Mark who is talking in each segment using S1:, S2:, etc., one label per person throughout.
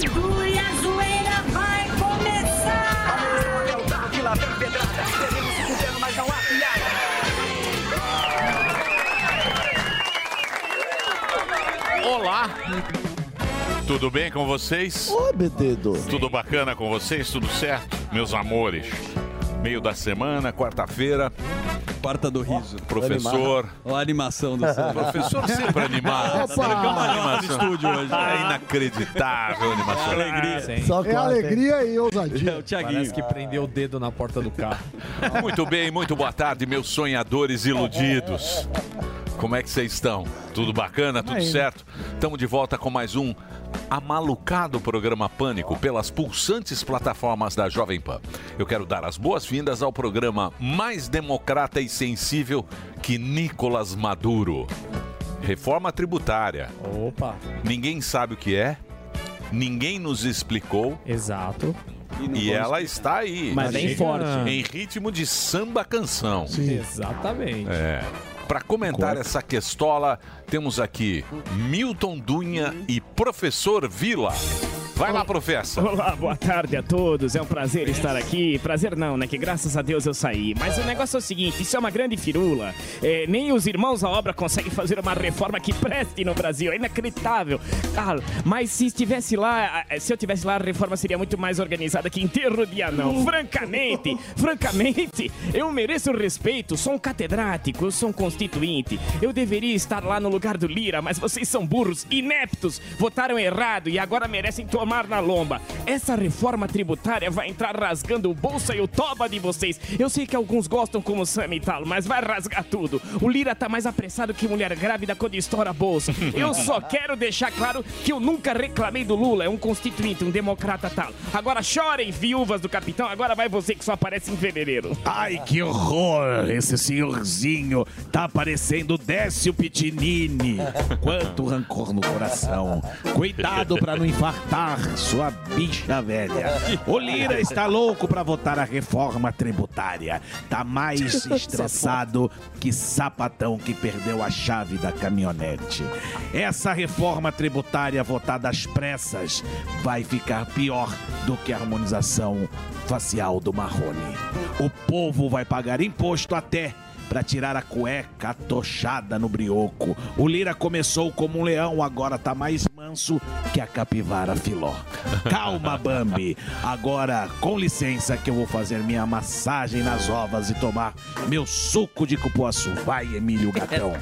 S1: Dudu e a zoeira vai começar!
S2: É o carro que lá vem pedrada. Devemos se fuder, mas não há piada.
S3: Olá! Tudo bem com vocês?
S4: Ô, Bededo.
S3: Tudo bacana com vocês? Tudo certo? Meus amores. Meio da semana, quarta-feira.
S5: Quarta do riso.
S3: Professor.
S5: Olha a animação do
S3: O professor sempre animado.
S5: Opa! Tá
S3: Ele deu uma animação.
S5: No estúdio hoje.
S3: É inacreditável
S5: Ah,
S3: a animação.
S6: é alegria e ousadia.
S5: É o Thiaguinho. Parece que prendeu o dedo na porta do carro.
S3: Muito bem, muito boa tarde, meus sonhadores iludidos. Como é que vocês estão? Tudo bacana? Tudo certo? Estamos de volta com mais um amalucado programa Pânico pelas pulsantes plataformas da Jovem Pan. Eu quero dar as boas-vindas ao programa mais democrata e sensível que Nicolas Maduro. Reforma tributária.
S7: Opa,
S3: Ninguém sabe o que é, ninguém nos explicou.
S7: exato.
S3: E ela está aí.
S7: Mas bem forte.
S3: Em ritmo de samba canção.
S7: Exatamente.
S3: É. Para comentar essa questola, temos aqui Milton Dunha e professor Vila. Vai lá, professor.
S8: Olá, boa tarde a todos. É um prazer estar aqui. Prazer não, né? Que graças a Deus eu saí. Mas o negócio é o seguinte: isso é uma grande firula. É, nem os irmãos à obra conseguem fazer uma reforma que preste no Brasil. É inacreditável. Ah, mas se estivesse lá, ah, se eu estivesse lá, a reforma seria muito mais organizada que enterro de anão. Francamente, francamente, eu mereço respeito. Sou um catedrático, eu sou um constituinte. Eu deveria estar lá no lugar do Lira, mas vocês são burros, ineptos, votaram errado e agora merecem tomar na lomba. Essa reforma tributária vai entrar rasgando o bolsa e o toba de vocês. Eu sei que alguns gostam como Sam e tal, mas vai rasgar tudo. O Lira tá mais apressado que mulher grávida quando estoura a bolsa. Eu só quero deixar claro que eu nunca reclamei do Lula, é um constituinte, um democrata tal. Agora chorem, viúvas do capitão, agora vai você que só aparece em fevereiro.
S9: Ai, que horror! Esse senhorzinho tá parecendo Décio Pitinini. Quanto rancor no coração. Cuidado pra não infartar, sua bicha velha. O Lira está louco pra votar a reforma tributária. Tá mais estressado que sapatão que perdeu a chave da caminhonete. Essa reforma tributária votada às pressas vai ficar pior do que a harmonização facial do Marrone. O povo vai pagar imposto até pra tirar a cueca atochada no brioco. O Lira começou como um leão, agora tá mais manso que a capivara filó. Calma, Bambi. Agora, com licença que eu vou fazer minha massagem nas ovas e tomar meu suco de cupuaçu. Vai, Emílio Gatão.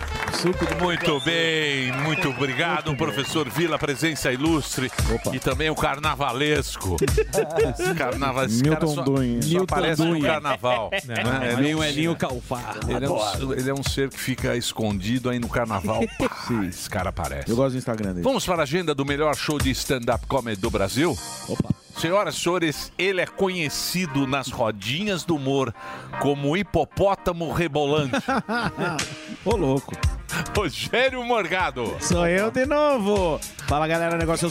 S3: Muito bem, muito obrigado, professor Vila, presença ilustre e também o carnavalesco. Esse Carnaval, esse cara
S4: Milton
S3: só,
S4: Dunha.
S3: só
S5: Milton
S3: aparece no
S5: Dunha.
S3: carnaval. né?
S5: É meio Elinho Calfá.
S3: Ele é, um, ele é um ser que fica escondido aí no carnaval. Pá, Esse cara aparece.
S4: Eu gosto do Instagram dele.
S3: Vamos para a agenda do melhor show de stand-up comedy do Brasil?
S5: Opa.
S3: Senhoras e senhores, ele é conhecido nas rodinhas do humor como hipopótamo rebolante.
S9: Ô, louco.
S3: Rogério Morgado.
S9: Sou eu de novo. Fala galera, o negócio é o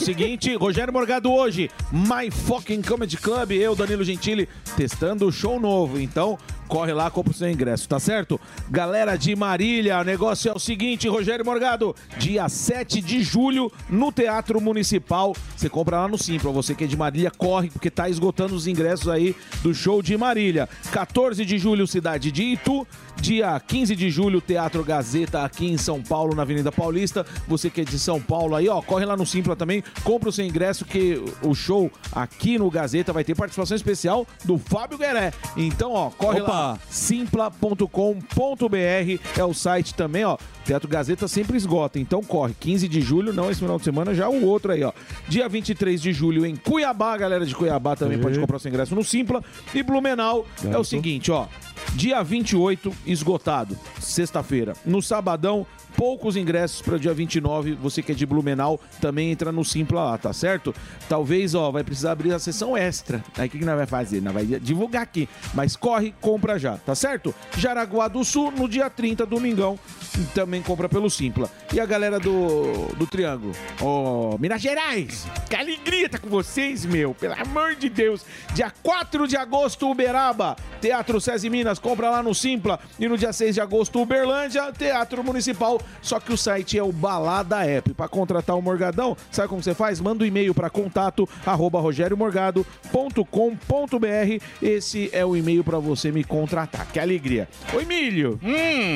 S9: seguinte: Rogério Morgado hoje, My Fucking Comedy Club, eu, Danilo Gentili, testando o show novo. Então, corre lá, compra o seu ingresso, tá certo? Galera de Marília, o negócio é o seguinte: Rogério Morgado, dia 7 de julho, no Teatro Municipal. Você compra lá no Simpla, você que é de Marília, corre, porque tá esgotando os ingressos aí do show de Marília. 14 de julho, Cidade de Itu. Dia 15 de julho, Teatro Gazeta aqui em São Paulo, na Avenida Paulista. Você que é de São Paulo aí, ó, corre lá no Simpla também, compra o seu ingresso que o show aqui no Gazeta vai ter participação especial do Fábio Gueré. Então, ó, corre
S5: Opa!
S9: lá simpla.com.br é o site também, ó. Teatro Gazeta sempre esgota, então corre. 15 de julho, não esse final de semana, já o outro aí, ó. Dia 23 de julho em Cuiabá, a galera de Cuiabá também pode comprar seu ingresso no Simpla. E Blumenau é o seguinte, ó. Dia 28, esgotado, sexta-feira. No sabadão, poucos ingressos para dia 29. Você que é de Blumenau, também entra no Simpla lá, tá certo? Talvez, ó, vai precisar abrir a sessão extra. Aí o que, que nós vai fazer? Nós vai divulgar aqui. Mas corre, compra já, tá certo? Jaraguá do Sul, no dia 30, domingão. e também compra pelo Simpla. E a galera do, do Triângulo? Ó, Minas Gerais! Que alegria tá com vocês, meu! Pelo amor de Deus! Dia 4 de agosto, Uberaba, Teatro SESI Minas, compra lá no Simpla. E no dia 6 de agosto, Uberlândia, Teatro Municipal. Só que o site é o Balada App. Para contratar o Morgadão, sabe como você faz? Manda um e-mail para contato arroba rogeriomorgado.com.br. Esse é o e-mail para você me contratar. Que alegria! Ô Emílio,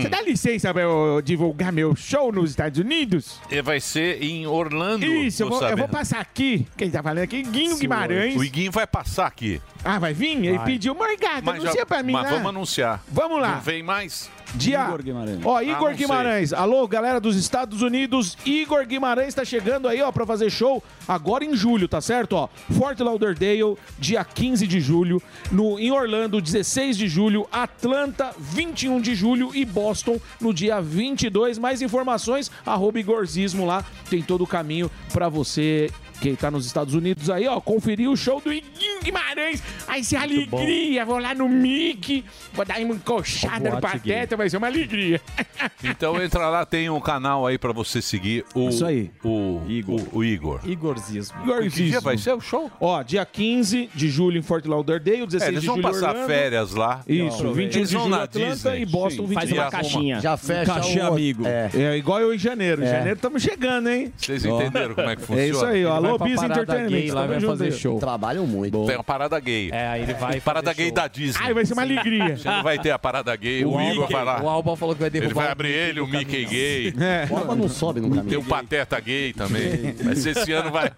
S9: você dá licença pra eu divulgar meu show nos Estados Unidos?
S3: E vai ser em Orlando.
S9: Isso, eu
S3: tô
S9: vou, eu vou
S3: sabendo.
S9: passar aqui. Quem tá falando aqui? Guinho Guimarães.
S3: O Iguinho vai passar aqui.
S9: Ah, vai vir? Ele
S5: Vai.
S9: pediu Morgado,
S3: Mas,
S9: anuncia
S3: já-
S9: pra mim né?
S3: mas
S9: lá.
S3: vamos anunciar.
S9: Vamos lá.
S3: Não vem mais? Ah,
S9: Dia.
S5: Igor Guimarães.
S9: Ó, Igor
S3: não sei.
S9: Guimarães. Alô, galera dos Estados Unidos. Igor Guimarães tá chegando aí, ó, pra fazer show agora em julho, tá certo? Ó, Fort Lauderdale, dia 15 de julho. No, em Orlando, 16 de julho. Atlanta, 21 de julho. E Boston, no dia 22. Mais informações, arroba Igorzismo lá. Tem todo o caminho pra você. Quem tá nos Estados Unidos aí, ó, conferir o show do Iguinho Guimarães. Ai, se alegria! Vou lá no Mickey, vou dar uma encoxada no
S5: Boate gay.
S9: pateta, vai ser uma alegria.
S3: Então entra lá, tem um canal aí pra você seguir. O,
S5: Isso aí.
S3: O
S5: Igor.
S3: O, o Igor.
S5: Igorzismo.
S3: Que dia vai ser o show?
S9: Ó, dia 15 de julho em Fort Lauderdale, 16
S3: É, eles
S9: de
S3: vão
S9: julho em
S3: passar
S9: Orlando.
S3: férias lá.
S9: Isso, 21 de
S3: Eles vão
S9: julho
S3: na
S9: Atlanta
S3: Disney.
S9: e um Boston
S3: Sim.
S9: 20
S10: Faz
S3: E
S10: uma
S3: arruma.
S10: caixinha.
S11: Já fecha
S5: cachê
S11: o outro.
S5: amigo.
S11: É.
S9: É igual eu em janeiro. Em janeiro estamos chegando, hein?
S3: Vocês entenderam como é que funciona?
S9: É isso aí, ó.
S5: Vai
S9: Alô,
S5: pra
S9: Biz
S5: parada
S9: Entertainment.
S5: gay lá,
S9: tamo
S5: vai
S9: junto
S5: fazer
S9: aí.
S5: show.
S11: Trabalham muito.
S3: Tem uma parada gay.
S7: É, aí ele vai.
S3: Parada
S7: fazer
S3: gay
S7: show.
S3: da Disney.
S9: Ai, vai ser uma alegria.
S3: Você não vai ter a parada gay, o, Igor vai
S7: O
S3: lá.
S7: Alba falou que vai derrubar.
S3: Ele vai
S7: o
S3: abrir
S7: Mickey
S3: ele,
S7: do
S3: o Mickey
S7: caminhão.
S3: gay.
S9: É.
S11: A Bola não sobe no
S3: Tem
S11: caminho.
S3: o Pateta gay também. Mas esse ano vai.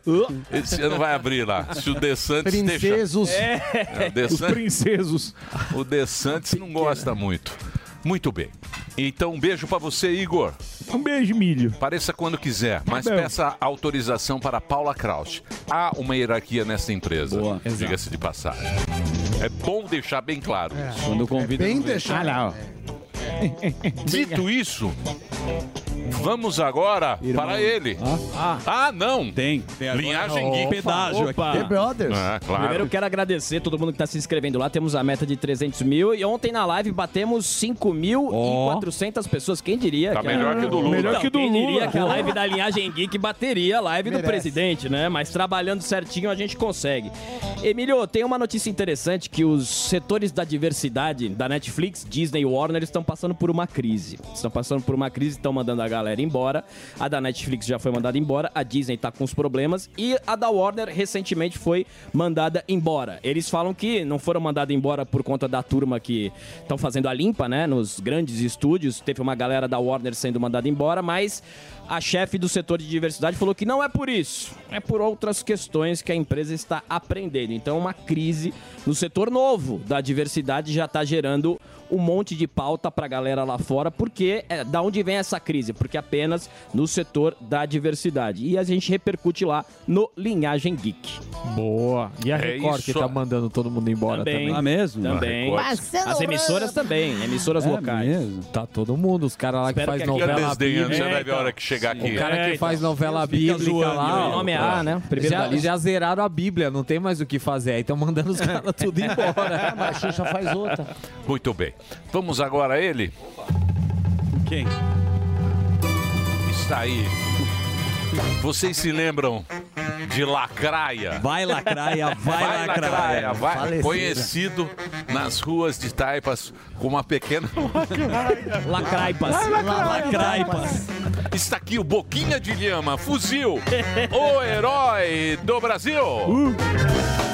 S3: Esse ano vai abrir lá. Se o De Santos deixar.
S11: Princesos.
S3: É, o De
S9: Os
S3: Santos-
S9: princesos.
S3: O De Santos não gosta muito. Muito bem. Então, um beijo pra você, Igor.
S9: Um beijo, milho.
S3: Pareça quando quiser, mas
S9: bom.
S3: peça autorização para Paula Kraus. Há uma hierarquia nessa empresa.
S5: Boa.
S3: Diga-se de passagem. É bom deixar bem claro isso.
S5: Quando convida.
S6: Bem deixado.
S3: Dito isso, vamos agora para ele. Ah, não!
S5: Tem. Tem agora.
S3: Linhagem
S5: Ó,
S3: Geek.
S5: Pedágio aqui.
S10: Opa.
S11: The Brothers.
S3: Ah,
S10: Primeiro eu
S3: claro.
S10: quero agradecer todo mundo que está se inscrevendo lá. Temos a meta de 300 mil. E ontem na live batemos 5.400 pessoas. Quem diria?
S3: Tá melhor que o do Lula.
S9: Melhor que o do
S10: quem diria
S9: Lula.
S10: que a live da linhagem geek bateria a live do
S6: Merece.
S10: presidente, né? Mas trabalhando certinho a gente consegue. Emílio, tem uma notícia interessante que os setores da diversidade da Netflix, Disney e Warner estão passando por uma crise. Estão passando por uma crise, estão mandando a galera embora. A da Netflix já foi mandada embora, a Disney tá com os problemas e a da Warner recentemente foi mandada embora. Eles falam que não foram mandados embora por conta da turma que estão fazendo a limpa, né? Nos grandes estúdios, teve uma galera da Warner sendo mandada embora, mas a chefe do setor de diversidade falou que não é por isso, é por outras questões que a empresa está aprendendo. Então, uma crise no setor novo da diversidade já está gerando um monte de pauta para a galera lá fora, porque é, da onde vem essa crise? Porque apenas no setor da diversidade. E a gente repercute lá no Linhagem Geek.
S7: Boa. E a
S3: É
S7: Record que
S3: isso.
S7: tá mandando todo mundo embora também.
S10: Também.
S5: Ah, mesmo?
S10: Também. As emissoras também, emissoras
S5: É
S10: locais.
S5: mesmo?
S7: Tá todo mundo. Os caras lá que
S10: Espero
S7: faz
S10: que aqui-
S3: Fica
S7: novela
S3: desdenhando, você
S7: bíblica.
S3: vai ver a hora que chegar aqui.
S7: O cara que
S10: É,
S7: faz novela
S5: Fica
S7: bíblica
S5: zoando,
S7: lá.
S5: né?
S7: ó.
S10: O nome é A, né? Primeiro da
S7: Já,
S10: lista.
S7: já zeraram a Bíblia, não tem mais o que fazer. Aí estão mandando os caras tudo
S10: É,
S7: embora.
S11: A Xuxa faz outra.
S3: Muito bem. Vamos agora a ele.
S5: Quem?
S3: Está aí. Vocês se lembram de Lacraia?
S5: Vai lacraia, vai lacraia.
S3: vai.
S11: Falecida.
S3: Conhecido nas ruas de Taipas com uma pequena.
S10: Lacraipas.
S5: Lacraipas.
S3: Está aqui o Boquinha de Lhama, fuzil, o herói do Brasil.
S12: Uh.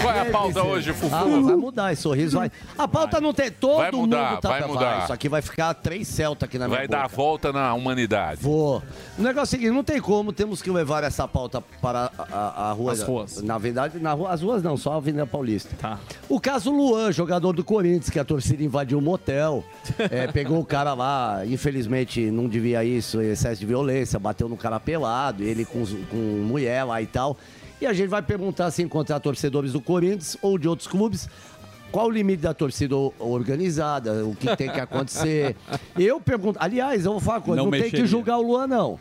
S3: Qual é a pauta hoje, Fufu?
S11: Ah, mas vai mudar esse sorriso, vai. A pauta não tem todo
S3: Vai mudar,
S11: mundo tá
S3: vai
S11: pra-
S3: mudar.
S11: Isso aqui vai ficar três Celta aqui na minha
S3: Vai dar a
S11: boca.
S3: volta na humanidade.
S11: Vou. O negócio é o seguinte, não tem como, temos que levar essa pauta para a, a- a rua.
S7: As ruas.
S11: Na verdade, na rua, as ruas não, só a Avenida Paulista. Tá. O caso Luan, jogador do Corinthians, que a torcida invadiu um motel, é, pegou o cara lá, infelizmente não devia isso, excesso de violência, bateu no cara pelado, ele com, os- com mulher lá e tal. E a gente vai perguntar se encontrar torcedores do Corinthians ou de outros clubes. Qual o limite da torcida o- organizada? O que tem que acontecer? Eu pergunto. Aliás, eu vou falar uma coisa:
S5: Não
S11: não, tem que
S5: mexeria.
S11: julgar o Luan, não.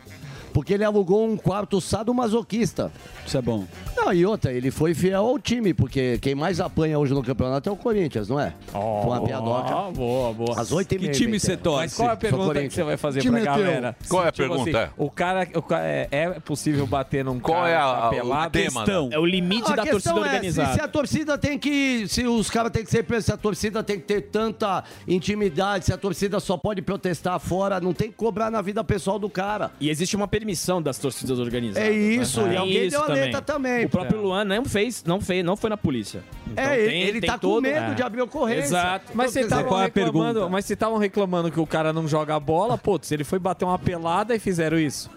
S11: Porque ele alugou um quarto sadomasoquista.
S5: Isso é bom.
S11: Não,
S12: Não, e outra, ele foi fiel ao time, porque quem mais apanha hoje no campeonato é o Corinthians, não é? foi uma piadoca.
S7: Boa, boa.
S12: Às oito e
S7: Que
S12: meia,
S7: time
S12: Peter.
S7: você torce? Mas qual é a
S12: Sou
S7: pergunta que
S12: Corinthians.
S7: você vai fazer
S12: Time
S7: pra
S12: teu.
S7: galera?
S3: Qual é a
S7: Tipo
S3: pergunta?
S7: assim, o cara, o cara- é, é possível bater num
S3: Qual
S7: cara
S3: é
S7: que
S3: a-
S7: tá
S3: o
S7: pelado?
S3: tema
S7: Questão.
S3: da-
S10: É o limite da torcida
S12: se, se a
S10: organizada.
S12: torcida tem que. Se os caras têm que ser presos, se a torcida tem que ter tanta intimidade, se a torcida só pode protestar fora, não tem que cobrar na vida pessoal do cara.
S10: E existe uma permissão das torcidas organizadas.
S12: É isso,
S10: né?
S12: e
S10: Tem
S12: alguém
S10: isso
S12: deu a letra também.
S10: O próprio Luan não fez, não fez, não foi na polícia. Então
S12: É, ele-
S10: tem-
S12: ele
S10: tem
S12: tá com
S10: todo-
S12: medo
S10: é.
S12: de abrir ocorrência. Então,
S10: Exato.
S7: Mas vocês
S12: quer dizer,
S7: estavam
S5: qual é a
S7: reclamando,
S5: pergunta?
S7: mas vocês estavam reclamando que o cara não joga bola, pô, se ele foi bater uma pelada e fizeram isso.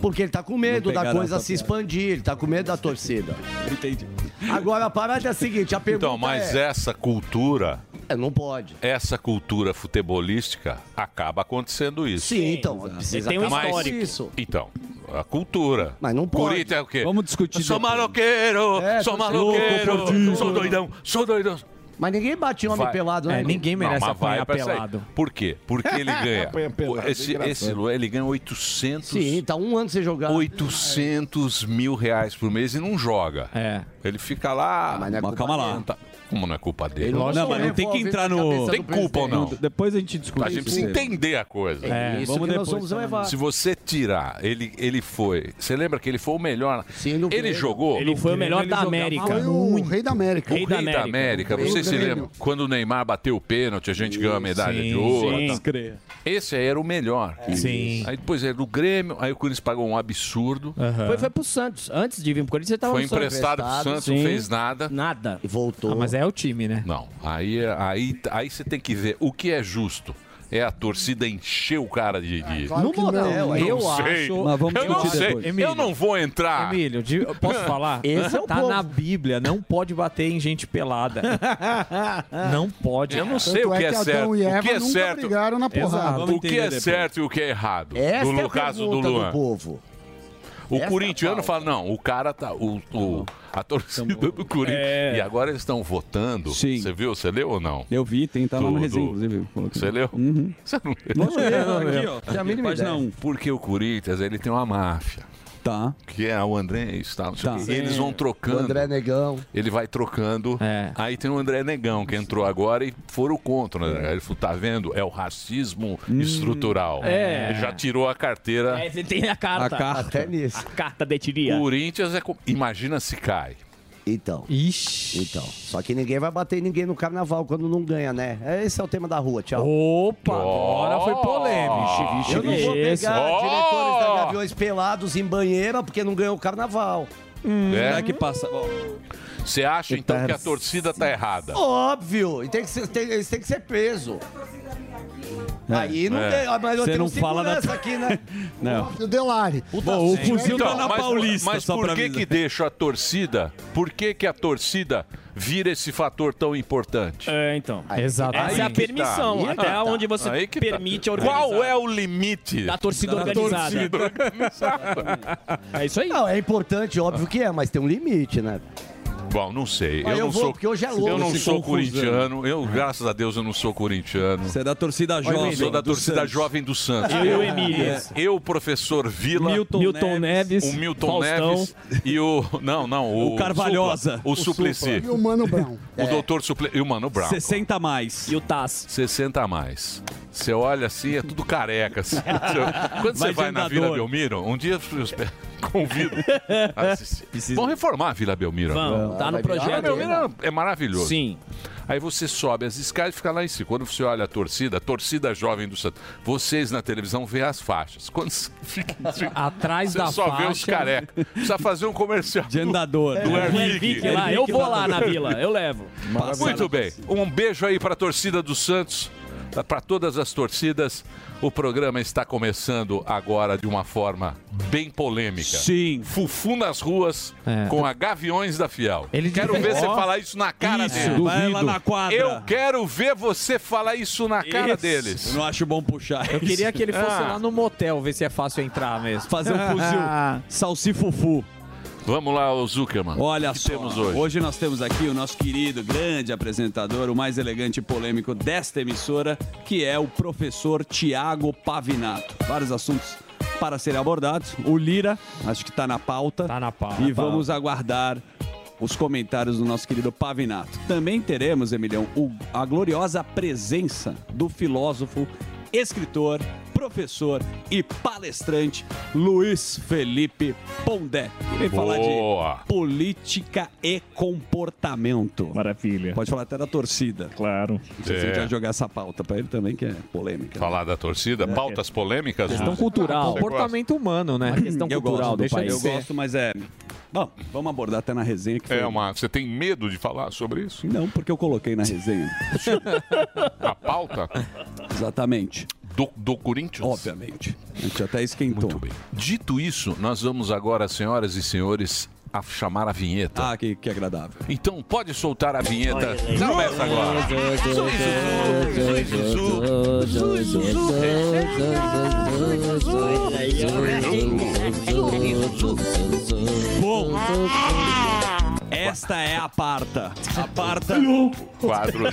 S12: Porque ele tá com medo
S5: Não
S12: da
S5: pegaram
S12: coisa
S5: essa
S12: se expandir, ele tá com medo da torcida.
S5: Entendi.
S12: Agora a parada é a seguinte, a pergunta
S3: Então, mas
S12: é...
S3: essa cultura,
S12: É, Não pode.
S3: essa cultura futebolística, acaba acontecendo isso.
S12: Sim, então, precisa
S10: Tem um
S12: acabar
S10: histórico.
S12: isso.
S3: Então, a cultura.
S12: Mas não pode.
S3: Corinthians é o quê?
S5: Vamos discutir
S3: Sou
S5: depois.
S3: maloqueiro,
S12: É,
S3: sou
S12: tô-
S5: Ô,
S3: maloqueiro,
S5: Cordinho.
S3: sou doidão, sou doidão.
S12: Mas ninguém bate homem
S3: Vai.
S12: pelado, né?
S7: É, ninguém
S3: Não,
S7: merece
S3: mas vai
S7: apanhar
S3: pra sair.
S7: pelado.
S3: Por quê? Porque ele ganha.
S6: Apanha pelado,
S3: esse,
S6: engraçado.
S3: esse Luan, ele ganha 800,
S12: Sim, tá um ano sem jogar.
S3: 800 mil reais por mês e não joga.
S7: É.
S3: Ele fica lá.
S12: Mas não é
S5: Mas
S12: culpa
S5: calma lá.
S3: Não tá- Como não é culpa dele?
S12: Ele
S5: Não, mas não tem que é entrar no.
S3: Tem culpa ou não?
S5: Depois a gente discute.
S3: A gente precisa
S5: isso.
S3: entender a coisa.
S12: É, isso
S5: vamos
S12: que nós
S5: depois
S12: vamos
S5: também.
S12: levar.
S3: Se você tirar, ele, ele foi. Você lembra que ele foi o melhor?
S12: Sim, no
S3: ele
S12: Grêmio.
S3: jogou.
S10: Ele foi o melhor
S7: Ele
S10: da
S7: jogava
S6: Foi
S10: América.
S6: o rei da América. um
S10: Rei
S3: O rei da América, vocês se
S6: Grêmio.
S3: lembram? Quando o Neymar bateu o pênalti, a gente ganhou a medalha de ouro.
S10: sim.
S3: tá? Esse aí era o melhor.
S7: Sim.
S3: Aí depois era do Grêmio, aí o Corinthians pagou um absurdo.
S10: Foi, foi pro Santos. Antes de vir pro Corinthians, ele tava
S3: Foi
S10: no Santos.
S3: emprestado pro Santos,
S10: sim.
S3: não fez nada.
S10: Nada.
S12: E voltou.
S7: Ah, mas é o time, né?
S3: Não, aí, aí, aí você tem que ver o que é justo. É a torcida encher o cara de. de-
S6: Claro
S12: No
S6: que não,
S12: motel,
S6: né?
S12: eu
S7: Eu
S3: sei.
S7: acho.
S5: Mas vamos
S3: Eu não
S5: discutir
S3: sei,
S5: depois.
S3: eu não vou entrar.
S7: Emílio, de- eu posso falar?
S12: Esse é o
S7: tá
S12: povo.
S7: na Bíblia, não pode bater em gente pelada. não pode.
S3: Eu não
S7: cara.
S3: sei o que é,
S6: Adão
S3: certo.
S6: E
S3: O
S6: Eva
S3: que é
S6: nunca
S3: certo?
S6: brigaram na porrada.
S5: Vamos
S3: O que
S5: entender
S3: é
S5: depois.
S3: certo e o que é errado?
S12: Essa
S3: no
S12: é a
S3: caso do
S12: pergunta
S3: Luan.
S12: do povo.
S3: O
S12: Essa
S3: corintiano
S12: pauta.
S3: fala, não, o cara tá. O, o- a torcida do Corinthians. E agora eles estão votando.
S5: Sim.
S3: Você viu? Você leu ou não?
S5: Eu vi, tem, tá lá no
S3: Tudo.
S5: resenha, inclusive. coloquei.
S3: Você leu?
S5: Uhum.
S3: Você não leu?
S5: Não, não, não, aqui, ó.
S12: Tinha a mínima
S5: Página
S12: ideia.
S5: um.
S3: Porque o Corinthians, ele tem uma máfia,
S5: Tá.
S3: que é o Andrés, tá? Não sei
S5: Tá.
S3: o quê. Eles vão
S12: O
S3: trocando.
S12: É. André Negão.
S3: Ele vai trocando.
S7: É.
S3: Aí tem o André Negão, que entrou agora e foram contra. Né? Ele falou, tá vendo? É o racismo estrutural.
S10: É.
S3: Ele já tirou a carteira.
S10: É, você tem a
S5: A
S10: carta. A,
S5: carta.
S12: Até nisso.
S10: carta da etnia.
S3: Corinthians é. co- Imagina se cai.
S12: Então.
S7: Ixi.
S12: Então. Só que ninguém vai bater em ninguém no carnaval quando não ganha, né? É, Esse é o tema da rua, tchau.
S7: Opa, agora foi polêmico.
S3: Vixe,
S12: Eu não vou pegar
S10: Isso.
S12: diretores da
S3: Oh!
S12: Gaviões pelados em banheira porque não ganhou o carnaval. Hum.
S3: É.
S12: é
S5: Será que passa? Ó,
S3: Você acha então que a torcida tá errada?
S12: Oh. Óbvio. E tem que ser, tem, eles têm que ser preso. Aí não
S3: é.
S12: tem. ah, Mas eu
S5: Você
S12: tenho
S5: não fala da-
S12: segurança aqui, né?
S5: Não.
S6: E O Delari.
S5: Bom, o fuzil tá na
S3: Então, mas,
S5: Paulista,
S3: mas
S5: só
S3: por
S5: pra
S3: que
S5: avisar.
S3: que deixa a torcida? Por que que a torcida vira esse fator tão importante?
S10: É, então.
S7: Exatamente.
S10: Essa é a
S3: que tá.
S10: permissão.
S3: Aí
S10: Até
S3: que tá.
S10: onde você
S3: Aí que tá.
S10: permite a organização.
S3: Qual é o limite
S10: Da torcida organizada. É isso aí.
S12: Não, é importante, óbvio que é, mas tem um limite, né?
S3: Bom, não sei.
S12: Ah,
S3: eu,
S12: eu
S3: não
S12: vou,
S3: sou,
S12: porque hoje é louco
S3: eu não
S5: esse
S3: sou
S5: confusão.
S3: corintiano. Eu, graças a Deus, eu não sou corintiano.
S5: Você é da torcida jovem.
S3: Eu sou da
S5: do
S3: torcida
S5: Santos.
S3: jovem do Santos. é,
S10: Eu e o Emílio.
S3: Eu, professor Vila,
S5: Milton,
S10: Milton
S5: Neves.
S10: Neves.
S3: o Milton
S10: Faustão.
S3: Neves e o. Não, não. O,
S5: O Carvalhosa.
S3: Supla, o,
S5: O
S3: Suplicy.
S6: E o Mano Brown.
S3: O doutor Suplicy. E o Mano Brown.
S5: 60 a mais.
S10: É. E o Taz.
S3: 60 a mais. Você olha assim, é tudo careca. assim. Quando você
S5: Vai de
S3: vai na
S5: andador.
S3: Vila Belmiro, um dia eu espe- convido. a assistir. Vão reformar a Vila Belmiro. agora. Ah,
S10: Vamos, tá no
S3: A Vila
S10: projeto.
S3: Belmiro é maravilhoso.
S10: Sim.
S3: Aí você sobe as escadas e fica lá em cima. Quando você olha a torcida, a torcida jovem do Santos, vocês na televisão vê as faixas. Quando você fica em cima,
S7: Atrás
S3: você
S7: da
S3: só
S7: faixa.
S3: vê os careca. Precisa fazer um comercial.
S5: De andador.
S3: Do
S5: né?
S10: O
S3: Air
S10: Henrique
S3: Vic.
S10: lá. Eu vou lá na vila. Eu levo.
S3: Muito bem. Um beijo aí para a torcida do Santos, para todas as torcidas. O programa está começando agora de uma forma bem polêmica.
S5: Sim.
S3: Fufu nas ruas
S7: É.
S3: com a Gaviões da Fiel.
S7: Ele
S3: quero
S7: devia-
S3: ver você
S7: Ó,
S3: falar isso na cara
S5: Isso,
S3: dele.
S5: vai lá
S7: Duvido.
S5: na quadra.
S3: Eu quero ver você falar isso na cara
S7: Isso.
S3: deles.
S5: Eu não acho bom puxar.
S7: Eu queria que ele fosse
S3: Ah.
S7: lá no motel, ver se é fácil entrar mesmo. Ah.
S5: fazer um fuzil. Salsifufu.
S3: Vamos lá, ô Zuckerman.
S5: Olha
S3: o que
S5: só,
S3: temos hoje.
S5: nós temos aqui o nosso querido, grande apresentador, o mais elegante e polêmico desta emissora, que é o professor Tiago Pavinato. Vários assuntos para serem abordados. O Lira, acho que está na pauta. Está Tá na pauta. E vamos aguardar os comentários do nosso querido Pavinato. Também teremos, Emilhão, o- a gloriosa presença do filósofo, escritor, professor e palestrante Luiz Felipe Pondé. Que vem falar
S3: Boa.
S5: de política e comportamento.
S10: Maravilha.
S5: Pode falar até da torcida.
S10: Claro.
S5: Se a
S3: É.
S5: gente vai jogar essa pauta para ele também, que é polêmica.
S3: Falar da
S5: É.
S3: torcida, pautas polêmicas.
S7: É
S3: Ah.
S7: Questão cultural. Comportamento humano, né? questão
S5: Eu
S7: cultural
S5: gosto,
S7: do
S5: deixa
S7: país.
S5: eu gosto, mas é. Bom, vamos abordar até na resenha que foi.
S3: É uma... Você tem medo de falar sobre isso?
S5: Não, porque eu coloquei na resenha.
S3: A pauta
S5: Exatamente.
S3: do, do Corinthians?
S5: Obviamente. A gente até esquentou.
S3: Muito bem. Dito isso, nós vamos agora, senhoras e senhores, a chamar a vinheta.
S5: Ah, que, que agradável.
S3: Então pode soltar a vinheta. Começa agora.
S5: Bom, esta é a parta. A parta
S3: Quadro.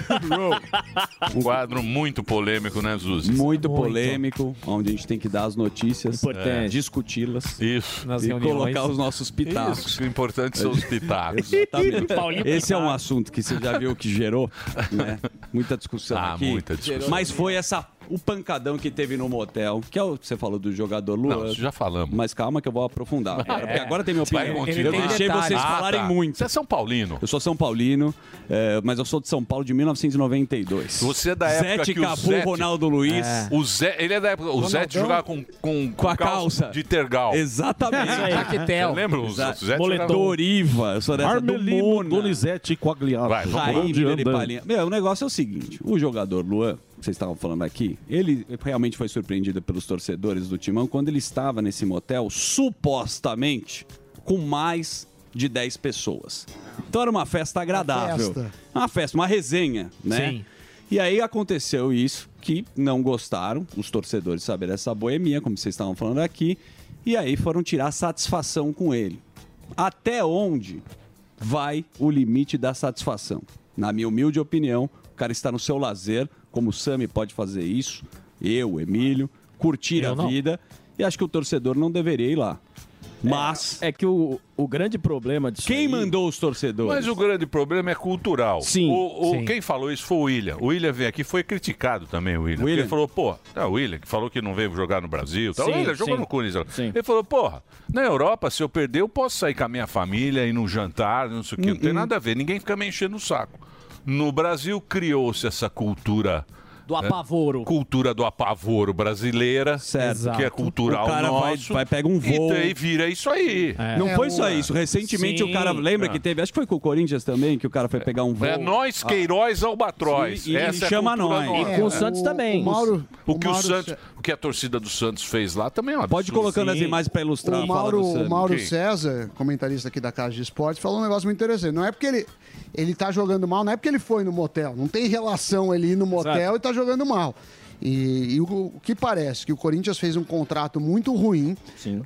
S3: Um quadro muito polêmico, né, Zuzi?
S5: muito polêmico, onde a gente tem que dar as notícias, é,
S10: Importante.
S5: discuti-las
S3: Isso.
S7: Nas
S5: e
S7: reuniões.
S5: colocar os nossos pitacos.
S3: Isso. O importante são os pitacos.
S5: É, Exatamente.
S10: Paulinho
S5: Esse é um assunto que você já viu que gerou né? muita discussão
S3: Ah,
S5: aqui.
S3: muita discussão.
S5: Mas foi essa o pancadão que teve no motel, que é o que você falou do jogador Luan.
S3: Não, isso já falamos.
S5: Mas calma que eu vou aprofundar. Porque agora tem meu
S3: Vai
S5: opinião.
S3: continuar.
S5: Eu deixei
S7: Ele tem
S5: vocês
S7: detalhes.
S5: falarem
S3: tá.
S5: muito.
S3: Você é São Paulino.
S5: Eu sou São Paulino, é, mas eu sou de São Paulo de 1992.
S3: Você é da época
S5: Zete,
S3: que o
S5: Capu,
S3: Zete-
S5: Ronaldo Luiz.
S3: O Zé, ele é da época. O Zé jogava com, com,
S5: Com a calça.
S3: de tergal.
S5: Exatamente.
S3: Você
S7: Caquetel.
S3: lembra? O um- Zé
S5: Exato.
S3: jogava-
S5: Doriva. Eu sou dessa do
S9: Armelino,
S5: Mona.
S9: Donizete, Coagliato.
S3: Vai, vamos
S5: Raí,
S9: Onde
S5: Miller e
S9: anda?
S5: Palhinha. Meu, o negócio é o seguinte: o jogador Luan, vocês estavam falando aqui, ele realmente foi surpreendido pelos torcedores do Timão quando ele estava nesse motel, supostamente, com mais de 10 pessoas. Então era uma festa agradável. Uma
S6: festa.
S5: festa, É uma, resenha, né?
S7: Sim.
S5: E aí aconteceu isso, que não gostaram, os torcedores saber essa boemia, como vocês estavam falando aqui, e aí foram tirar satisfação com ele. Até onde vai o limite da satisfação? Na minha humilde opinião, o cara está no seu lazer, como o Sami pode fazer isso, eu, Emílio, curtir
S7: Eu
S5: a
S7: não.
S5: vida, e acho que o torcedor não deveria ir lá. Mas,
S10: É que o, o grande problema disso
S5: quem
S10: aí-
S5: mandou os torcedores?
S3: Mas o grande problema é cultural.
S10: Sim,
S3: O, o-
S7: sim.
S3: Quem falou isso foi o William. O William veio aqui foi criticado também, o William. Porque
S5: William?
S3: Ele falou, pô, é o William que falou que não veio jogar no Brasil. Tá? O
S10: Sim,
S3: William jogou
S10: sim.
S3: no Corinthians.
S10: Sim.
S3: Ele falou, porra, na Europa, se eu perder, eu posso sair com a minha família, ir num jantar, não sei o quê.
S5: Hum,
S3: Não tem nada a ver. Ninguém fica me enchendo o saco. No Brasil criou-se essa cultura. né,
S7: Do apavoro.
S3: Cultura do apavoro brasileira,
S5: Certo.
S3: que é cultural
S5: O cara vai-
S3: nosso.
S5: vai- pega um voo.
S3: E daí vira isso aí.
S5: Não
S6: É,
S5: foi
S6: o-
S5: só isso. Recentemente
S10: Sim.
S5: o
S3: tá.
S5: cara. Lembra que teve? Acho que foi com o Corinthians também, que o cara foi pegar um voo.
S3: É nós, Queiroz, Albatroz.
S5: E- e
S3: Essa é a
S5: chama
S3: cultura
S5: nós.
S3: nossa.
S10: E com o Santos também.
S6: O Mauro,
S3: O que o,
S6: Mauro
S3: Santos,
S6: Ce-
S3: o que a torcida do Santos fez lá também é um
S5: Pode ir
S3: absurdo.
S5: colocando as imagens pra ilustrar.
S6: o
S5: a fala do
S6: Mauro, o
S5: Sami.
S6: Mauro
S3: Quem?
S6: César, comentarista aqui da Casa de Esportes, falou um negócio muito interessante. Não é porque ele, ele tá jogando mal, não é porque ele foi no motel. Não tem relação ele ir no motel e tá jogando mal. E, e o, o que parece? Que o Corinthians fez um contrato muito ruim.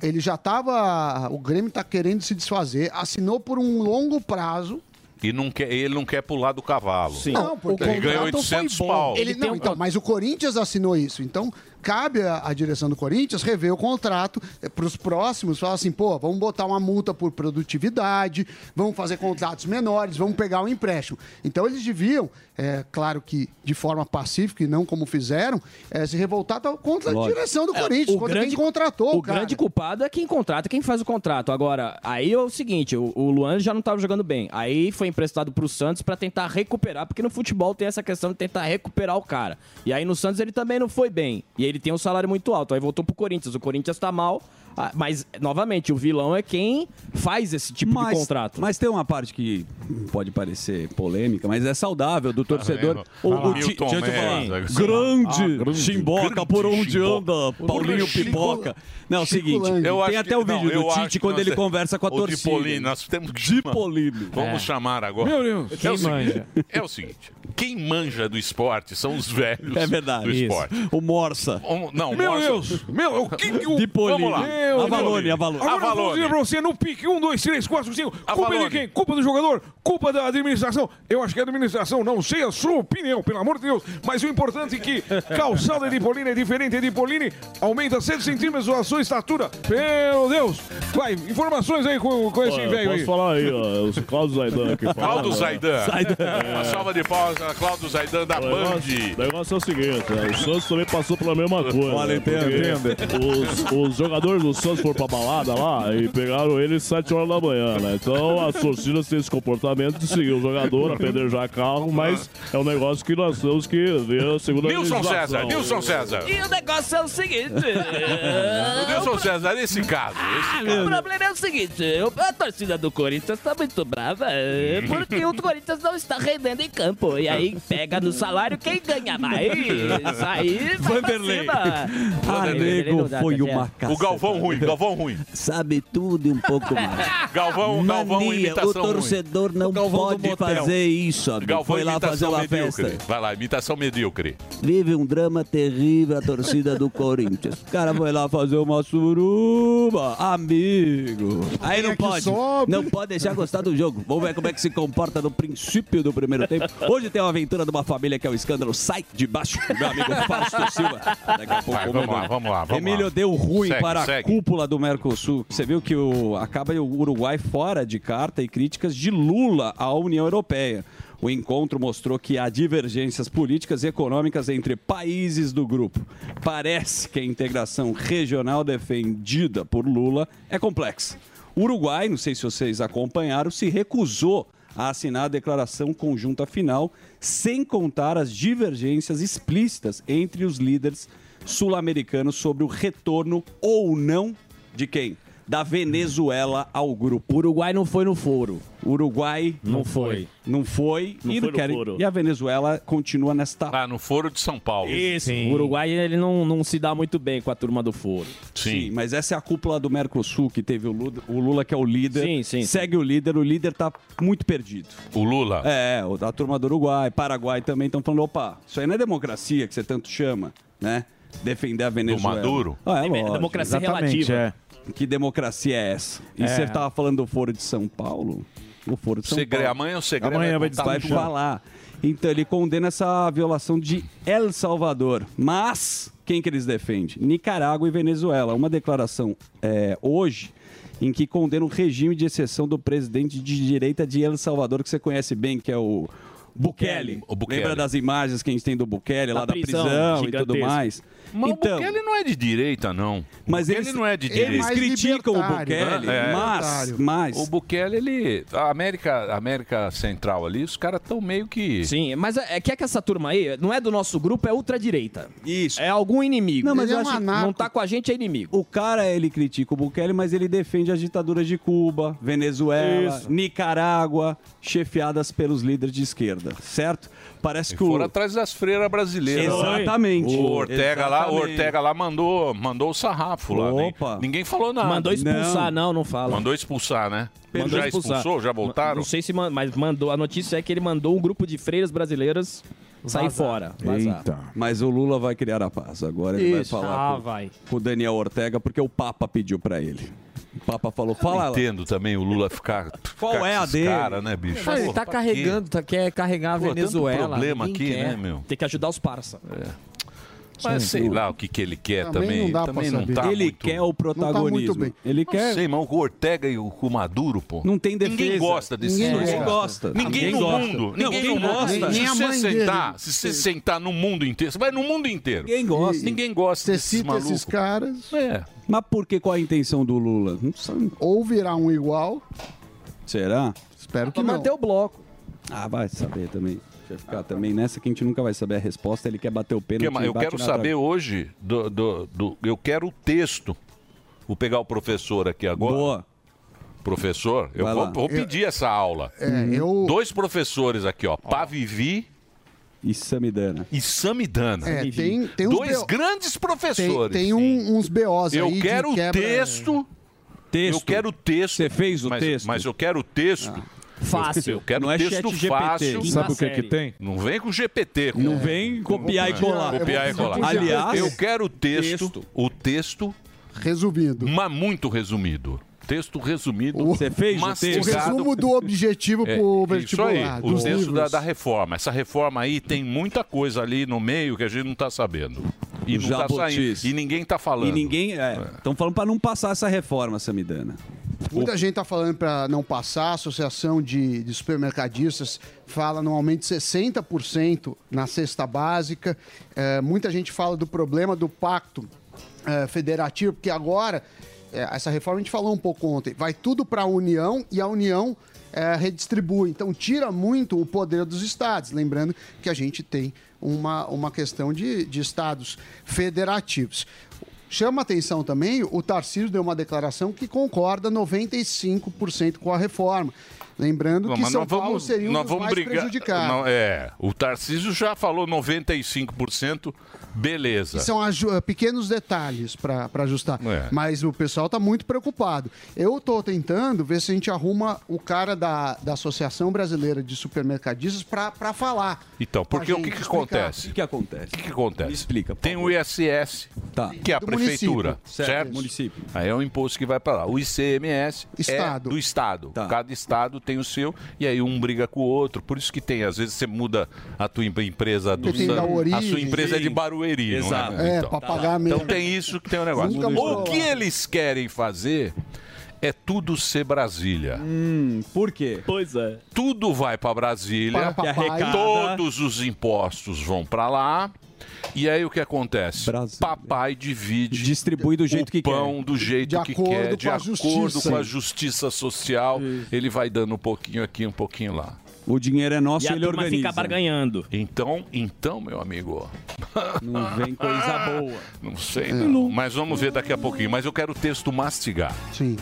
S6: Ele já tava. O Grêmio tá querendo se desfazer, assinou por um longo prazo.
S3: E não quer, ele não quer pular do cavalo.
S10: Sim.
S6: Não, porque
S3: Ele ganhou 800 pau.
S6: Ele,
S5: um
S6: não, então, mas o Corinthians assinou isso. Então, cabe à à direção do Corinthians rever o contrato para os próximos. Falar assim, pô, vamos botar uma multa por produtividade, vamos fazer contratos menores, vamos pegar um empréstimo. Então, eles deviam, é, claro que de forma pacífica e não como fizeram, é, se revoltar tal- contra a
S5: Lógico.
S6: direção do Corinthians, contra quem contratou.
S10: o
S6: cara.
S10: grande culpado é quem contrata, quem faz o contrato. Agora, aí é o seguinte, o, o Luan já não tava jogando bem. Aí foi emprestado pro Santos pra tentar recuperar, porque no futebol tem essa questão de tentar recuperar o cara. E aí no Santos ele também não foi bem. E ele tem um salário muito alto. Aí voltou pro Corinthians. O Corinthians tá mal, ah, mas novamente, o vilão é quem faz esse tipo de contrato.
S5: mas tem uma parte que pode parecer polêmica, mas é saudável do torcedor.
S3: vendo?
S5: O,
S3: Ah,
S5: o Ti-
S3: Milton
S5: deixa eu te falar.
S3: Mendes, Ah,
S5: grande,
S9: grande.
S5: chimboca por onde
S3: Chimboca.
S5: anda, Paulinho
S3: Chico-
S5: Pipoca. Não, é o
S6: Chico
S5: seguinte,
S6: Lange.
S5: tem até o vídeo do Tite quando ele conversa com a
S3: torcida.
S5: torcida.
S3: Nós temos que chamar.
S5: Polino.
S13: É.
S3: Vamos chamar agora.
S7: Meu Deus.
S3: É o
S7: Quem
S3: seguinte,
S7: manja?
S3: é o seguinte. quem manja do esporte são os velhos
S5: É verdade.
S3: do
S5: Isso.
S3: esporte. Um
S5: O Morsa.
S3: não,
S9: Meu
S3: Morsa-
S9: Deus! Meu, o que que o...
S5: Pipolini.
S9: Vamos lá.
S5: Meu Avalone,
S9: Deus.
S5: Avalone.
S9: Agora eu vou
S3: Avalone.
S9: dizer pra você, no pique 1, 2, 3, 4, 5. Culpa
S3: Avalone.
S9: de quem? Culpa do jogador? Culpa da administração? Eu acho que a administração, não sei a sua opinião, pelo amor de Deus. Mas o importante é que calçada de Polini é diferente de Polini. Aumenta 100 centímetros a sua estatura. Meu Deus! Vai, informações aí com, com esse velho aí.
S13: falar aí, ó, os Claudio Zaidan aqui. né?
S3: Claudio Zaidan. Uma salva de palmas a Claudio Zaidan da Band.
S13: O negócio é o seguinte, né? o Santos também passou pela mesma coisa.
S5: Olha, entende.
S13: porque Os, os jogadores do Santos foram pra balada lá e pegaram ele às 7 horas da manhã, né? Então as torcidas têm esse comportamento de seguir o
S3: Uhum.
S13: jogador, apedrejar carro, mas é um negócio que nós temos que ver a segunda
S3: Nilson César,
S13: legislação.
S3: Nilson César.
S10: E o negócio é o seguinte.
S3: O Nilson César, esse caso. esse
S10: O problema é o seguinte, eu- a torcida do Corinthians tá muito brava, é, porque o Corinthians não está rendendo em campo. E aí
S3: Ah.
S10: pega no salário quem ganha mais. Isso aí vai
S5: Vanderlei.
S10: pra cima. Vanderlei não
S5: Arego
S10: dá,
S5: foi
S10: tá
S5: uma
S10: certo.
S5: caceta.
S3: O Galvão ruim, Galvão ruim.
S5: Sabe tudo e um pouco mais.
S3: Galvão, Galvão
S5: Mania, o
S3: imitação ruim.
S5: torcedor não
S3: Galvão do
S5: pode
S3: motel.
S5: fazer isso, amigo.
S3: Galvão
S5: Foi lá fazer
S3: imitação
S5: uma
S3: medíocre.
S5: festa.
S3: Vai lá, imitação medíocre.
S5: Vive um drama terrível a torcida do Corinthians. O cara foi lá fazer uma suruba, amigo. Aí não
S6: é que
S5: pode.
S6: sobe?
S5: Não pode deixar gostar do jogo. Vamos ver como é que se comporta no princípio do primeiro tempo. Hoje tem uma aventura de uma família que é o escândalo. Sai de baixo, meu amigo Fausto Silva. Daqui a pouco.
S3: Vai, vamos lá, vamos lá, vamos
S5: Emílio
S3: lá.
S5: deu ruim
S3: Segue,
S5: para a
S3: segue.
S5: cúpula do Mercosul. Você viu que o, acaba o Uruguai fora de carta e críticas de Lula à União Europeia. O encontro mostrou que há divergências políticas e econômicas entre países do grupo. Parece que a integração regional defendida por Lula é complexa. O Uruguai, não sei se vocês acompanharam, se recusou a assinar a declaração conjunta final, sem contar as divergências explícitas entre os líderes sul-americanos sobre o retorno ou não de quem? Da Venezuela ao grupo.
S7: Uruguai não foi no foro.
S5: Uruguai
S7: Não foi.
S5: não foi,
S13: Não
S5: e,
S13: foi
S5: não
S13: no
S5: querem-
S13: foro.
S5: e a Venezuela continua nesta.
S3: Lá Tá no Foro de São Paulo.
S7: O Uruguai ele não, não se dá muito bem com a turma do foro.
S3: Sim.
S5: mas essa é a cúpula do Mercosul que teve o Lula, o Lula que é o líder.
S7: Sim, sim, sim.
S5: Segue o líder, o líder tá muito perdido.
S3: O Lula.
S5: É, o- a turma do Uruguai, Paraguai também estão falando, opa, isso aí não é democracia que você tanto chama, né? Defender a Venezuela.
S3: Maduro?
S5: Ah, é,
S13: A
S5: lógico.
S13: democracia
S14: Exatamente,
S13: relativa.
S14: é.
S5: Que democracia é essa? E você estava falando do Foro de São Paulo? O Foro de São
S3: Segre...
S5: Paulo
S3: Amanhã o segredo
S14: Amanhã vai
S5: vai
S14: Puxa.
S5: falar. Então ele condena essa violação de El Salvador. Mas quem que eles defendem? Nicarágua e Venezuela. Uma declaração é, hoje em que condena o regime de exceção do presidente de direita de El Salvador, que você conhece bem, que é o Bukele.
S3: O Bukele.
S5: Lembra das imagens que a gente tem do Bukele lá da
S13: prisão,
S5: prisão, e tudo
S13: gigantesco.
S5: mais? Então,
S3: Mas o Bukele não é de direita, não.
S5: Mas
S3: ele
S5: eles-
S3: não é de
S6: Ele
S3: direita.
S5: eles
S6: mais
S5: criticam o
S6: libertário,
S5: Bukele,
S3: né?
S5: mas,
S6: Libertário.
S5: mas
S3: O Bukele, ele. A América, a América Central ali, os caras estão meio que.
S7: Sim, mas é é que é que essa turma aí não é do nosso grupo, é ultradireita.
S5: isso.
S7: É algum inimigo.
S5: Não, mas
S6: Ele
S5: eu
S6: é um
S5: acho que
S6: anarco.
S7: Não tá com a gente, é inimigo.
S5: O cara, ele critica o Bukele, mas ele defende as ditaduras de Cuba, Venezuela, Nicarágua, chefiadas pelos líderes de esquerda, certo? Parece que o...
S3: Foram atrás das freiras brasileiras.
S5: Exatamente.
S3: O Ortega lá, o
S5: Exatamente.
S3: Ortega lá mandou, mandou o sarrafo lá. né?
S5: Opa.
S3: Ninguém falou nada.
S7: Mandou expulsar, não, não, fala.
S3: Mandou expulsar, né?
S7: Mandou
S3: já
S7: expulsar.
S3: expulsou? Já voltaram?
S7: Não sei se man- mas mandou. A notícia é que ele mandou um grupo de freiras brasileiras sair fora. Vazar.
S14: Eita.
S5: Mas o Lula vai criar a paz. Agora ele vai falar com,
S13: vai.
S5: com o Daniel Ortega, porque o Papa pediu pra ele. O Papa falou, fala lá.
S3: Entendo também o Lula ficar.
S5: Qual
S3: ficar
S5: é
S3: com
S5: a
S3: esses
S5: dele?
S3: Cara, né, bicho?
S7: Mas ele
S3: Pô,
S7: tá
S3: pra
S7: carregando, tá, quer carregar a
S3: Pô, tanto
S7: Venezuela.
S3: problema
S7: ninguém
S3: aqui,
S7: quer.
S3: né, meu? é
S7: Tem que ajudar os parça.
S5: É.
S3: quê? Mas sei lá o que, que ele quer
S6: Também
S3: também.
S6: não dá pra
S3: Também não,
S6: saber.
S3: tá
S5: ele
S3: muito-
S5: quer o protagonismo.
S6: bem.
S5: Ele quer...
S3: Sei, mas o Ortega e o, o Maduro, pô.
S5: Não tem defesa.
S3: Ninguém gosta desse
S6: Ninguém
S3: sujeito.
S5: Ninguém gosta.
S3: Ninguém no
S5: gosta.
S3: mundo.
S5: Não,
S3: Ninguém
S5: quem
S3: no
S5: gosta.
S3: mundo.
S6: Nem
S3: Se
S6: a
S3: você
S6: mãe
S3: sentar,
S6: dele.
S3: se você sentar no mundo inteiro, você vai no mundo inteiro.
S5: Ninguém gosta.
S3: Ninguém gosta
S6: Você
S3: desses
S6: cita
S3: malucos.
S6: esses caras,
S3: É.
S5: Mas por que? Qual a intenção do Lula? Não sei.
S6: ou virar um igual,
S5: Será?
S6: espero que
S7: Pra
S6: não.
S7: manter o bloco.
S5: Ah, vai saber também. Vai ficar também nessa que a gente nunca vai saber a resposta. Ele quer bater o pênalti.
S3: Ah, tá. Que mais?
S5: e
S3: eu
S5: bate
S3: quero
S5: na
S3: saber
S5: trave.
S3: hoje do, do- do- eu quero o texto. Vou pegar o professor aqui agora.
S5: Boa.
S3: Professor, eu
S5: Vai
S3: vou,
S5: lá.
S3: vou pedir essa aula.
S6: É, eu,
S3: Dois professores aqui, ó, Pavivi
S5: E Samidana.
S3: e Samidana.
S6: é, tem, tem uns
S3: Dois
S6: BO
S3: grandes
S6: tem,
S3: professores.
S6: tem um- uns BOs
S3: Eu
S6: aí de
S3: quero o
S6: quebra-
S3: texto,
S5: Texto.
S3: eu quero o texto.
S5: Você fez o
S3: mas,
S5: texto?
S3: Mas eu quero o texto Fácil. Eu quero
S5: Não
S3: um
S5: é
S3: texto
S5: ChatGPT.
S3: fácil.
S5: Sabe o que que tem?
S3: Não vem com GPT.
S5: Não vem copiar e colar.
S3: Copiar e
S5: Eu vou-
S3: colar.
S5: Aliás,
S3: eu quero o texto, o texto
S6: resumido.
S3: Mas muito resumido. Texto resumido.
S6: Você
S5: fez o
S6: O resumo do objetivo
S3: É,
S6: pro
S3: isso
S6: vestibular.
S3: aí, o
S6: dos
S3: texto da,
S6: livros.
S3: da reforma. Essa reforma aí tem muita coisa ali no meio que a gente não está sabendo. E
S5: Os
S3: não está
S5: jabutis.
S3: saindo. E ninguém está falando. É.
S5: E ninguém. Estão falando para não passar essa reforma, Samidana.
S6: Muita gente tá falando para não passar, a associação de, de supermercadistas fala num aumento de 60% na cesta básica. É, muita gente fala do problema do pacto é, federativo, porque agora, é, essa reforma a gente falou um pouco ontem, vai tudo para a União e a União é, redistribui. Então tira muito o poder dos estados. Lembrando que a gente tem uma, uma questão de, de estados federativos. Chama atenção também, o Tarcísio deu uma declaração que concorda 95% com a reforma. Lembrando
S3: Não,
S6: que
S3: mas
S6: São Paulo seria um
S3: nós
S6: dos
S3: vamos
S6: mais prejudicados.
S3: Não, é, o Tarcísio já falou 95%, beleza.
S6: Que são aju- pequenos detalhes para ajustar.
S3: É.
S6: Mas o pessoal está muito preocupado. Eu estou tentando ver se a gente arruma o cara da, da Associação Brasileira de Supermercadistas para falar.
S3: Então, porque
S6: Pra
S3: o que,
S6: gente
S3: que
S6: explicar.
S3: acontece? O
S5: que, acontece?
S3: O que, acontece?
S5: explica.
S3: Tem o ISS, que é a
S6: Do
S3: prefeitura,
S6: município.
S3: certo? Município. Aí é o imposto que vai para lá. O ICMS
S6: Estado.
S3: é do Estado. Cada Estado tem o seu, e aí um briga com o outro. Por isso que tem, às vezes você muda a tua em- empresa do
S6: Depende da
S3: A
S6: origem.
S3: sua empresa é de
S6: Sim.
S3: Barueri,
S6: Exato.
S3: não é?
S6: É, pra pagar mesmo.
S3: Então tem isso que tem o negócio.
S6: Nunca
S3: o
S6: mudou
S3: que eles querem fazer é tudo ser Brasília.
S6: Hum,
S5: por quê?
S7: Pois é.
S3: Tudo vai para Brasília,
S7: Para papai. Que arrecada.
S3: todos os impostos vão para lá. E aí o que acontece? Papai divide,
S5: distribui do jeito
S3: o
S5: que quer.
S3: pão do jeito
S5: De
S3: que
S5: acordo
S3: quer, de
S5: com a
S3: acordo
S5: justiça.
S3: com a justiça social. Ele vai dando um pouquinho aqui, um pouquinho lá.
S5: O dinheiro é nosso
S3: E
S5: e,
S3: a
S5: ele
S3: turma fica
S5: organiza.
S7: barganhando.
S3: Então, então, meu amigo.
S5: Não vem coisa boa. É.
S3: Não sei, não. Mas vamos ver daqui a pouquinho. Mas eu quero o texto mastigar.
S6: Sim.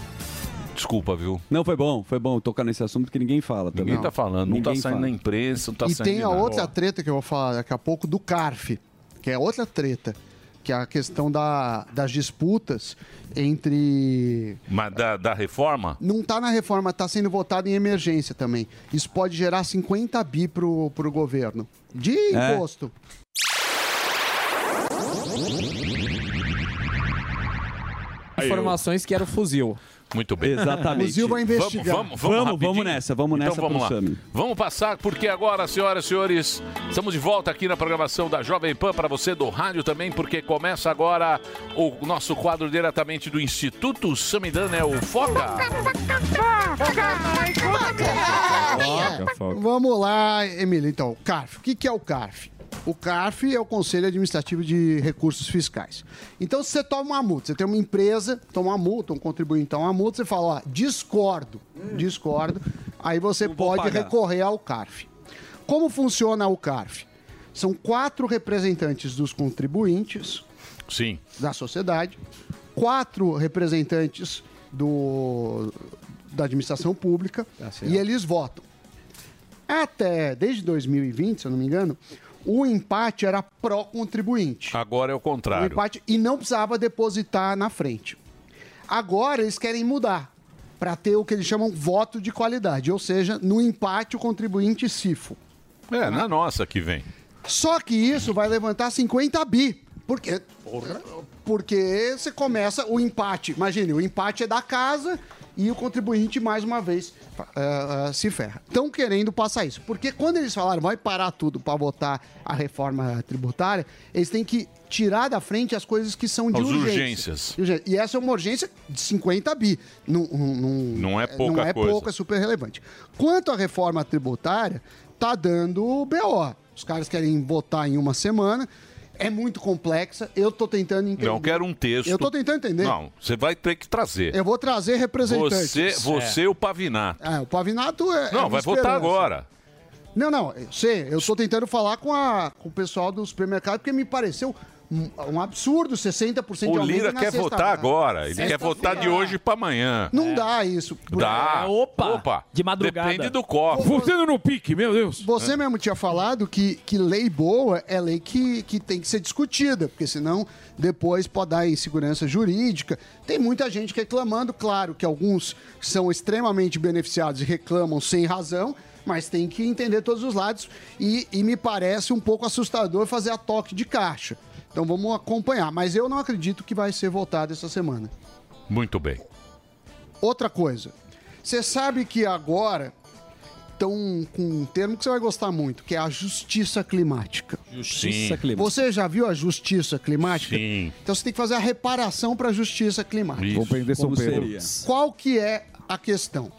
S3: Desculpa, viu?
S5: Não, foi bom, foi bom tocar nesse assunto porque ninguém fala também.
S3: Ninguém tá falando, não tá
S5: Ninguém
S3: saindo
S5: fala.
S3: na imprensa, não tá
S6: e
S3: saindo
S6: tem a
S3: em nada.
S6: outra treta que eu vou falar daqui a pouco do CARF, que é outra treta, que é a questão da, das disputas entre
S3: Mas da, da reforma?
S6: Não está na reforma, está sendo votado em emergência também. Isso pode gerar 50 bi pro, pro governo. De
S3: É.
S6: imposto.
S15: Informações que era o fuzil.
S3: Muito bem.
S15: Exatamente. O Zil vai investigar.
S3: Vamos, vamos,
S15: Vamos,
S3: vamos,
S15: vamos
S3: rapidinho?
S15: nessa, vamos nessa
S3: Então vamos
S15: pro
S3: lá.
S15: Sami.
S3: Vamos passar, porque agora, senhoras e senhores, estamos de volta aqui na programação da Jovem Pan para você do rádio também, porque começa agora o nosso quadro diretamente do Instituto Samidana, é o Foca.
S6: Vamos lá, Emílio. Então, CARF. O que, que é o CARF? O CARF é o Conselho Administrativo de Recursos Fiscais. Então, se você toma uma multa, você tem uma empresa, toma uma multa, um contribuinte toma uma multa, você fala, ó, discordo, discordo, aí você pode
S12: pagar.
S6: recorrer ao CARF. Como funciona o CARF? São quatro representantes dos contribuintes,
S3: Sim.
S6: da sociedade, quatro representantes do, da administração pública e eles votam. Até desde 2020, se eu não me engano, o empate era pró-contribuinte.
S3: Agora é o
S6: O
S3: contrário.
S6: Um empate e não precisava depositar na frente. Agora eles querem mudar para ter o que eles chamam voto de qualidade, ou seja, no empate o contribuinte cifo.
S3: É, na nossa que vem.
S6: Só que isso vai levantar 50 bi. Porque, porque você começa o empate. Imagine, o empate é da casa e o contribuinte, mais uma vez, ah, ah, se ferra. Estão querendo passar isso. Porque quando eles falaram, vai parar tudo para votar a reforma tributária, eles têm que tirar da frente as coisas que são de
S3: As
S6: urgência.
S3: urgências.
S6: Urgência. E essa é uma urgência de 50 bi. Não, não-
S3: Não é pouca
S6: não é
S3: coisa.
S6: pouco, é super relevante. Quanto à reforma tributária, tá dando o BO. Os caras querem votar em uma semana. É muito complexa. Eu tô tentando entender.
S3: Não quero um texto.
S6: Eu tô tentando entender.
S3: Não, você vai ter que trazer.
S6: Eu vou trazer representantes.
S3: Você, você o Pavinato.
S6: É, o Pavinato é. é
S3: Não,
S6: uma
S3: vai
S6: esperança.
S3: votar agora.
S6: Não, não, eu sei, eu tô tentando falar com, a, com o pessoal do supermercado porque me pareceu um, um absurdo, 60% de
S3: O
S6: aumento
S3: Lira
S6: na
S3: quer
S6: sexta-
S3: votar agora. Ele
S6: Sexta-feira.
S3: quer votar de hoje pra amanhã.
S5: É.
S6: Não dá isso.
S3: Dá. Opa. De
S6: madrugada.
S3: Depende do copo.
S6: Voltando
S14: no pique, meu Deus.
S6: Você mesmo tinha falado que, que lei boa é lei que, que tem que ser discutida, porque senão depois pode dar insegurança jurídica. Tem muita gente reclamando, claro que alguns são extremamente beneficiados e reclamam sem razão, mas tem que entender todos os lados e, e me parece um pouco assustador fazer a toque de caixa. Então vamos acompanhar, mas eu não acredito que vai ser votado essa semana.
S3: Muito bem.
S6: Outra coisa. Você sabe que agora estão com um termo que você vai gostar muito, que é a justiça climática.
S3: Justiça
S16: é
S3: Sim. climática.
S6: Você já viu a justiça climática?
S3: Sim.
S6: Então você tem que fazer a reparação para a justiça climática.
S3: Isso. Vou prender São Como Pedro. seria?
S6: Qual que é a questão?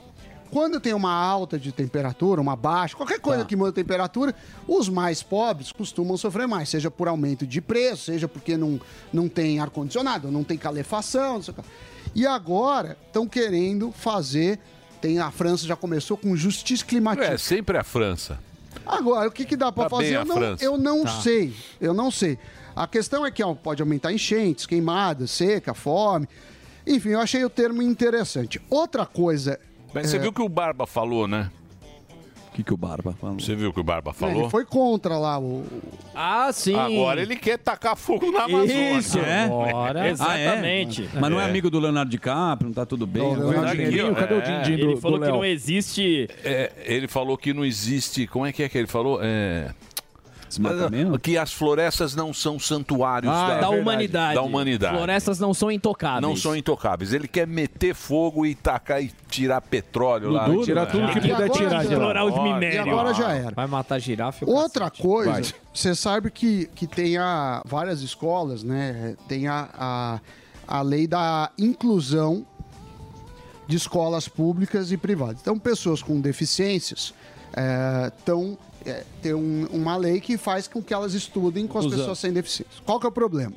S6: Quando tem uma alta de temperatura, uma baixa, qualquer
S3: Tá.
S6: coisa que muda a temperatura, os mais pobres costumam sofrer mais, seja por aumento de preço, seja porque não, não tem ar-condicionado, não tem calefação, não sei o que. E agora estão querendo fazer. Tem a França já começou com justiça climática.
S3: É sempre a França.
S6: Agora, o que, que dá para
S3: Tá
S6: fazer?
S3: bem a
S6: Eu não,
S3: França.
S6: eu não
S3: Tá.
S6: sei. Eu não sei. A questão é que ó, pode aumentar enchentes, queimadas, seca, fome. Enfim, eu achei o termo interessante. Outra coisa.
S3: Mas você
S6: é,
S3: viu que o Barba falou, né?
S5: O que, o Barba falou?
S3: Você viu o que o Barba
S6: né,
S3: falou?
S6: Ele foi contra lá o.
S8: Ah, sim.
S3: Agora ele quer tacar fogo na Amazônia.
S5: Isso, é?
S3: Agora.
S5: Ah, é?
S3: Exatamente.
S5: Mas não é
S3: É.
S5: amigo do Leonardo DiCaprio, não É. tá tudo bem?
S3: Não,
S5: Agora
S3: Leonardo
S5: tem-
S3: DiCaprio, cadê o din-din do- do Léo?
S7: existe.
S3: É, ele falou que não existe. Como é que é que ele falou? É. Que as florestas não são santuários
S7: Ah, é
S3: da,
S7: verdade. humanidade.
S3: tá. Da humanidade.
S7: Florestas não são intocáveis.
S3: Não são intocáveis. Ele quer meter fogo e tacar e tirar petróleo
S7: No
S3: lá.
S7: duro, né? E agora já- explorar os
S3: Olha,
S7: minérios.
S3: olha.
S6: agora já era.
S7: Vai matar girafa. assim.
S6: Outra coisa,
S7: Vai.
S6: você sabe que, que tem a, várias escolas, né? Tem a, a, a lei da inclusão de escolas públicas e privadas. Então, pessoas com deficiências é, tão, é, tem um- uma lei que faz com que elas estudem com as
S12: Inclusão.
S6: pessoas sem deficiência. Qual que é o problema?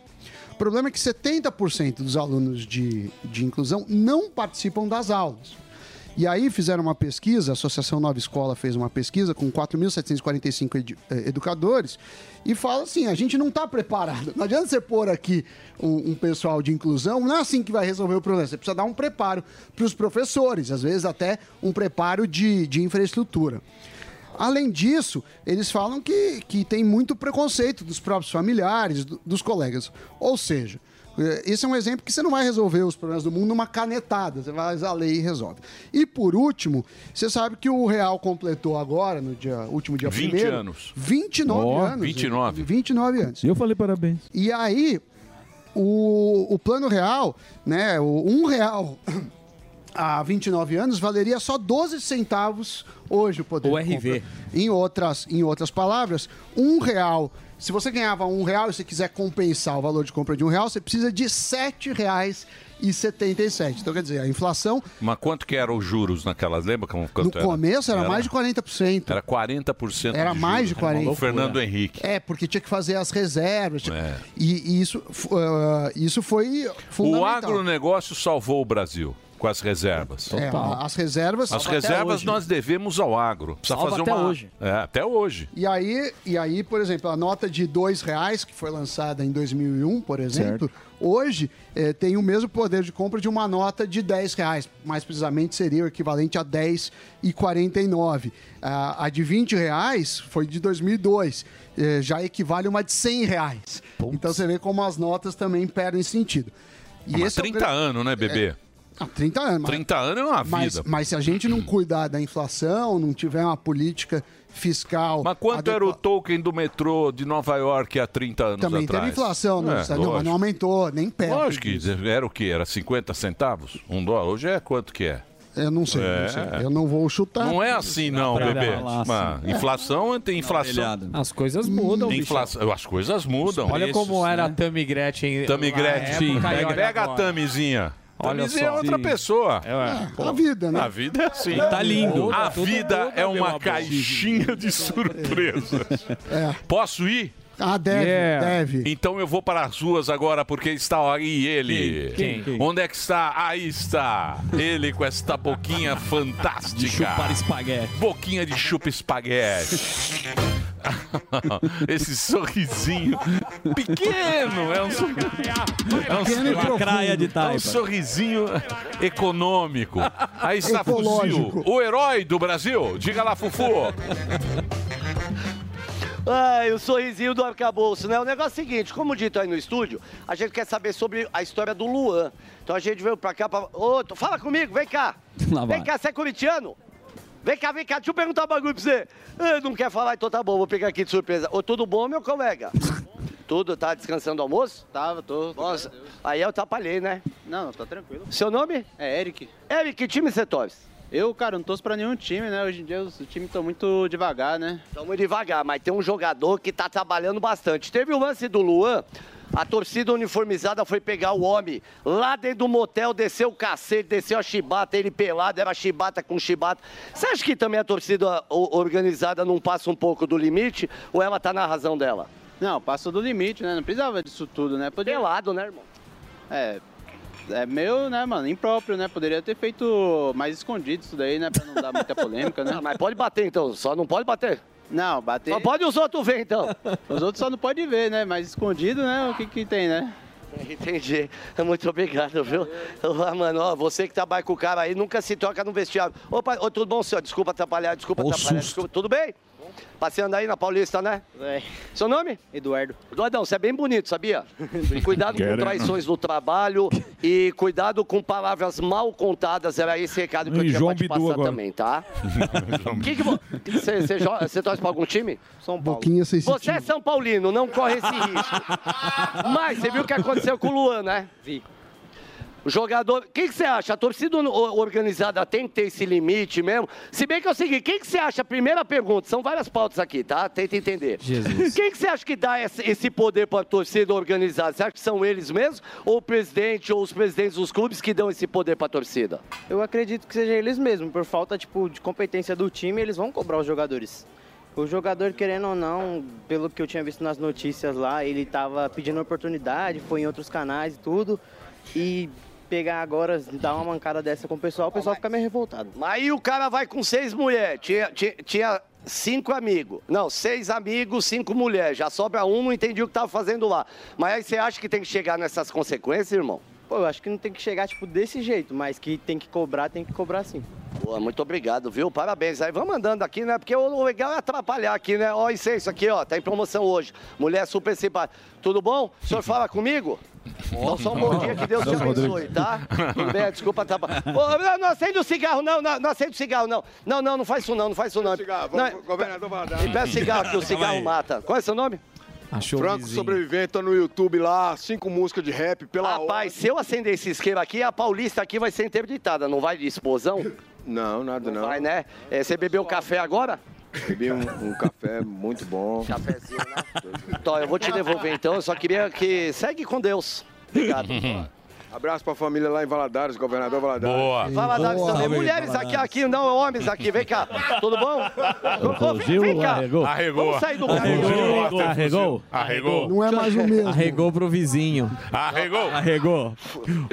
S6: O problema é que 70% dos alunos de, de inclusão não participam das aulas. E aí fizeram uma pesquisa, a Associação Nova Escola fez uma pesquisa com 4.745 edu- eh, educadores e fala assim, a gente não está preparado. Não adianta você pôr aqui um, um pessoal de inclusão, não é assim que vai resolver o problema. Você precisa dar um preparo para os professores, às vezes até um preparo de, de infraestrutura. Além disso, eles falam que, que tem muito preconceito dos próprios familiares, do- dos colegas. Ou seja, eh, esse é um exemplo que você não vai resolver os problemas do mundo numa canetada. Você faz a lei e resolve. E por último, você sabe que o Real completou agora, no dia, último dia
S3: 20
S6: primeiro,
S3: anos.
S6: 29
S3: Ó,
S6: anos.
S3: 29.
S6: 29 anos.
S9: Eu falei parabéns.
S6: E aí, o, o plano real, né? O um real há 29 anos valeria só 12 centavos hoje o poder.
S7: O
S6: de
S7: RV.
S6: compra. Em outras, em outras palavras, um real. Se você ganhava um real e você quiser compensar o valor de compra de um real, você precisa de R$ 7,77. Então, quer dizer, a inflação
S3: Mas quanto que eram os juros naquelas? Lembra como quanto
S6: no começo Então era, mais de 40%.
S3: Era 40%.
S6: Era
S3: de
S6: mais de
S3: juros. Era uma
S6: 40%.
S3: loucura. Fernando Henrique.
S6: É, porque tinha que fazer as reservas. tinha-
S3: É.
S6: E, e isso, fu- ah, isso foi
S3: O
S6: fundamental.
S3: agronegócio salvou o Brasil com as reservas.
S6: É, as reservas.
S3: As reservas nós devemos ao agro. Precisa
S6: Salva
S3: fazer
S6: até
S3: uma...
S6: hoje.
S3: É, até hoje.
S6: E aí, e aí, por exemplo, a nota de dois reais que foi lançada em 2001, por exemplo, hoje eh, tem o mesmo poder de compra de uma nota de 10 reais. Mais precisamente seria o equivalente a 10,49. Ah, a de 20 reais foi de 2002. eh, já equivale a uma de 100 reais. Então você vê como as notas também perdem sentido. E
S3: Ah, Mas
S6: esse é o
S3: 30
S6: gran-
S3: anos, né, bebê?
S6: Ah, 30 anos. mas-
S3: 30 anos é uma
S6: mas,
S3: vida.
S6: Mas se a gente não cuidar da inflação, não tiver uma política fiscal.
S3: Mas quanto era o token do metrô de Nova York há 30 anos
S6: Também
S3: atrás?
S6: teve inflação, não,
S3: É,
S6: precisa- não, mas
S3: lógico.
S6: não aumentou, nem perto.
S3: Lógico que era o quê? Era 50 centavos? Um dólar? Hoje é quanto que é?
S6: Eu não sei,
S3: É.
S6: não sei. Eu não vou chutar.
S3: Não é assim não,
S6: pra
S3: bebê.
S6: falar assim. é
S3: Mas inflação tem inflação.
S5: orelhada.
S7: As coisas mudam,
S3: Inflação, as coisas mudam. né?
S7: Olha como era a Tammy Gretchen.
S3: Tami
S7: lá
S3: Gretchen.
S7: na época e
S3: Pega,
S7: olha
S3: pega a
S7: agora.
S3: Tamizinha.
S7: Olha
S3: Tamizinha é
S7: só.
S3: outra
S7: Sim.
S3: pessoa.
S6: Pô, a vida, né?
S3: A vida é assim.
S6: Tá lindo.
S3: A
S6: Tudo
S3: vida
S6: muda,
S3: é
S6: meu
S3: uma
S6: amor.
S3: caixinha de surpresas. Posso ir?
S6: Ah, É. deve, deve.
S3: Então eu vou para as ruas agora porque está aí ele.
S6: Quem? Quem?
S3: Onde é que está? Aí está. Ele com esta boquinha fantástica.
S5: De chupar espaguete.
S3: Boquinha de chupa espaguete. Esse sorrisinho pequeno, é um sorrisinho. É um,
S1: Pequeno e
S3: sorriso-
S1: Lacraia de taipa.
S3: é um sorrisinho econômico. Aí está
S1: Ecológico.
S3: Fuzil, o herói do Brasil. Diga lá, Fufu.
S12: Ai, o sorrisinho do arcabouço, né? O negócio é o seguinte, como dito aí no estúdio, a gente quer saber sobre a história do Luan. Então a gente veio pra cá pra... Ô, tu- fala comigo, vem cá.
S5: Lá vai.
S12: Vem cá, você é corintiano? Vem cá, vem cá, deixa eu perguntar um bagulho pra você. Ah, não quer falar? Então tá bom, vou pegar aqui de surpresa. Ô, tudo bom, meu colega? tudo, tá descansando do almoço? Tava, tô. Nossa, aí eu atrapalhei, né?
S17: Não, tá tranquilo.
S12: Seu nome?
S17: É Eric.
S12: Eric, que time você torce?
S17: Eu, cara, não torço pra nenhum time, né? Hoje em dia os times estão muito devagar, né?
S12: Estamos devagar, mas tem um jogador que tá trabalhando bastante. Teve o lance do Luan, a torcida uniformizada foi pegar o homem lá dentro do motel, desceu o cacete, desceu a chibata, ele pelado, era chibata com chibata. Você acha que também a torcida o- organizada não passa um pouco do limite ou ela tá na razão dela?
S17: Não, passou do limite, né? Não precisava disso tudo, né? Podia...
S12: Pelado, né, irmão?
S17: É. É meio, né, mano, impróprio, né? Poderia ter feito mais escondido isso daí, né? Pra não dar muita polêmica, né?
S12: mas pode bater então, só não pode bater.
S17: Não, bater. Só
S12: pode os outros ver, então.
S17: Os outros só não podem ver, né? Mas escondido, né? O que que tem, né?
S12: Entendi. Muito obrigado, viu? Ô, mano, ó, você que trabalha com o cara aí, nunca se troca no vestiário. Opa, ô, tudo bom, senhor? Desculpa atrapalhar, desculpa
S17: Ô,
S12: atrapalhar.
S17: susto.
S12: desculpa. Tudo bem? Passeando aí na Paulista, né?
S17: É.
S12: Seu nome?
S17: Eduardo.
S12: Eduardão, você é bem bonito, sabia? E cuidado com
S17: Quero.
S12: traições no trabalho e cuidado com palavras mal contadas. Era esse recado que eu
S14: E
S12: tinha
S14: João
S12: pra
S14: Bidu
S12: te passar
S14: agora.
S12: também, tá? que que vo- você, você, jo- você torce pra algum time? São Paulo.
S6: Boquinha sensitiva.
S12: Você é São Paulino, não corre esse risco. Mas você viu o que aconteceu com o Luan, né?
S17: Vi.
S12: O jogador. O que, que você acha? A torcida o- organizada tem que ter esse limite mesmo? Se bem que é o seguinte, quem que você acha? Primeira pergunta, são várias pautas aqui, tá? Tenta entender.
S1: Jesus.
S12: Quem que você acha que dá esse esse poder para a torcida organizada? Você acha que são eles mesmos? Ou o presidente ou os presidentes dos clubes que dão esse poder para a torcida?
S17: Eu acredito que seja eles mesmos. Por falta, tipo, de competência do time, eles vão cobrar os jogadores. O jogador, querendo ou não, pelo que eu tinha visto nas notícias lá, ele tava pedindo oportunidade, foi em outros canais e tudo. E pegar agora, dar uma mancada dessa com o pessoal, o pessoal fica meio revoltado.
S12: Mas Aí o cara vai com seis mulheres. Tinha, tinha, tinha cinco amigos. Não, seis amigos, cinco mulheres. Já sobra um, não entendi o que tava fazendo lá. Mas aí você acha que tem que chegar nessas consequências, irmão?
S17: Pô, eu acho que não tem que chegar, tipo, desse jeito, mas que tem que cobrar, tem que cobrar sim.
S12: Boa, muito obrigado, viu? Parabéns. Aí vamos andando aqui, né? Porque o legal é atrapalhar aqui, né? Ó, isso é isso aqui, ó. Tá em promoção hoje. Mulher super simpática. Tudo bom? O senhor fala comigo? Então só um bom dia, que Deus te
S1: Deus
S12: abençoe,
S1: Rodrigues.
S12: tá? Tudo bem, Tá desculpa atrapalhar. Ô, não, não acende o cigarro, não, não, não acende o cigarro, não. Não, não, não faz isso não, não faz isso não. não
S18: governador Badal.
S12: me peça cigarro, que o cigarro mata. Qual é seu nome?
S18: Achou
S12: o
S18: Franco
S12: vizinho.
S18: Sobrevivente, tá no YouTube lá, cinco músicas de rap pela
S12: Rapaz, se eu acender esse isqueiro aqui, a Paulista aqui vai ser interditada, não vai de explosão?
S18: Não, nada não.
S12: Vai, né? É, você bebeu café agora?
S18: Bebi um, um café muito bom.
S12: Cafézinho, né? Então, eu vou te devolver então, eu só queria que... Segue com Deus. Obrigado.
S18: Abraço pra família lá em Valadares, governador Valadares. Boa.
S12: Valadares também. Mulheres aqui, aqui, não, homens aqui. Vem cá. Tudo bom? Ô, Vem, vem cá.
S18: Arregou. Arregou.
S12: Vamos sair do
S18: Arregou.
S12: Arregou.
S18: Arregou.
S6: Não é mais o mesmo.
S7: Arregou pro vizinho.
S3: Arregou.
S7: Arregou.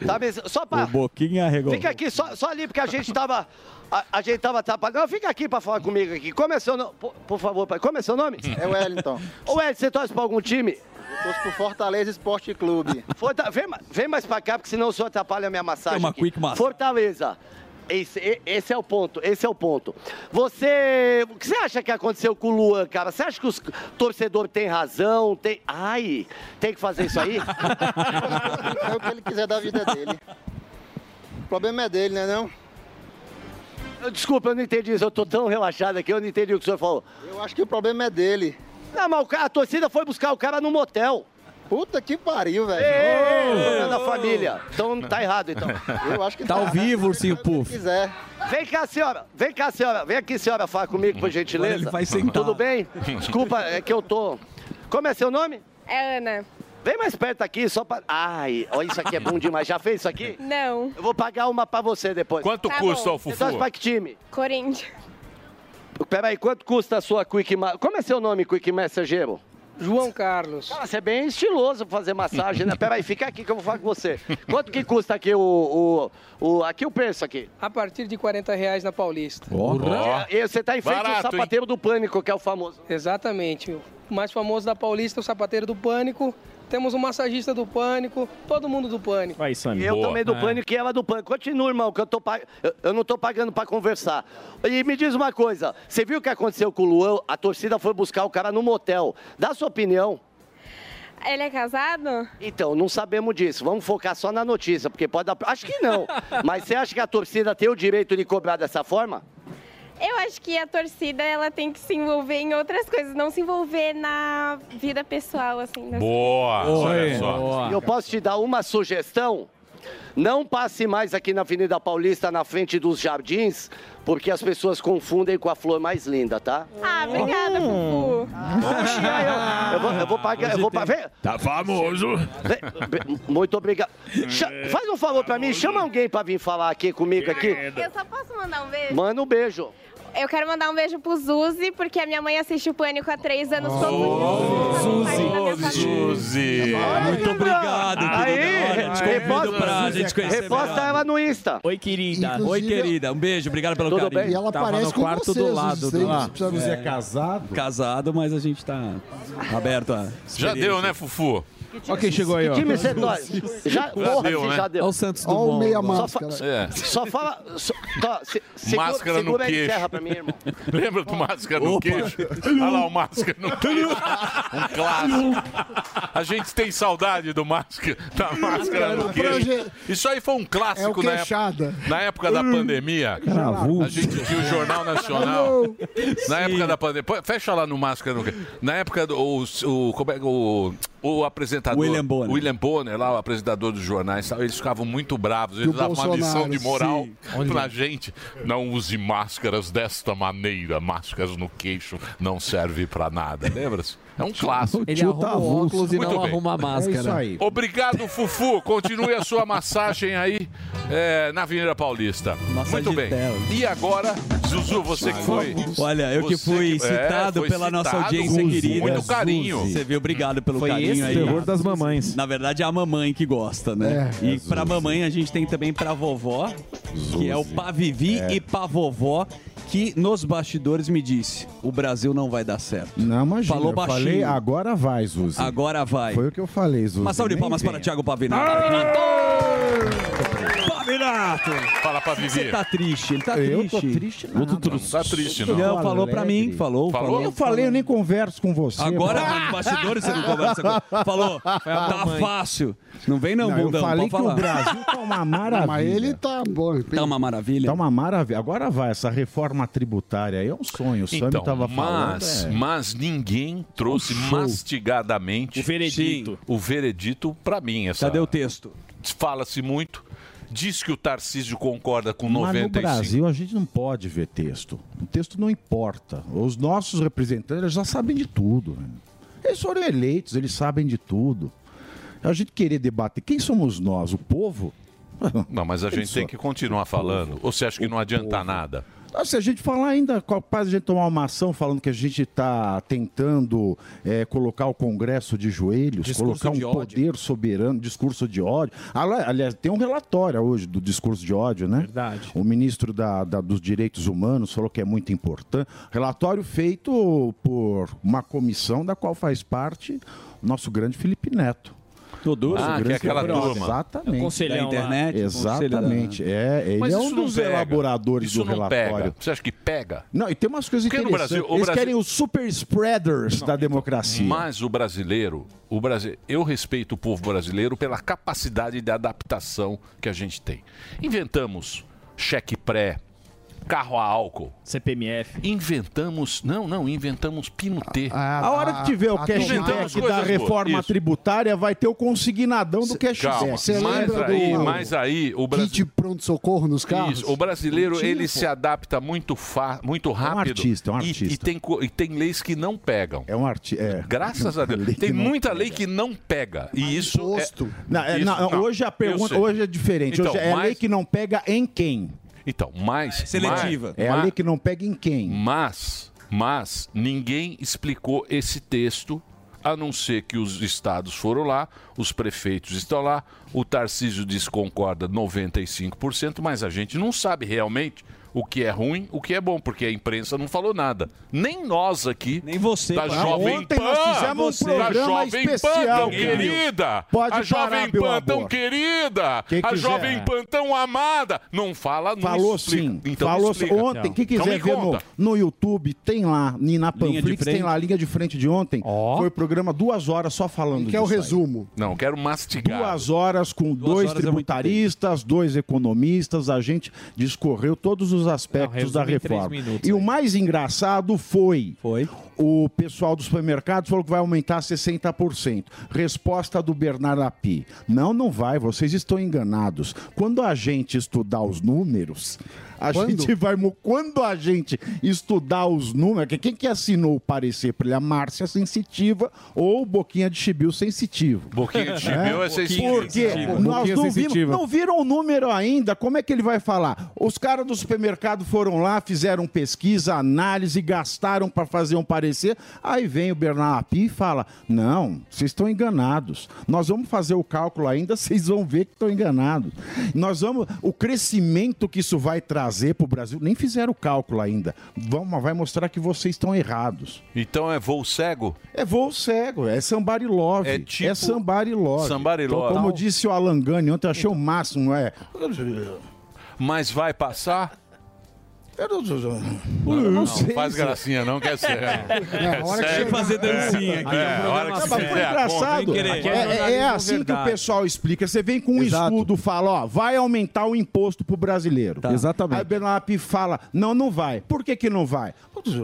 S12: Tá, mas só pra...
S7: O Boquinha arregou.
S12: Fica aqui, só, só ali, porque a gente tava... A, a gente tava atrapalhando. Não, fica aqui pra falar comigo aqui. Como é seu nome? Por, por favor, pai. Como é seu nome?
S17: É o Wellington.
S12: Ô, Wellington, você torce pra algum time?
S17: Eu torço pro Fortaleza Esporte Clube.
S12: Forta- Vem, ma- vem mais pra cá, porque senão o senhor atrapalha a minha massagem.
S17: Tem uma
S12: aqui.
S17: quick massage.
S12: Fortaleza. Esse, e- esse é o ponto, esse é o ponto. Você. O que você acha que aconteceu com o Luan, cara? Você acha que os torcedores têm razão? Tem... Ai, tem que fazer isso aí?
S17: É o que ele quiser da vida dele. O problema é dele, né não?
S12: Eu- Desculpa, eu não entendi isso. Eu tô tão relaxado aqui, eu não entendi o que o senhor falou.
S17: Eu acho que o problema é dele.
S12: Não, mas o ca- a torcida foi buscar o cara no motel.
S17: Puta que pariu, velho.
S12: Ô, da família. Então tá errado, então.
S17: Eu acho que
S7: Tá ao vivo, ursinho Puff.
S17: quiser.
S12: Vem cá, senhora. Vem cá, senhora. Vem aqui, senhora. Fala comigo, por gentileza.
S7: Agora ele vai sentar.
S12: Tudo bem? Desculpa, é que eu tô... Como é seu nome?
S19: É Ana.
S12: Vem mais perto aqui, só pra... Ai, ó, isso aqui é bom demais. Já fez isso aqui?
S19: Não.
S12: Eu vou pagar uma pra você depois.
S3: Quanto
S19: Tá custa, bom. ô, Fufu?
S12: Você torce pra que time?
S19: Corinthians.
S12: Peraí, quanto custa a sua Quick... Ma... Como é seu nome, Quick Messenger? João Carlos. Cara, você é bem estiloso pra fazer massagem, né? Peraí, fica aqui que eu vou falar com você. Quanto que custa aqui o. o, o aqui o preço aqui?
S19: A partir de 40 reais na Paulista.
S12: Porra. E você tá em frente
S19: Barato,
S12: ao sapateiro do pânico, que é o famoso.
S19: Exatamente. O mais famoso da Paulista, o sapateiro do pânico. Temos o massagista do pânico, todo mundo do pânico.
S10: Aí, Sammy.
S12: Eu também
S19: É.
S12: do pânico e ela do pânico. Continua, irmão, que eu, tô pa- eu, eu não tô pagando pra conversar. E me diz uma coisa: você viu o que aconteceu com o Luan? A torcida foi buscar o cara no motel. Dá sua opinião.
S20: Ele é casado?
S12: Então, não sabemos disso. Vamos focar só na notícia, porque pode dar. Acho que não. Mas você acha que a torcida tem o direito de cobrar dessa forma?
S20: Eu acho que a torcida ela tem que se envolver em outras coisas, não se envolver na vida pessoal assim. das-
S3: Boa! olha só.
S12: Eu posso te dar uma sugestão? Não passe mais aqui na Avenida Paulista, na frente dos jardins, porque as pessoas confundem com a flor mais linda, tá?
S20: Ah, obrigada, Fufu.
S1: É.
S12: Eu vou, eu vou pagar, eu vou pa- vem-
S9: Tá famoso.
S12: vem- vem- Muito obrigado. Cha-
S3: É.
S12: Faz um favor pra mim, chama alguém pra vir falar aqui comigo aqui.
S20: Eu só posso mandar um beijo?
S12: Manda um beijo.
S20: Eu quero mandar um beijo pro Zuzi, porque a minha mãe assiste o Pânico há três anos. Oh.
S3: Suzy.
S5: Muito obrigado, querida. Olha, te convido pra gente conhecer melhor.
S12: ela no Insta.
S7: Oi, querida.
S5: Oi, querida. Um beijo, obrigado pelo
S7: Tudo
S5: carinho.
S7: bem? E ela
S5: Tava
S7: parece
S5: no
S7: com
S5: quarto
S7: vocês,
S5: do lado.
S7: os
S5: Do
S7: três,
S5: lado. É.
S7: precisa dizer,
S5: casado? Casado, mas a gente tá aberto a...
S3: Já deu, né, Fufu?
S5: Ó
S11: é
S5: quem chegou aí, ó.
S12: Que time você torce? Já, porra,
S5: deu,
S12: você
S5: né?
S12: já deu.
S5: Ó o Santos Ó o Dumont meia agora.
S12: Só fa-
S3: máscara. É.
S12: Só fala... Só, tá, se, segura,
S3: máscara
S12: segura
S3: no
S12: aí,
S3: queixo.
S12: encerra pra mim, irmão.
S3: Lembra do máscara no queixo? Olha lá o máscara no queixo. Um clássico. A gente tem saudade do máscara, da máscara no queixo. Isso aí foi um clássico na época,
S6: queixada.
S3: na época da pandemia. A gente tinha o Jornal Nacional. Na época da pandemia. Pô, Fecha lá no máscara no queixo. Na época do. O, o- como é que- o, o apresentador.
S5: William Bonner.
S3: William Bonner, lá, o apresentador dos jornais, tal, eles ficavam muito bravos. Eles
S5: Do
S3: davam uma
S5: Bolsonaro,
S3: lição de moral
S5: sim.
S3: pra gente. Não use máscaras desta maneira. Máscaras no queixo não serve pra nada. Lembra-se? É um clássico.
S16: Ele arruma o óculos e
S3: Muito
S16: não
S3: bem.
S16: arruma a máscara.
S3: É isso aí. Obrigado, Fufu. Continue a sua massagem aí é, na Avenida Paulista. Muito bem. E agora, Zuzu, você que foi.
S5: Olha, eu que
S3: você
S5: fui
S3: que- é,
S5: citado
S3: foi
S5: pela nossa
S3: citado.
S5: audiência querida.
S3: Muito carinho.
S5: Você viu? Obrigado pelo
S3: Foi
S5: carinho
S3: esse
S5: aí.
S3: o terror
S5: das mamães. Na verdade, é a mamãe que gosta, né?
S16: É.
S5: e pra mamãe, a gente tem também pra vovó, que é o Pavivi e pra vovó, que nos bastidores me disse, o Brasil não vai dar certo.
S16: Não, imagina.
S5: Falou
S16: eu
S5: baixinho.
S16: falei, agora vai, Zuzi.
S5: Agora vai.
S16: Foi o que eu falei, Zuzi.
S5: Uma salva de
S16: Nem
S5: palmas
S16: vem.
S5: para Thiago Pavinato. Pavinato!
S3: Fala pra
S5: Você tá triste, ele tá
S16: Eu
S5: triste.
S16: tô triste
S5: não.
S3: tá triste, não.
S5: Não, falou pra mim, falou. falou.
S16: Eu falei, eu nem converso com você.
S5: Agora,
S16: mano.
S5: nos bastidores, você não conversa com Falou, tá
S16: mamãe.
S5: fácil. Não vem não,
S16: Não, eu
S5: bundão,
S16: falei
S5: pode
S16: que
S5: falar.
S16: o Brasil tá uma maravilha.
S5: Mas ele
S16: tá bom.
S5: Tá uma maravilha.
S16: Tá uma maravilha. Agora vai, essa reforma tributária aí é um sonho. O Sami
S3: Então,
S16: tava falando.
S3: mas,
S16: é.
S3: mas ninguém trouxe mastigadamente o veredito, o veredito para mim. Essa...
S5: Cadê o texto?
S3: Fala-se muito. Diz que o Tarcísio concorda com
S16: Mas no
S3: 95.
S16: Brasil a gente não pode ver texto. O texto não importa. Os nossos representantes já sabem de tudo. né? Eles foram eleitos, eles sabem de tudo. A gente querer debater quem somos nós, o povo?
S3: Não, mas a gente tem que continuar falando. Ou você acha que não adianta nada?
S16: Ah, Se a gente falar ainda, capaz de a gente tomar uma ação falando que a gente está tentando eh, colocar o Congresso de joelhos,
S5: Discurso
S16: colocar um
S5: de ódio.
S16: poder soberano, discurso de ódio. Ali- Aliás, tem um relatório hoje do discurso de ódio, né? Verdade. O ministro da- da- dos Direitos Humanos falou que é muito importante. Relatório feito por uma comissão da qual faz parte o nosso grande Felipe Neto.
S5: Todo
S16: Nosso
S3: Ah, que é
S16: grande
S3: aquela
S16: Felipe Neto.
S3: turma.
S16: Exatamente.
S3: É o conselhão né? Da internet, lá. o conselho da-
S16: Exatamente. É, ele
S3: Mas
S16: é
S3: isso
S16: um
S3: não
S16: dos
S3: pega.
S16: elaboradores
S3: Isso
S16: do
S3: não
S16: relatório.
S3: pega. Você acha que pega?
S16: Não, e tem umas coisas
S3: Porque no
S16: interessantes.
S3: Brasil- o
S16: Eles
S3: Brasil- então,
S16: querem os super spreaders da democracia.
S3: Mas o brasileiro, o Brasil, eu respeito o povo brasileiro pela capacidade de adaptação que a gente tem. Inventamos cheque pré, carro a álcool,
S10: CPMF.
S3: Inventamos, não, não, inventamos pinutê.
S16: A hora que tiver o cashback da reforma tributária, vai ter o consignadão do
S3: Calma,
S16: cashback.
S3: mas aí, mas aí o Brasil
S6: Kit pronto-socorro nos carros? tipo.
S3: Isso, o brasileiro
S6: Tinha,
S3: ele
S6: pô.
S3: se adapta muito, fa... muito rápido.
S16: artista, é um
S3: e- E,
S16: artista.
S3: tem, co- e tem leis que não pegam.
S16: É um artigo.
S3: Graças a Deus. tem muita lei que não pega. E isso. É...
S16: Não, é,
S3: isso-
S16: não,
S3: não,
S16: hoje a
S3: eu
S16: pergunta
S3: sei.
S16: hoje é diferente.
S3: Então,
S16: hoje é a
S3: mas-
S16: lei que não pega em quem.
S3: Então, mas.
S16: Seletiva.
S3: mas-
S16: É a lei que não pega em quem.
S3: Mas, mas, ninguém explicou esse texto a não ser que os estados foram lá, os prefeitos estão lá, o Tarcísio diz que concorda 95%, mas a gente não sabe realmente o que é ruim, o que é bom, porque a imprensa não falou nada. Nem nós aqui. Nem você. Da
S16: Paulo.
S3: Jovem
S16: Ontem
S3: Pan.
S16: nós fizemos um
S3: da
S16: programa
S3: Jovem Pan,
S16: especial, cara.
S3: tão querida.
S16: Pode
S3: a
S16: parar,
S3: Jovem
S16: meu
S3: Pan, tão
S16: amor. é?
S3: querida.
S16: Quem
S3: a
S16: quiser.
S3: Jovem Pan, tão amada. Não fala, não
S16: Falou
S3: explica.
S16: sim.
S3: Então me
S16: Falou
S3: explica.
S16: ontem. Quem
S3: Então
S16: quiser
S3: me
S16: ver no,
S3: conta.
S16: no YouTube, tem lá. E na
S3: Linha de
S16: Panflix
S3: frente.
S16: tem lá a linha de frente de ontem. Foi o programa duas horas só falando
S3: que é o
S16: disso aí.
S3: Não, quero mastigar.
S16: Duas horas com dois
S3: horas é muito
S16: tributaristas, dois economistas, a gente discorreu todos os aspectos
S9: Não,
S16: da
S9: resume em três
S16: reforma.
S9: minutos
S16: e o mais engraçado foi, o pessoal do supermercado falou que vai aumentar 60%. Resposta do Bernardo Api. Não, não vai, vocês estão enganados. Quando a gente estudar os números, a
S9: Quando?
S16: gente vai... mu- Quando a gente estudar os números... que- Quem que assinou o parecer para ele? A Márcia Sensitiva ou o Boquinha de Chibiu Sensitivo?
S3: Boquinha de Chibio é sensitivo.
S16: Porque
S3: Sensitivo.
S16: nós
S3: Boquinha
S16: não
S3: sensitiva.
S16: vimos, não viram o número ainda. Como é que ele vai falar? Os caras do supermercado foram lá, fizeram pesquisa, análise, gastaram para fazer um parecer. Aí vem o Bernardo Api e fala: Não, vocês estão enganados. Nós vamos fazer o cálculo ainda, vocês vão ver que estão enganados. Nós vamos. O crescimento que isso vai trazer para o Brasil, nem fizeram o cálculo ainda. Vamos, vai mostrar que vocês estão errados.
S3: Então é voo cego?
S16: É voo cego, é somebody love. É,
S3: tipo-
S16: somebody love.
S3: Somebody
S16: Então,
S3: love.
S16: como disse o Alan Gani ontem, eu achei o máximo. É.
S3: Mas vai passar?
S16: não
S3: Não faz gracinha não, que é sério.
S16: É, a hora que chegar-
S3: fazer
S16: dancinha aqui.
S3: É, é, a hora que
S16: Não, mas foi
S3: fizer a
S16: engraçado.
S3: conta, hein,
S16: É,
S3: querer.
S16: é- é assim que o pessoal explica. Você vem com um estudo, fala, ó, vai aumentar o imposto pro brasileiro. Exatamente. Aí o Benap fala, não, não vai. Por que que não vai?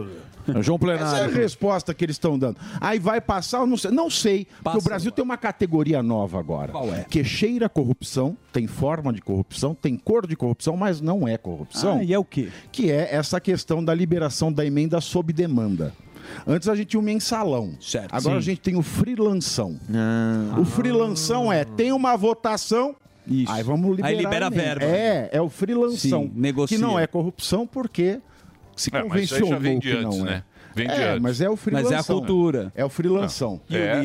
S16: Essa
S9: João
S16: é a
S9: Plenário.
S16: resposta que eles estão dando. Aí vai passar, eu não sei. Não sei, porque o Brasil tem uma categoria nova agora. Qual é? Que cheira corrupção, tem forma de corrupção, tem cor de corrupção, mas não é corrupção.
S5: Ah, e é o quê?
S16: Que é essa questão da liberação da emenda sob demanda. Antes a gente tinha o mensalão. Certo. Agora
S9: Sim.
S16: a gente tem o freelanção. O freelanção é, tem uma votação... Aí vamos liberar.
S5: Aí
S16: a
S5: libera
S16: emenda.
S5: verba.
S16: É, é o freelanção.
S5: Sim, negocia.
S16: Que não é corrupção porque se
S3: É, mas isso aí
S16: convencionou
S3: já vem de
S16: que não
S3: antes,
S16: é.
S3: né? Vem de
S16: é,
S3: antes.
S16: mas é o freelanção.
S3: Mas é a cultura.
S16: É o freelanção.
S3: Não. É. É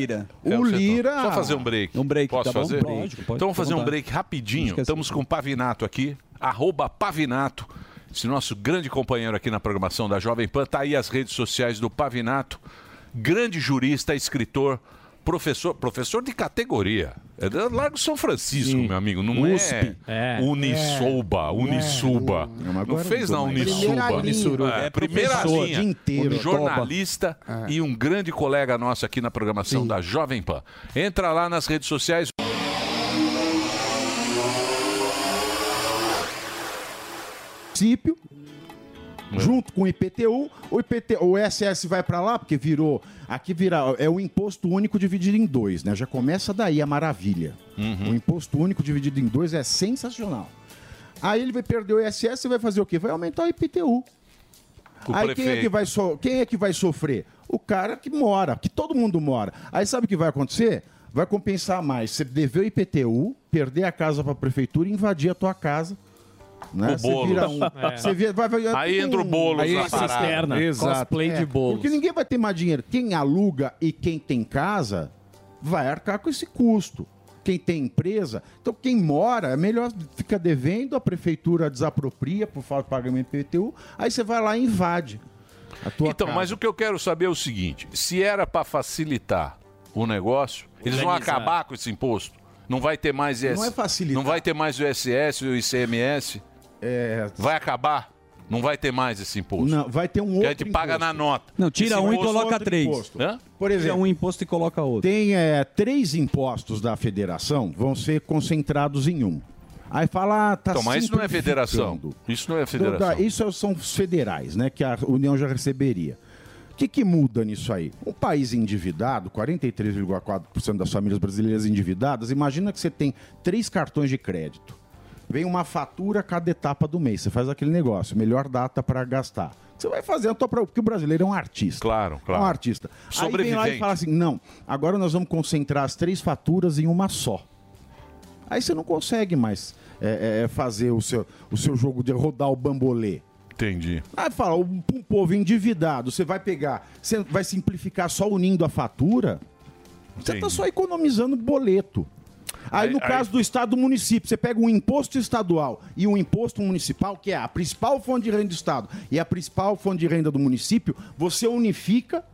S16: O
S3: setor.
S16: Lira...
S3: Só fazer um break.
S16: Um break, tá
S3: Posso
S16: bom?
S3: fazer?
S16: Lógico, pode,
S3: então
S16: fica
S3: vamos
S16: à
S3: fazer um
S16: vontade.
S3: break rapidinho. Estamos com o Pavinato aqui, arroba Pavinato. Esse nosso grande companheiro aqui na programação da Jovem Pan. Tá aí as redes sociais do Pavinato. Grande jurista, escritor, professor, professor de categoria. É do Largo São Francisco, meu amigo. Não
S9: USP.
S3: é,
S9: É.
S3: Unisoba, Unisuba. Não
S9: agora
S3: fez
S9: não
S3: na
S9: dou mais.
S3: Unisuba.
S9: Primeira linha.
S3: É, primeira
S9: Professor,
S3: linha. Um
S9: o dia inteiro, É.
S3: Jornalista e um grande colega nosso aqui na programação da Jovem Pan. Entra lá nas redes sociais.
S16: princípio,
S3: É.
S16: junto com o IPTU, o, IPT, o SS vai para lá, porque virou. Aqui vira, é o imposto único dividido em dois, né? Já começa daí a maravilha.
S3: Uhum.
S16: O imposto único dividido em dois é sensacional. Aí ele vai perder o ISS e vai fazer o quê? Vai aumentar o IPTU.
S3: O
S16: Aí quem é, que
S3: prefeito.
S16: vai so- quem é que vai sofrer? O cara que mora, que todo mundo mora. Aí sabe o que vai acontecer? Vai compensar mais. Você dever o IPTU, perder a casa para a prefeitura e invadir a tua casa. Né?
S3: O
S16: Você
S3: bolo.
S16: vira um.
S3: É.
S16: Você vira- vai- vai-
S3: Aí
S16: um-
S3: entra o Boulos Aí na entra a parada. É. cisterna.
S16: Exato.
S3: Cosplay de Boulos.
S16: Porque ninguém vai ter mais dinheiro. Quem aluga e quem tem casa vai arcar com esse custo. Quem tem empresa, então quem mora, é melhor fica devendo, a prefeitura desapropria por falta de pagamento do IPTU, aí você vai lá e invade a tua
S3: Então,
S16: casa.
S3: mas o que eu quero saber é o seguinte: se era para facilitar o negócio, eles vão
S16: Organizar.
S3: acabar com esse imposto. Não vai ter mais ISS.
S16: Não é facilitar.
S3: Não vai ter mais o ISS, o ICMS. Vai acabar. Não vai ter mais esse imposto.
S16: É. Não, vai ter um
S3: Que
S16: outro
S3: a gente paga na nota.
S16: Não, tira
S3: Esse
S16: um e
S3: imposto-
S16: coloca três.
S3: Hã?
S16: Por exemplo,
S5: um imposto e coloca outro.
S16: Tem é, três impostos da federação, vão ser concentrados em um. Aí fala, ah, tá
S3: então, mas isso não é
S16: simplificando.
S3: federação. Isso não é
S16: Então, tá,
S3: federação.
S16: Isso são os federais, né? Que a União já receberia. O que, que muda nisso aí? Um país endividado, 43,4% das famílias brasileiras endividadas, imagina que você tem três cartões de crédito. Vem uma fatura a cada etapa do mês. Você faz aquele negócio, melhor data para gastar. Você vai fazer a tua própria, porque o brasileiro é um artista.
S3: Claro, claro.
S16: É um artista. Aí vem lá
S3: Sobrevivente.
S16: e fala assim: não, agora nós vamos concentrar as três faturas em uma só. Aí você não consegue mais é, é, é, fazer o seu, o seu jogo de rodar o bambolê.
S3: Entendi.
S16: Aí fala, um, um povo endividado, você vai pegar, você vai simplificar só unindo a fatura? Você está só economizando boleto. Aí, no caso do estado do município, você pega um imposto estadual e um imposto municipal, que é a principal fonte de renda do estado e a principal fonte de renda do município, você unifica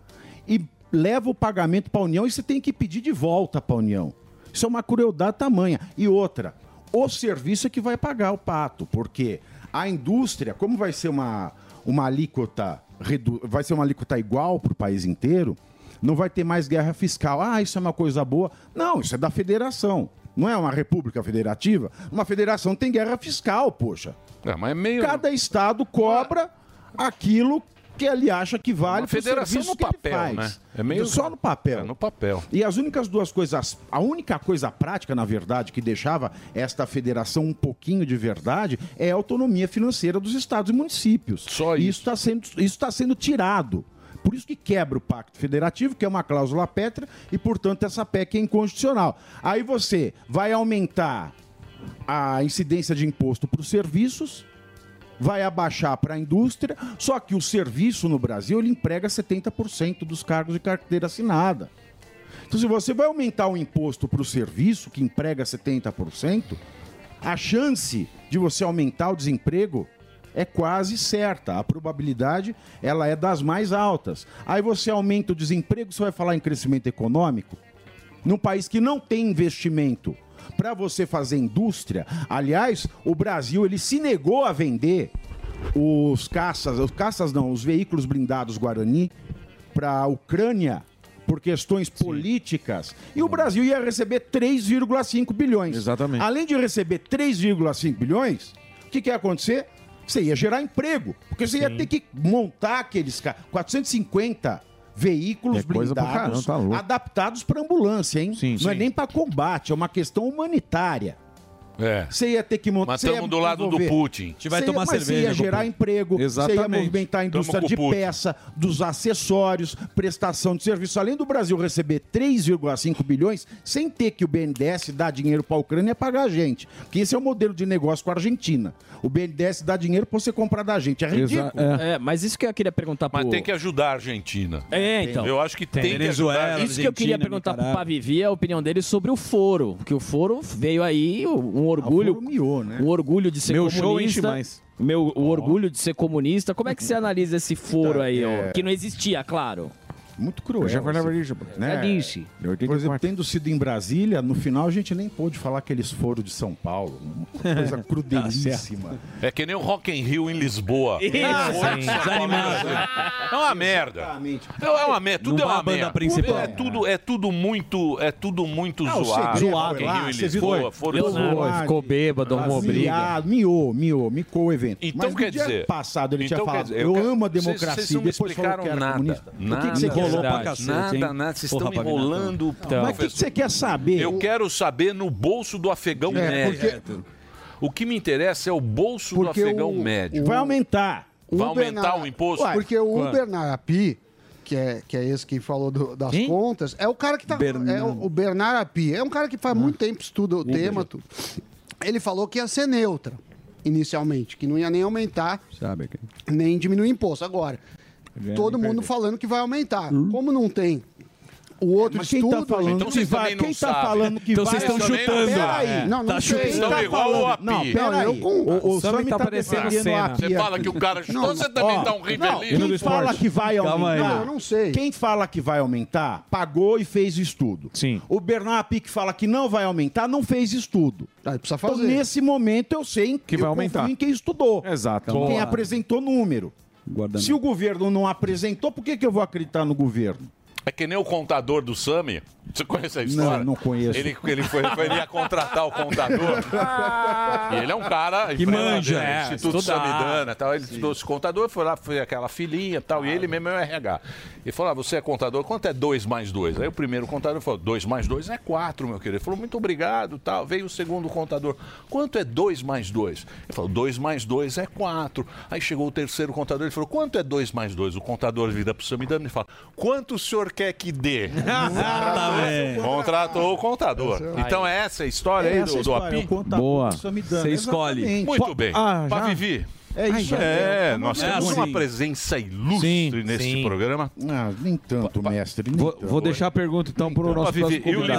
S16: e leva o pagamento para a União e você tem que pedir de volta para a União. Isso é uma crueldade tamanha. E outra, o serviço é que vai pagar o pato, porque a indústria, como vai ser uma, uma alíquota, redu- vai ser uma alíquota igual para o país inteiro, não vai ter mais guerra fiscal. Ah, isso é uma coisa boa. Não, isso é da federação. Não é uma república federativa? Uma federação tem guerra fiscal, poxa.
S3: mas é meio... é.
S16: Cada estado cobra aquilo que ele acha que vale
S3: Uma
S16: pro
S3: federação
S16: serviço
S3: no
S16: que ele
S3: papel,
S16: faz.
S3: né? É meio-
S16: Só no papel. no
S3: papel.
S16: E as únicas duas coisas, a única coisa prática, na verdade, que deixava esta federação um pouquinho de verdade é a autonomia financeira dos estados e municípios. Só isso. está sendo, isso tá sendo tirado. Por isso que quebra o Pacto Federativo, que é uma cláusula pétrea, e, portanto, essa PEC é inconstitucional. Aí você vai aumentar a incidência de imposto para os serviços, vai abaixar para a indústria, só que o serviço no Brasil ele emprega 70% dos cargos de carteira assinada. Então, se você vai aumentar o imposto para o serviço, que emprega 70%, a chance de você aumentar o desemprego é quase certa. A probabilidade ela é das mais altas. Aí você aumenta o desemprego, você vai falar em crescimento econômico? num país que não tem investimento para você fazer indústria. Aliás, o Brasil ele se negou a vender os caças, os caças não, os veículos blindados Guarani para a Ucrânia por questões políticas. E
S9: Uhum.
S16: o Brasil ia receber 3,5 bilhões. Exatamente. Além de receber 3,5 bilhões, o que, que ia acontecer? Você ia gerar emprego, porque você ia ter que montar aqueles ca- 450 veículos
S9: É coisa pra
S16: blindados
S9: caramba, tá louco.
S16: adaptados para ambulância, hein? não é nem para combate, é uma questão humanitária.
S3: É.
S16: Você ia ter que montar.
S3: Mas
S16: você ia
S3: tamo do lado do
S16: desenvolver.
S3: Putin. A gente vai
S16: Você ia-
S3: tomar
S16: mas Você
S3: cerveja
S16: ia
S3: com o
S16: gerar
S3: Putin.
S16: emprego, você ia
S3: Exatamente.
S16: movimentar a
S3: Tamo
S16: indústria
S3: com o
S16: de
S3: Putin.
S16: peça, dos acessórios, prestação de serviço. Além do Brasil receber 3,5 bilhões, sem ter que o BNDES dar dinheiro para a Ucrânia é pagar a gente. Porque esse é o modelo de negócio com a Argentina. O BNDES dá dinheiro para você comprar da gente. É ridículo.
S7: É. mas isso que eu queria perguntar pro...
S3: Mas tem que ajudar a Argentina.
S7: É, então.
S3: Eu acho que tem, que ajudar. a
S7: Isso que eu queria perguntar pro Pavivi é a opinião dele sobre o foro. Porque o foro veio aí,
S8: Ah,
S7: um orgulho. Um orgulho de ser
S8: né? Meu
S7: comunista.
S8: show enche mais.
S7: Meu, o orgulho de ser comunista. Como é que você analisa esse
S8: Então,
S7: foro aí,
S8: é.
S7: ó? Que não existia, claro.
S16: Muito
S3: é
S16: cruel.
S3: um
S7: Já foi na
S16: assim,
S7: Brasília, pô.
S16: né?
S7: Já disse.
S16: Por exemplo, tendo sido em Brasília, no final a gente nem pôde falar que eles foram de São Paulo. Uma
S3: Tá
S16: coisa crudelíssima.
S3: É que nem o Rock in Rio em Lisboa.
S16: Tá Isso,
S3: Ah, sim.
S16: sim.
S3: É uma merda. É uma merda. Tudo
S16: Não
S3: é
S16: vai a
S3: uma
S16: banda
S3: merda.
S16: principal.
S3: É tudo, é tudo muito, é tudo muito
S16: Ah, o
S3: zoado.
S16: segredo,
S3: Rock in
S16: lá,
S3: Rio em
S16: você
S3: Lisboa.
S16: viu?
S3: Foram
S16: Leonardo
S3: zoados.
S16: ficou bêbado,
S3: arrumou ah, briga.
S16: Miou, miou, micou o evento.
S3: Então
S16: Mas no
S3: quer
S16: dia
S3: dizer-
S16: passado ele
S3: então
S16: tinha
S3: quer
S16: falado,
S3: dizer,
S16: eu,
S3: quero-
S16: amo a
S3: Vocês-
S16: democracia.
S3: Vocês não me
S16: depois falou
S3: explicaram
S16: que era
S3: nada.
S16: comunista.
S3: Nada,
S16: o que, que você quer
S3: nada, Nada, nada. Vocês estão me enrolando.
S16: Mas o que, que você quer saber?
S3: Eu quero saber no bolso do afegão
S16: É,
S3: médio. O que me interessa é o bolso
S6: Porque
S3: do afegão
S6: o-
S3: médio.
S16: Vai aumentar.
S3: Vai aumentar o imposto?
S6: Ué, porque o
S3: Quanto?
S6: Uber na API, que é, que é esse que falou do- das contas, é o cara que tá. É o, o Bernard Api. É um cara que faz muito tempo estuda o tema. tudo. Ele falou que ia ser neutra, inicialmente, que não ia nem aumentar,
S5: Sabe? cara?
S6: nem diminuir imposto. Agora,
S5: Vem
S6: todo
S5: aí,
S6: mundo falando que vai aumentar. Como não tem. O outro
S16: Mas quem
S6: estudo,
S16: tá falando
S6: gente,
S16: que vai- quem tá falando que Então vai- vocês estão
S6: Não,
S16: chutando.
S6: Peraí,
S16: É.
S6: não, não
S16: Tá
S6: sei.
S16: chutando.
S6: Quem
S16: Estão igual
S6: falando?
S16: o API.
S6: Não, peraí,
S16: Não,
S6: eu com-
S16: o- o Sami tá defendendo a
S3: Você
S16: Pia.
S3: fala que o cara chutou,
S16: Não,
S3: você também
S16: ó,
S3: dá um rim
S16: não,
S3: feliz.
S16: Quem fala que vai
S3: Calma aí.
S16: aumentar,
S3: Não, eu
S6: não sei.
S16: Quem fala que vai aumentar, pagou e fez estudo. Sim. O Bernard Api que fala que não vai aumentar, não fez estudo.
S6: precisa
S16: Então,
S6: fazer.
S16: nesse momento, eu sei em-
S9: Que
S16: eu confio
S9: vai aumentar.
S16: em quem estudou.
S9: Exato.
S16: Quem
S9: Boa.
S16: apresentou número. Se o governo não apresentou, por que, que eu vou acreditar no governo?
S3: É que nem o contador do Sami. Você conhece a história?
S16: Não, não conheço.
S3: Ele, ele, foi, foi- ele ia contratar o contador. e ele é um cara...
S16: Que
S3: empresa
S16: manja,
S3: dele,
S16: é,
S3: Instituto
S16: estudar.
S3: Samidana tal. Ele estudou esse contador, foi lá, foi aquela filhinha tal. E ele mesmo é o RH. Ele falou, ah, você é contador, quanto é 2 mais 2? Aí o primeiro contador falou, 2 mais 2 é 4, meu querido. Ele falou, muito obrigado tal. Veio o segundo contador, quanto é 2 mais 2? Ele falou, 2 mais 2 é 4. Aí chegou o terceiro contador, ele falou, quanto é 2 mais 2? O contador vira pro Samidana e fala, quanto o senhor quer que dê?
S9: Exatamente.
S3: Contratou o contador. Então é essa a história aí
S9: Essa
S3: do, do
S9: história,
S3: API?
S9: o contador Boa. do Samidana, Você escolhe. exatamente.
S3: Muito
S9: Pa-
S3: bem.
S9: Ah,
S3: Para
S9: já?
S3: Vivi,
S16: É isso aí.
S3: É,
S16: Tá
S3: nós
S16: bom,
S3: temos
S16: sim.
S3: uma presença ilustre neste programa.
S16: Ah, nem tanto, mestre. nem tanto.
S15: Vou deixar a pergunta então para o nosso próximo convidado. tá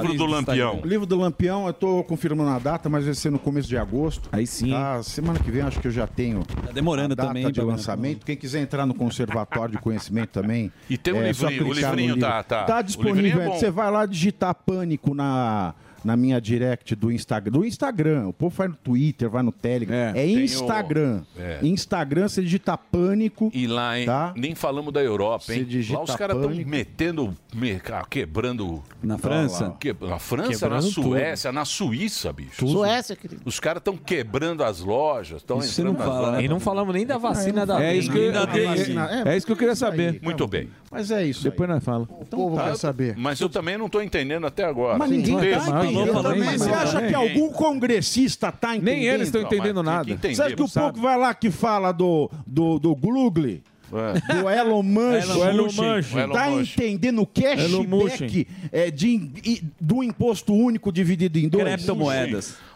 S16: O livro do Lampião, eu tô confirmando a data, mas vai ser no começo de agosto. Aí sim. semana que vem acho que eu já tenho. Tá
S5: demorando
S16: a data
S5: também,
S16: de
S5: Bernardo.
S16: lançamento. Quem quiser entrar no Conservatório de Conhecimento também. é,
S3: E tem um
S16: só
S3: livrinho, o
S16: clicar no
S3: livrinho
S16: livro.
S3: tá- tá- o
S16: Tá
S3: livrinho é
S16: disponível.
S3: bom.
S16: Você vai lá digitar pânico na na minha direct do Instagram, do Instagram. O povo vai no Twitter, vai no Telegram. É,
S3: tem o-
S16: Instagram.
S3: É.
S16: Instagram você digita pânico.
S3: E lá, hein?
S16: Tá.
S3: Nem falamos da Europa, hein?
S16: Se digita
S3: Lá os caras estão
S16: pânico.
S3: metendo, me- ah, quebrando.
S5: Na
S16: França?
S3: Que- na França,
S16: Quebrando
S3: na Suécia, na Suíça, bicho.
S16: Tudo. Suécia,
S3: Os caras estão quebrando as lojas, estão
S15: Isso você
S3: entrando
S15: não
S3: nas
S15: fala,
S3: lojas.
S15: né? E não falamos nem da vacina da
S3: É
S15: dengue.
S3: isso que eu-
S15: Da dengue.
S3: É,
S15: É isso que eu queria saber.
S3: Muito bem.
S16: Mas é isso.
S15: Depois nós falamos.
S3: Então
S16: O
S3: tá.
S16: povo quer saber.
S3: Mas eu também não estou entendendo até agora.
S16: Mas ninguém
S3: Um texto.
S16: está entendendo. Mas você acha que algum congressista está entendendo?
S3: Nem eles tão tá entendendo Não, mas tem nada. que entender,
S16: você acha que o
S3: sabe?
S16: pouco vai lá que fala do, do, do Glugli?
S3: É.
S16: Do Elon Musk,
S15: Elon Elon Musk. Musk.
S16: tá
S15: Elon Musk.
S16: entendendo o
S15: Elon Musk.
S16: cashback é, de, in- i- do imposto único dividido em dois?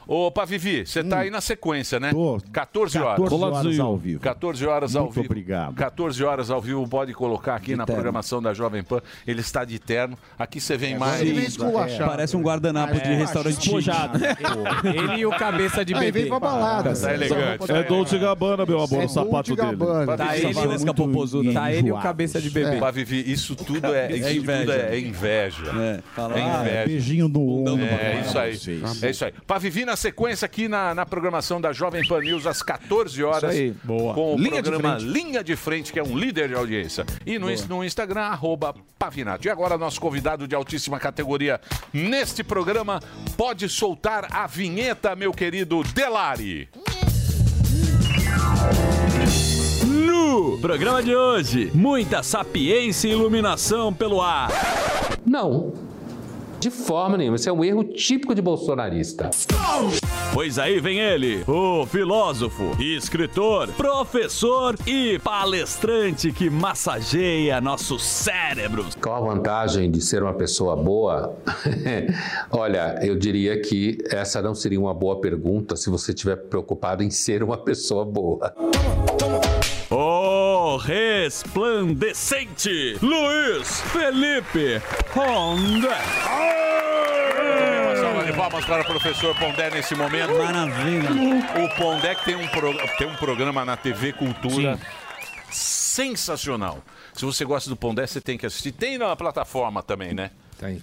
S3: Ô, Pavivi, você tá aí na sequência, né? 14 horas.
S16: 14 horas ao vivo.
S3: 14 horas ao
S16: Muito
S3: vivo.
S16: obrigado.
S3: 14 horas ao vivo, pode colocar aqui na programação da Jovem Pan. Ele está de terno. Aqui você vem mais.
S5: Sim, é, parece um guardanapo
S16: É,
S5: de restaurante
S15: Despojado. Ele e o cabeça de
S5: Aí
S15: bebê.
S5: vem pra balada.
S15: Essa
S5: Tá elegante, tá
S15: É Dolce
S5: elegante.
S15: Gabbana, meu amor,
S5: É
S15: o
S5: Dolce
S15: sapato dele.
S5: Gabbana. Tá ele e o-
S3: é
S15: Valesca Popozuda.
S5: Tá ele e o cabeça de bebê.
S3: Pavivi, isso tudo é, isso
S5: É inveja.
S3: Tudo é inveja. É,
S5: fala-
S16: Ah,
S3: inveja.
S16: beijinho no ombro.
S3: É isso aí. É isso aí. Pra Vivi na sequência aqui na, na programação da Jovem Pan News às 14 horas.
S15: Isso aí, boa.
S3: Com o
S15: Linha de
S3: programa
S15: Frente.
S3: Linha de Frente, que é um líder de audiência. E no, ins- no Instagram, arroba Pavinato. E agora, nosso convidado de altíssima categoria neste programa pode soltar a vinheta, meu querido Delari.
S21: No programa de hoje, muita sapiência e iluminação pelo ar.
S22: Não, de forma nenhuma. Isso é um erro típico de bolsonarista.
S21: Pois aí vem ele, o filósofo, escritor, professor e palestrante que massageia nossos cérebros.
S22: Qual a vantagem de ser uma pessoa boa? Olha, eu diria que essa não seria uma boa pergunta se você estiver preocupado em ser uma pessoa boa.
S21: O resplandecente Luiz Felipe Honda.
S3: Uma salva de palmas para o professor Pondé nesse momento.
S5: Maravilha.
S3: O Pondé que tem um, pro- tem um programa na TV Cultura sensacional. Se você gosta do Pondé, você tem que assistir. Tem na plataforma também, né?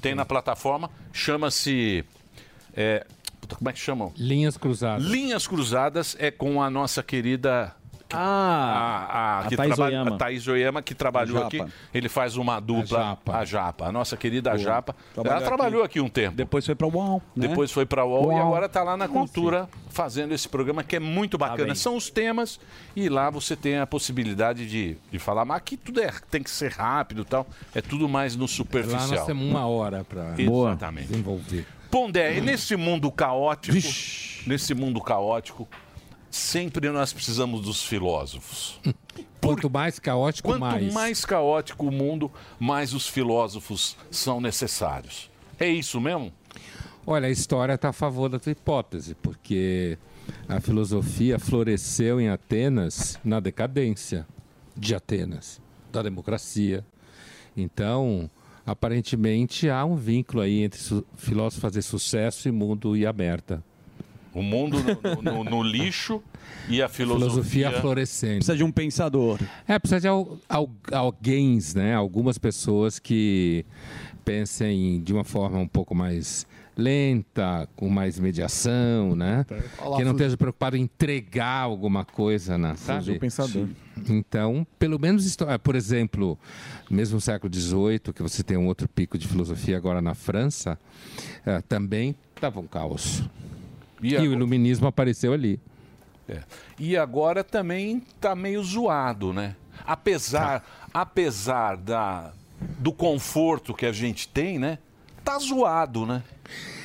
S3: Tem. na plataforma. Chama-se... é, puta, como é que chamam?
S15: Linhas cruzadas.
S3: Linhas Cruzadas é com a nossa querida...
S15: Ah,
S3: a,
S15: a
S3: que
S15: Thaís
S3: trabalha-
S15: Oyama.
S3: a Thaís Oyama, que trabalhou
S15: A
S3: aqui.
S15: Japa.
S3: Ele faz uma dupla, a Japa. A, nossa querida Japa. ela
S5: Trabalhou
S3: trabalhou aqui um tempo.
S5: Depois foi pra UOL. né?
S3: Depois foi pra UOL, e
S5: Uau.
S3: agora tá lá na Cultura fazendo esse programa que é muito bacana.
S5: bem.
S3: São os temas e lá você tem a possibilidade de, de falar, mas aqui tudo é, tem que ser rápido e tal. É tudo mais no
S15: Lá
S3: superficial.
S15: nós temos uma hora pra
S3: Boa. Exatamente.
S15: desenvolver.
S3: Pondé, e nesse mundo caótico, nesse mundo caótico, sempre nós precisamos dos filósofos.
S15: Quanto mais caótico,
S3: Quanto
S15: Tipo, mais.
S3: mais. caótico o mundo, mais os filósofos são necessários. É isso mesmo?
S15: Olha, a história está a favor da tua hipótese, porque a filosofia floresceu em Atenas na decadência de Atenas, da democracia. Então, aparentemente, há um vínculo aí entre su- filósofo fazer sucesso e mundo e a merda.
S3: O mundo no, no- no- no lixo e a filosofia.
S15: Filosofia florescente.
S5: Precisa de um pensador.
S15: É, precisa de al, al, alguém, né? Algumas pessoas que pensem de uma forma um pouco mais lenta, com mais mediação, né?
S5: Olha lá,
S15: que não
S5: Fuso.
S15: esteja preocupado em entregar alguma coisa, né? sabe?
S5: o pensador.
S15: Então, pelo menos, histó- ah, por exemplo, mesmo no século XVIII, que você tem um outro pico de filosofia agora na França, eh, também estava um caos. E, o iluminismo apareceu ali.
S3: E agora também tá meio zoado, né? Apesar, apesar da, do conforto que a gente tem, né? Tá zoado, né?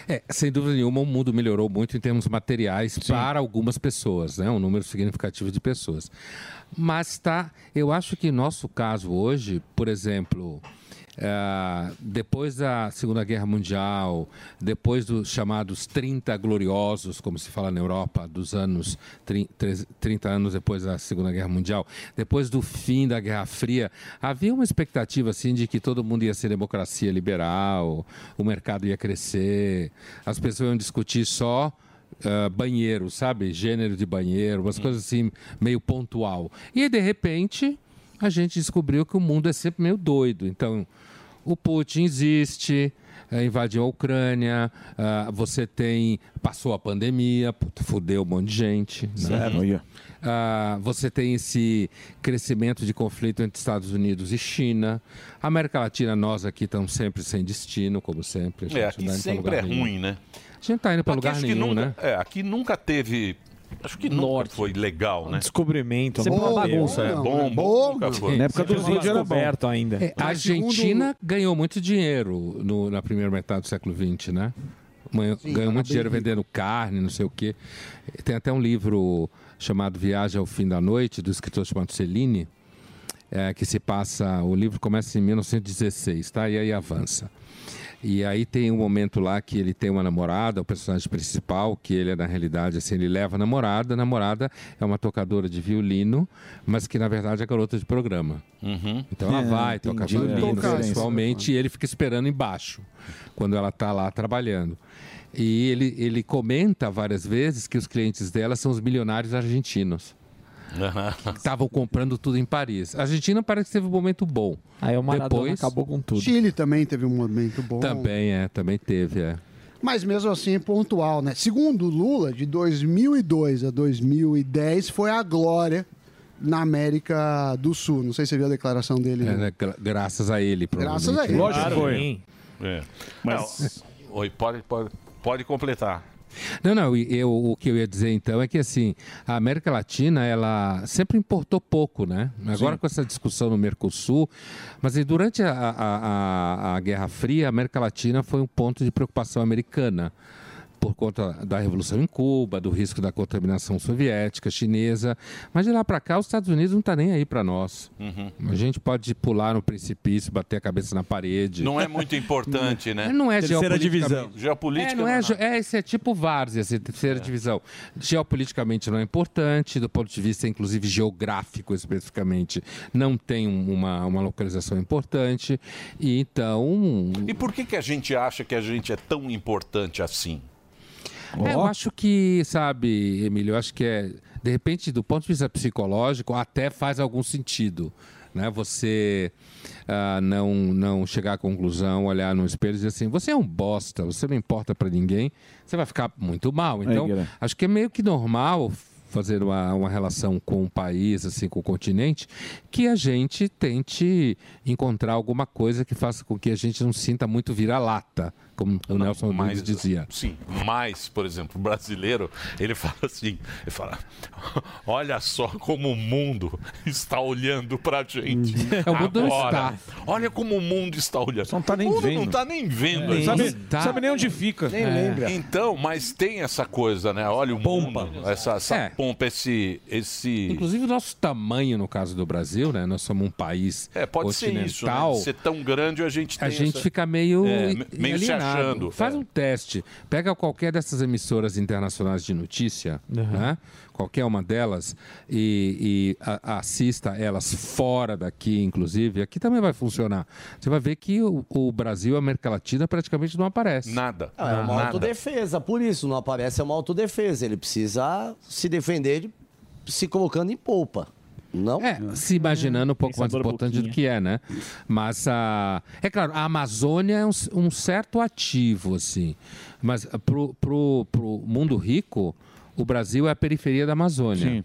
S15: É, sem dúvida nenhuma, o mundo melhorou muito em termos materiais para algumas pessoas, né? um número significativo de pessoas. Mas tá, eu acho que em nosso caso hoje, por exemplo, eh, depois da Segunda Guerra Mundial, depois dos chamados 30 gloriosos, como se fala na Europa, dos anos trin- treze- 30 anos depois da Segunda Guerra Mundial, depois do fim da Guerra Fria, havia uma expectativa assim de que todo mundo ia ser democracia liberal, o mercado ia crescer, as pessoas iam discutir só ah, banheiro, sabe? Gênero de banheiro, umas coisas assim meio pontual. E aí, de repente, a gente descobriu que o mundo é sempre meio doido. Então, o Putin existe, eh, invadiu a Ucrânia, ah, você tem. passou a pandemia, puta, fudeu um monte de gente. né?
S9: Certo. Olha.
S15: Ah, você tem esse crescimento de conflito entre Estados Unidos e China. A América Latina, nós aqui estamos sempre sem destino, como sempre. A gente
S3: É,
S15: não tá
S3: aqui
S15: indo pra
S3: sempre
S15: lugar
S3: é
S15: nenhum.
S3: ruim, né?
S15: A gente não tá indo para lugar
S3: acho que
S15: nenhum,
S3: nunca,
S15: né?
S3: É, aqui nunca teve. Acho que nunca foi
S15: Um
S3: legal, né?
S23: Descobrimento,
S3: Sempre
S23: amor.
S3: uma bagunça, é.
S23: Não,
S3: Bom,
S23: né?
S3: bom, nunca foi.
S23: Na época dos
S3: Sempre
S23: índios era bom.
S3: descoberto
S23: ainda.
S15: É, a Argentina ganhou muito dinheiro no- na primeira metade do século XX, né? Ganhou-
S23: Sim,
S15: ganhou
S23: era
S15: muito
S23: bem
S15: dinheiro vendendo carne, não sei o quê. Tem até um livro chamado Viagem ao Fim da Noite, do escritor chamado Cellini, é, que se passa. O livro começa em 1916, tá? E aí avança. E aí tem um momento lá que ele tem uma namorada, o personagem principal, que ele é na realidade assim, ele leva a namorada, a namorada é uma tocadora de violino, mas que na verdade é garota de programa.
S1: Uhum.
S15: Então ela
S23: É,
S15: vai, toca
S23: entendi.
S15: violino
S23: Tocar,
S15: sensualmente e ele fica esperando embaixo quando ela está lá trabalhando. E ele, ele comenta várias vezes que os clientes dela são os milionários argentinos. que Estavam comprando tudo em Paris. A Argentina parece que teve um momento bom.
S23: Aí o Maradona acabou com tudo.
S6: Chile também teve um momento bom.
S15: Também é, também teve, é.
S6: Mas mesmo assim, pontual, né? Segundo Lula, de 2002 a 2010 foi a glória na América do Sul. Não sei se você viu a declaração dele.
S15: É,
S6: né?
S15: né? Gra- graças a ele, provavelmente.
S6: Graças a ele. Lógico que Claro, foi. hein?
S3: É.
S6: Mas-
S3: Não, Oi, pode, pode, pode completar.
S15: Não, não, e eu, o que eu ia dizer então é que assim, a América Latina, ela sempre importou pouco, né? Agora com essa discussão no Mercosul, mas aí, durante a, a- a- a Guerra Fria, a América Latina foi um ponto de preocupação americana. Por conta da Revolução em Cuba, do risco da contaminação soviética, chinesa. Mas de lá para cá, os Estados Unidos não está nem aí para nós.
S3: Uhum.
S15: A gente pode pular no precipício, bater a cabeça na parede.
S3: Não é muito importante, né?
S15: Não é geopoliticamente-
S3: Geopolítica.
S15: É, não é, ge- é, esse é tipo várzea, essa terceira divisão. Geopoliticamente não é importante, do ponto de vista, inclusive, geográfico especificamente, não tem um- uma, uma localização importante. E então.
S3: E por que, que a gente acha que a gente é tão importante assim?
S15: É, eu acho que, sabe, Emílio, eu acho que é, de repente, do ponto de vista psicológico, até faz algum sentido. Né? Você ah, não, não chegar à conclusão, olhar no espelho e dizer assim: você é um bosta, você não importa pra ninguém, você vai ficar muito mal. Então,
S9: Guilherme.
S15: acho que é meio que normal fazer uma, uma relação com o país, assim, com o continente, que a gente tente encontrar alguma coisa que faça com que a gente não sinta muito vira-lata, como o Nelson Rodrigues dizia.
S3: Sim, mas, por exemplo, o brasileiro, ele fala assim, ele fala, olha só como o mundo está olhando pra gente.
S15: É, o mundo
S3: agora.
S15: está.
S3: Olha como o mundo está olhando. Não
S23: tá nem
S3: o mundo não
S23: vendo.
S3: tá nem vendo.
S23: Nem
S3: Sabe-
S23: está.
S3: sabe
S23: nem onde fica. É. Nem lembra.
S3: Então, mas tem essa coisa, né? Olha o mundo, essa, essa
S15: É.
S3: pompa, esse... esse...
S15: Inclusive o nosso tamanho, no caso do Brasil, né? Nós somos um país
S3: É, pode ser isso, né?
S15: continental.
S3: Ser tão grande a gente tem
S15: A gente
S3: essa-
S15: fica meio,
S3: É,
S15: i-
S3: meio se
S15: alienado.
S3: achando. é.
S15: Faz um teste. Pega qualquer dessas emissoras internacionais de notícia,
S23: Uhum.
S15: né? qualquer uma delas, e, e a- assista elas fora daqui, inclusive. Aqui também vai funcionar. Você vai ver que o, o Brasil e a América Latina praticamente não aparece.
S3: Nada.
S11: Ah, é uma autodefesa, por isso não aparece, é uma autodefesa. Ele precisa se defender de- se colocando em polpa. Não?
S15: É, se imaginando um pouco mais importante do que é, né? Mas a, é claro, a Amazônia é um, c- um certo ativo, assim. Mas ah, pro, pro, pro mundo rico, o Brasil é a periferia da Amazônia. Sim.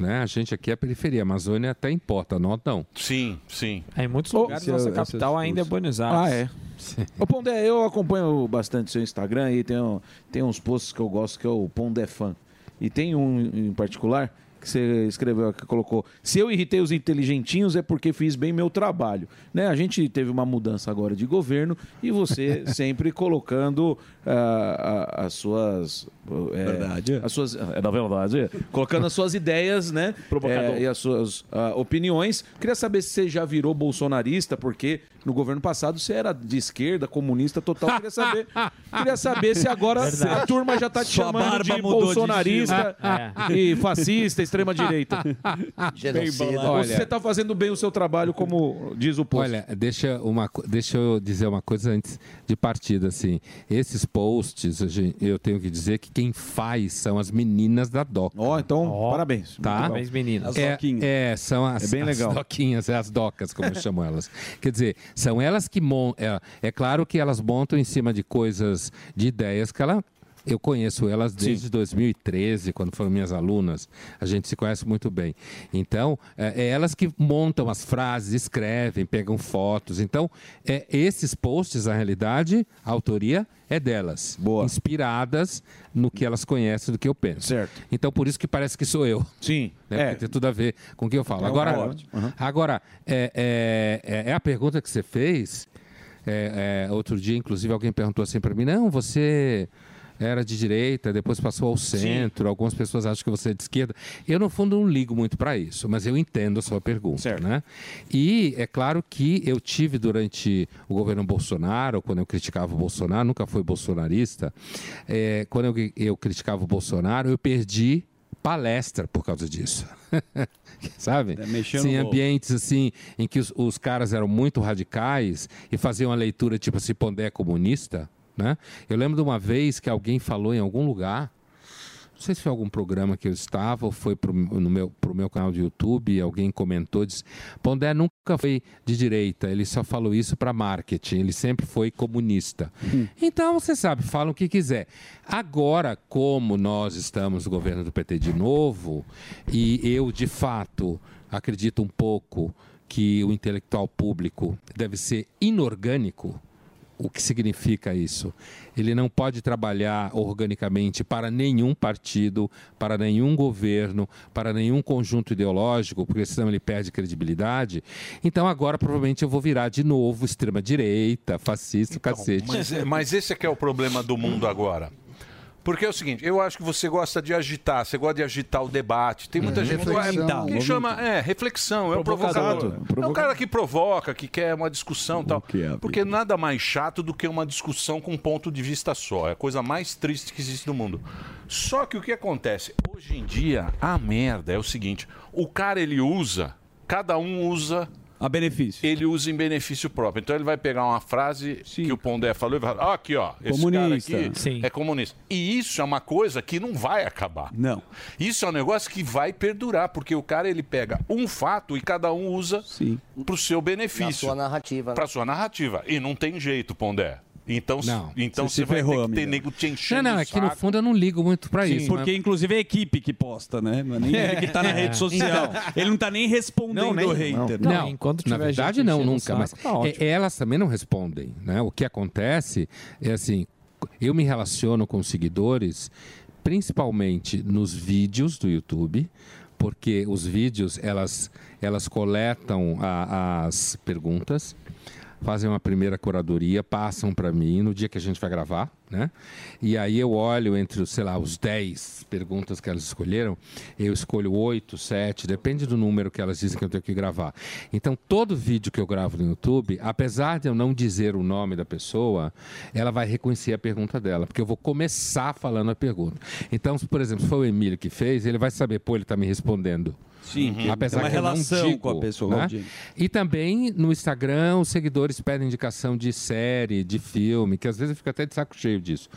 S15: Né? A gente aqui é a periferia. A Amazônia até importa, nós não.
S3: Sim, sim.
S23: É, em muitos
S15: Ô,
S23: lugares,
S15: esse é-
S23: nossa
S15: esse é o
S23: capital ainda é
S15: discurso.
S23: Buenos Aires.
S15: Ah, é?
S23: Ô,
S9: Pondé, eu acompanho bastante seu Instagram e tem, um- tem uns posts que eu gosto que é o Pondé Fã. E tem um em particular que você escreveu, que colocou. Se eu irritei os inteligentinhos é porque fiz bem meu trabalho. Né? A gente teve uma mudança agora de governo e você sempre colocando ah, ah, as suas. eh, As suas. É na verdade. Colocando as suas ideias, né?
S21: Provocador.
S9: eh, e as suas ah, opiniões. Queria saber se você já virou bolsonarista, porque no governo passado você era de esquerda, comunista total. Queria saber, queria saber se agora
S21: Verdade.
S9: a turma já tá te
S21: Sua
S9: chamando
S21: barba
S9: de
S21: mudou de
S9: bolsonarista
S21: estilo. É.
S9: e fascista, extrema-direita.
S15: Genocida.
S9: Bem bolado.
S15: Olha.
S9: Você tá fazendo bem o seu trabalho, como diz o post.
S15: Olha, deixa, uma, co- deixa eu dizer uma coisa antes de partida, assim. Esses posts, a gen- eu tenho que dizer que quem faz são as meninas da DOCA.
S9: Ó, então, parabéns.
S15: Tá?
S9: Muito Parabéns, meninas. As
S15: É,
S9: doquinhas.
S15: é, são as,
S9: É bem
S15: as
S9: legal.
S15: doquinhas, é as docas, como eu chamo elas. Quer dizer, são elas que montam... É, é claro que elas montam em cima de coisas, de ideias que ela... Eu conheço elas desde 2013, quando foram minhas alunas. A gente se conhece muito bem. Então, é, é elas que montam as frases, escrevem, pegam fotos. Então, é, esses posts, na realidade, a autoria é delas. Inspiradas no que elas conhecem, do que eu penso. Certo. Então, por isso que parece que sou eu.
S9: Sim.
S15: Né? Porque Tem tudo a ver com o que eu falo.
S21: É um
S15: agora,
S21: corte.
S15: agora é, é- é- é a pergunta que você fez. é- é, outro dia, inclusive, alguém perguntou assim para mim: não, você era de direita, depois passou ao centro. Algumas pessoas acham que você é de esquerda. Eu, no fundo, não ligo muito para isso, mas eu entendo a sua pergunta. Né? E é claro que eu tive durante o governo Bolsonaro, quando eu criticava o Bolsonaro, nunca fui bolsonarista, é, quando eu, eu criticava o Bolsonaro, eu perdi palestra por causa disso. Sabe?
S5: mexendo
S15: Sim,
S5: no-
S15: ambientes assim, em que os, os caras eram muito radicais e faziam a leitura tipo assim, Pondé é comunista, né? Eu lembro de uma vez que alguém falou em algum lugar, não sei se foi algum programa que eu estava ou foi pro, no meu, pro meu canal de YouTube, alguém comentou, disse, Pondé nunca foi de direita, ele só falou isso para marketing, ele sempre foi comunista. Então, você sabe, fala o que quiser. Agora, como nós estamos no governo do PT de novo, e eu, de fato, acredito um pouco que o intelectual público deve ser inorgânico, o que significa isso? Ele não pode trabalhar organicamente para nenhum partido, para nenhum governo, para nenhum conjunto ideológico, porque senão ele perde credibilidade. Então agora provavelmente eu vou virar de novo extrema-direita, fascista, cacete.
S3: Mas, é- mas esse é que é o problema do mundo agora. Porque é o seguinte, eu acho que você gosta de agitar, você gosta de agitar o debate. Tem muita
S21: Uhum.
S3: gente
S21: Reflexão,
S3: que
S21: movimento.
S3: chama é reflexão, é o
S21: Provocador.
S3: provocador. É o cara que provoca, que quer uma discussão e tal.
S15: é.
S3: Porque nada mais chato do que uma discussão com um ponto de vista só. É a coisa mais triste que existe no mundo. Só que o que acontece hoje em dia, a merda é o seguinte, o cara ele usa, cada um usa
S5: a benefício.
S3: Ele usa em benefício próprio. Então ele vai pegar uma frase que o Pondé falou e vai falar: "Ó, aqui, ó, esse
S5: Comunista.
S3: cara aqui
S5: Sim.
S3: é comunista. E isso é uma coisa que não vai acabar.
S5: Não.
S3: Isso é um negócio que vai perdurar, porque o cara ele pega um fato e cada um usa para o seu benefício. Para sua
S11: narrativa.
S3: Para sua narrativa. E não tem jeito, Pondé. Então,
S15: Não.
S3: então
S15: Você
S3: você,
S15: se
S3: vai
S15: ferrou,
S3: ter que ter
S15: amigo.
S3: nego te enchendo
S15: Não, não,
S3: o
S15: é que no
S3: saco.
S15: fundo eu não ligo muito para
S5: Sim,
S15: isso. né?
S5: porque
S15: mas-
S5: inclusive é a equipe que posta, né? Não é nem ele que tá na
S15: É.
S5: rede social. Ele não tá nem respondendo
S15: Não, nem-
S5: o hater.
S15: Não, na verdade não, nunca. Mas
S5: tá ótimo.
S15: é- elas também não respondem, né? O que acontece é assim, eu me relaciono com seguidores principalmente nos vídeos do YouTube, porque os vídeos elas elas coletam a- as perguntas, fazem uma primeira curadoria, passam para mim no dia que a gente vai gravar, né? E aí eu olho entre, os, sei lá, os 10 perguntas que elas escolheram, eu escolho 8, 7, depende do número que elas dizem que eu tenho que gravar. Então, todo vídeo que eu gravo no YouTube, apesar de eu não dizer o nome da pessoa, ela vai reconhecer a pergunta dela, porque eu vou começar falando a pergunta. Então, se, por exemplo, se foi o Emílio que fez, ele vai saber, pô, ele está me respondendo.
S5: Sim, tem
S15: apesar
S5: uma
S15: que eu não
S5: relação
S15: digo,
S5: com a pessoa,
S15: né?
S5: Galdino.
S15: E também no Instagram, os seguidores pedem indicação de série, de filme, que às vezes eu fico até de saco cheio disso.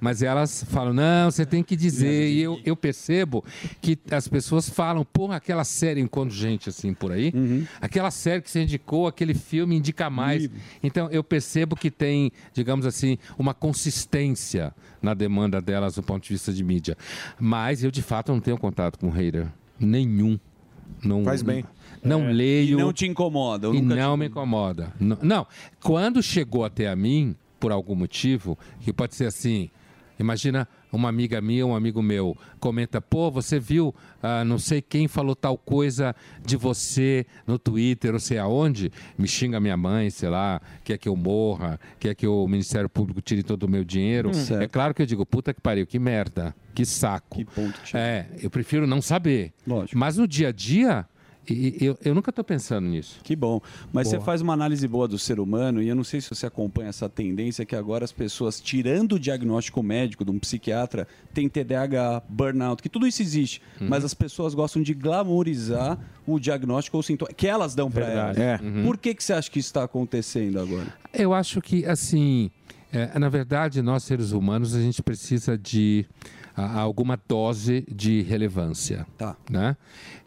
S15: Mas elas falam, não, você tem que dizer. E eu, eu percebo que as pessoas falam, porra, aquela série, encontro gente assim por aí,
S5: Uhum.
S15: aquela série que você indicou, aquele filme indica mais. Então eu percebo que tem, digamos assim, uma consistência na demanda delas do ponto de vista de mídia. Mas eu, de fato, não tenho contato com hater nenhum. Não,
S5: Faz bem.
S15: Não
S5: É.
S15: leio.
S5: E não te incomoda. eu
S15: E
S5: nunca
S15: não
S5: te-
S15: me incomoda. N- Não, Quando chegou até a mim, por algum motivo, que pode ser assim. Imagina uma amiga minha, um amigo meu, comenta: pô, você viu, ah, não sei quem falou tal coisa de você no Twitter, não sei aonde, me xinga minha mãe, sei lá, quer que eu morra, quer que o Ministério Público tire todo o meu dinheiro.
S5: Hum. Certo.
S15: É claro que eu digo: puta que pariu, que merda, que saco. é, eu prefiro não saber. Mas no dia a dia, e- e- eu, eu nunca estou pensando nisso.
S5: Que bom. Mas
S15: Porra.
S5: você faz uma análise boa do ser humano, e eu não sei se você acompanha essa tendência que agora as pessoas, tirando o diagnóstico médico de um psiquiatra, tem TDAH, burnout, que tudo isso existe.
S15: Uhum.
S5: Mas as pessoas gostam de glamourizar o diagnóstico ou sintoma que elas dão para elas.
S15: Verdade. É. Uhum.
S5: Por que, que você acha que isso está acontecendo agora?
S15: Eu acho que, assim, é, na verdade, nós seres humanos, a gente precisa de a- alguma dose de relevância.
S5: Tá.
S15: Né?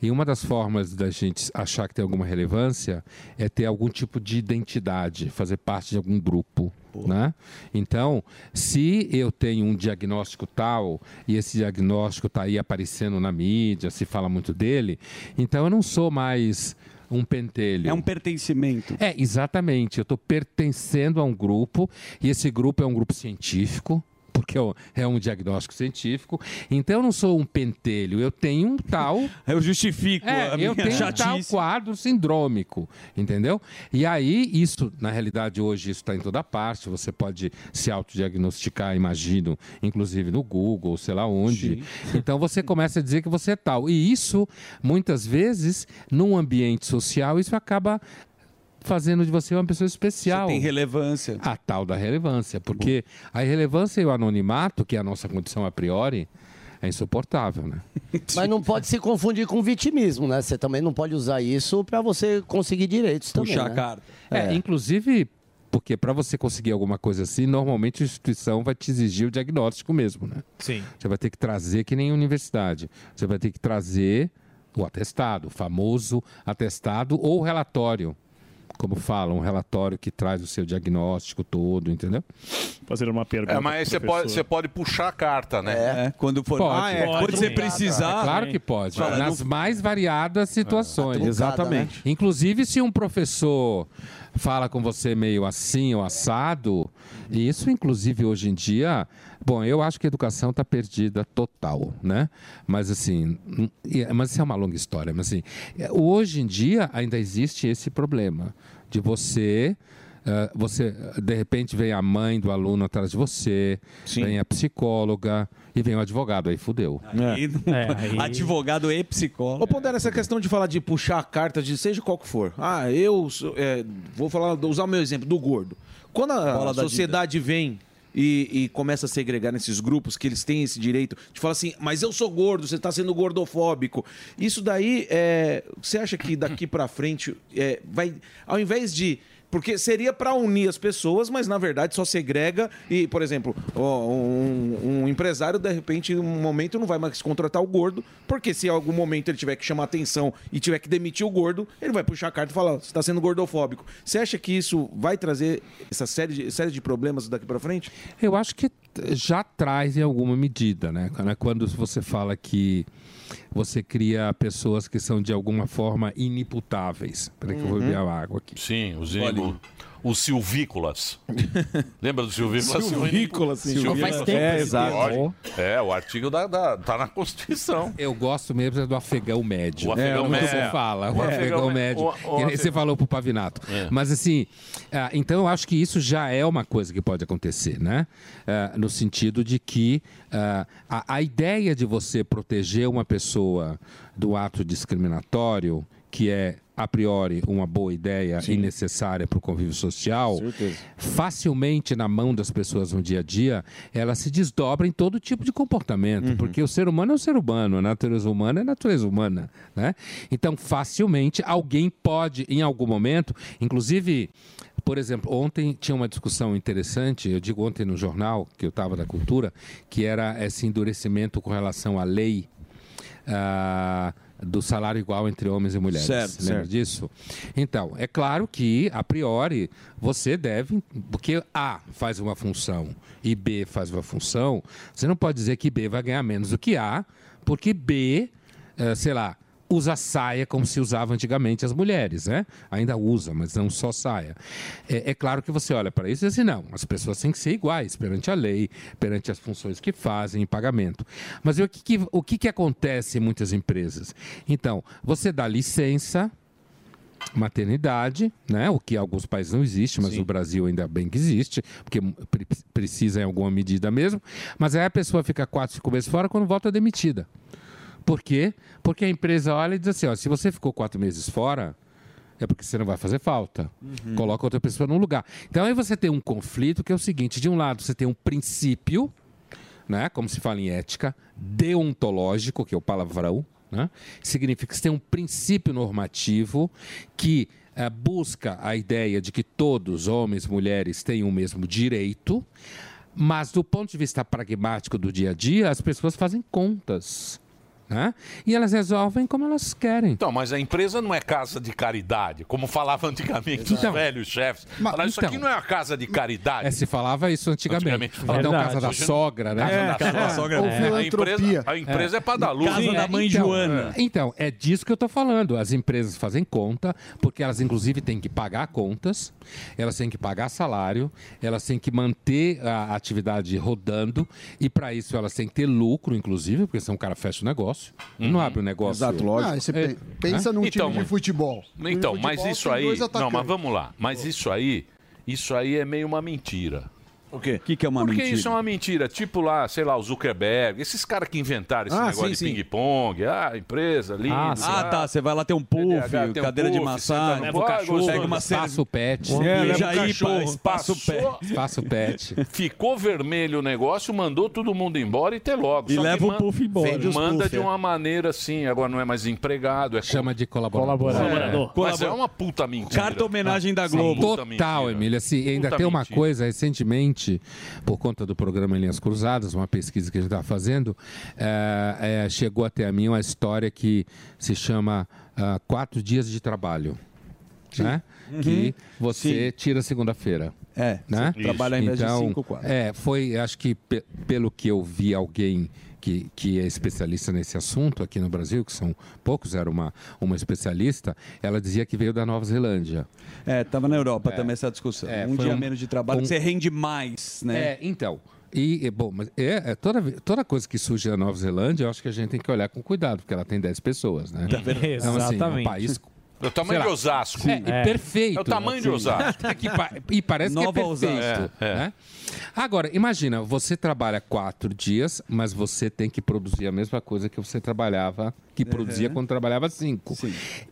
S15: E uma das formas da gente achar que tem alguma relevância é ter algum tipo de identidade, fazer parte de algum grupo. Né? Então, se eu tenho um diagnóstico tal e esse diagnóstico está aí aparecendo na mídia, se fala muito dele, então eu não sou mais um pentelho.
S5: É um pertencimento.
S15: É, exatamente. Eu estou pertencendo a um grupo e esse grupo é um grupo científico. Porque é um- é um diagnóstico científico. Então eu não sou um pentelho, eu tenho um tal.
S5: Eu justifico.
S15: É,
S5: a minha
S15: eu tenho um tal
S5: chatice.
S15: quadro sindrômico, entendeu? E aí, isso, na realidade, hoje isso está em toda parte. Você pode se autodiagnosticar, imagino, inclusive no Google, sei lá onde. Então você começa a dizer que você é tal. E isso, muitas vezes, num ambiente social, isso acaba fazendo de você uma pessoa especial.
S5: Tem relevância.
S15: A tal da relevância, porque a irrelevância e o anonimato, que é a nossa condição a priori, é insuportável, né?
S11: Mas não pode se confundir com vitimismo, né? Você também não pode usar isso pra você conseguir direitos também.
S15: Puxar a
S11: né?
S15: carta.
S11: É.
S15: É, inclusive, porque para você conseguir alguma coisa assim, normalmente a instituição vai te exigir o diagnóstico mesmo, né?
S24: Sim.
S15: Você vai ter que trazer que nem universidade. Você vai ter que trazer o atestado, o famoso atestado ou relatório. Como falam, um relatório que traz o seu diagnóstico todo, entendeu?
S10: Fazer uma pergunta.
S3: É, mas aí você pode, você pode puxar a carta, né?
S5: É, quando for- Pode. Ah, é, quando Pode. você precisar.
S15: É claro que pode.
S5: Fala,
S15: nas
S5: não-
S15: mais variadas situações.
S5: Trucada, Exatamente.
S15: Inclusive, se um professor fala com você meio assim ou assado, e isso, inclusive, hoje em dia. Bom, eu acho que a educação está perdida total, né? Mas assim, hum, e- mas isso é uma longa história. Mas assim, é, hoje em dia ainda existe esse problema de você ah, você de repente vem a mãe do aluno atrás de você, vem a psicóloga e vem o advogado, aí fudeu.
S5: Aí não-
S9: É,
S15: É,
S5: Advogado e psicólogo.
S9: Ô, Pondera, essa questão de falar de puxar a carta, de seja qual que for. Ah, eu sou- é, vou falar, usar o meu exemplo do gordo. Quando
S5: Bola
S9: a
S5: da
S9: sociedade vem e, e começa a segregar nesses grupos que eles têm esse direito de falar assim, mas eu sou gordo, você está sendo gordofóbico. Isso daí, é, você acha que daqui pra frente é, vai, ao invés de porque seria pra unir as pessoas, mas na verdade só segrega e, por exemplo, ó, um, um empresário de repente em um momento não vai mais contratar o gordo, porque se em algum momento ele tiver que chamar atenção e tiver que demitir o gordo, ele vai puxar a carta e falar, "Ó, você está sendo gordofóbico. Você acha que isso vai trazer essa série de, série de problemas daqui pra frente?
S15: Eu acho que t- já traz em alguma medida, né? Quando- Quando você fala que você cria pessoas que são de alguma forma inimputáveis. Peraí que eu vou
S3: Uhum.
S15: beber a água aqui.
S3: Sim, os, inimigos- os silvícolas. Lembra do silvícola?
S15: Silvícola, sim. Faz tempo né?
S3: É,
S15: esse
S3: exato.
S15: termo.
S3: É, o artigo da, da- tá na Constituição.
S15: Eu gosto mesmo é do afegão médio.
S3: O afegão
S15: é,
S3: médio.
S15: Você fala, o
S3: É.
S15: afegão
S3: O-
S15: médio.
S3: o- o
S15: que nem
S3: afegão- É.
S15: Você falou pro Pavinato. Mas assim, ah, então eu acho que isso já é uma coisa que pode acontecer, né? Ah, no sentido de que ah, a, a ideia de você proteger uma pessoa do ato discriminatório, que é a priori uma boa ideia e necessária para o convívio social, facilmente na mão das pessoas no dia a dia, ela se desdobra em todo tipo de comportamento,
S5: Uhum.
S15: porque o ser humano é o ser humano, a natureza humana é a natureza humana, né? Então, facilmente alguém pode em algum momento, inclusive por exemplo, ontem tinha uma discussão interessante, eu digo ontem no jornal, que eu estava da cultura, que era esse endurecimento com relação à lei ah, do salário igual entre homens e mulheres.
S5: Certo,
S15: Lembra
S5: certo.
S15: disso? Então, é claro que, a priori, você deve. Porque A faz uma função e B faz uma função, você não pode dizer que B vai ganhar menos do que A, porque B, eh, sei lá. usa saia como se usava antigamente as mulheres, né? Ainda usa, mas não só saia. É, é claro que você olha para isso e diz assim, não, as pessoas têm que ser iguais perante a lei, perante as funções que fazem em pagamento. Mas e o que, que- o que, que acontece em muitas empresas? Então, você dá licença maternidade, né? O que em alguns países não existe, mas no Brasil ainda bem que existe, porque pre- precisa em alguma medida mesmo. Mas aí a pessoa fica quatro, cinco meses fora, quando volta é demitida. Por quê? Porque a empresa olha e diz assim, ó, se você ficou quatro meses fora, é porque você não vai fazer falta. Coloca outra pessoa no lugar. Então aí você tem um conflito que é o seguinte: de um lado você tem um princípio né? como se fala em ética, deontológico, que é o palavrão, né? significa que você tem um princípio normativo que eh, busca a ideia de que todos, homens e mulheres, têm o mesmo direito, mas do ponto de vista pragmático do dia a dia, as pessoas fazem contas. Né? E elas resolvem como elas querem.
S3: Então, mas a empresa não é casa de caridade, como falava antigamente os
S15: Então.
S3: velhos chefes.
S15: Mas,
S3: Falaram, isso
S15: então.
S3: aqui não é uma casa de caridade.
S15: É, se falava isso antigamente.
S3: Antigamente.
S15: Falava, Então,
S3: Verdade.
S15: casa da
S3: Hoje-
S15: sogra, né?
S3: Casa da sogra. Ou
S15: A
S3: filantropia. A empresa é pra dar luz. Casa da mãe
S15: então,
S3: Joana.
S15: é. Então, é disso que eu tô falando. As empresas fazem conta, porque elas, inclusive, têm que pagar contas, elas têm que pagar salário, elas têm que manter a atividade rodando, e para isso elas têm que ter lucro, inclusive, porque senão o cara fecha o negócio.
S3: Uhum.
S15: Não abre o negócio. Ah,
S6: Exato, lógico. Não, Ah, você
S15: É.
S3: É.
S6: pe- pensa num time de futebol. Time de
S3: Então,
S6: futebol
S3: mas
S6: tem
S3: isso
S6: dois
S3: aí. Não,
S6: atacantes.
S3: mas vamos lá. Mas isso aí, isso aí é meio uma mentira.
S5: O quê? O que, que é uma
S3: Porque
S5: mentira?
S3: isso é uma mentira. Tipo lá, sei lá, o Zuckerberg, esses caras que inventaram esse
S5: Ah,
S3: negócio
S5: sim,
S3: de
S5: sim.
S3: ping-pong, ah, empresa, linda.
S5: Ah, sim. Ah, tá, você vai lá ter um puff,
S3: TDAH, tem um
S5: cadeira de
S3: puff,
S5: massagem,
S3: senta no banco,
S5: pega uma
S3: gostoso.
S5: cerve-
S15: pet.
S5: É,
S15: leva
S5: já
S15: o
S5: aí,
S15: cachorro,
S5: pô, espaço
S3: passou-
S5: pet.
S15: Espaço pet.
S3: Ficou vermelho o negócio, mandou todo mundo embora e até logo.
S15: E
S3: Só que
S15: leva o
S3: man-
S15: puff embora.
S3: Vende os Manda
S15: puff,
S3: de
S15: é.
S3: uma maneira assim, agora não é mais empregado. É
S15: Chama de colaborador. Colaborador.
S3: Mas é
S15: Colabor-
S3: uma puta mentira.
S5: Carta homenagem da
S15: Sim,
S5: Globo.
S3: Puta
S15: Total, Emília. Assim, e ainda
S3: Puta
S15: tem uma
S3: mentira.
S15: coisa, recentemente, por conta do programa Linhas Cruzadas, uma pesquisa que a gente estava fazendo, eh, eh, chegou até a mim uma história que se chama ah, Quatro Dias de Trabalho. Né?
S5: Uhum.
S15: Que você
S5: Sim.
S15: tira segunda-feira.
S5: É,
S15: né?
S5: você trabalha ao invés de
S15: então,
S5: cinco, quatro.
S15: É, foi, acho que pe- pelo que eu vi alguém que, que é especialista nesse assunto aqui no Brasil, que são poucos, era uma, uma especialista, ela dizia que veio da Nova Zelândia.
S5: É, tava na Europa também essa discussão. um
S15: foi
S5: dia
S15: um-
S5: menos de trabalho,
S15: um-
S5: que você rende mais, né?
S15: É, então. E, e, bom, mas é, é toda, ve- toda coisa que surge na Nova Zelândia, eu acho que a gente tem que olhar com cuidado, porque ela tem 10 pessoas, né?
S3: Tá vendo?
S15: Assim, é um
S3: Exatamente.
S15: país.
S3: Do tamanho
S15: sei
S3: de Osasco.
S15: É, e
S3: É.
S15: Perfeito. assim.
S3: É o tamanho de
S15: Sim.
S3: Osasco.
S15: Que pa- e parece
S3: Nova
S15: que é perfeito.
S3: Osasco. É, é.
S15: né? Agora, imagina, você trabalha quatro dias, mas você tem que produzir a mesma coisa que você trabalhava, que produzia quando trabalhava cinco.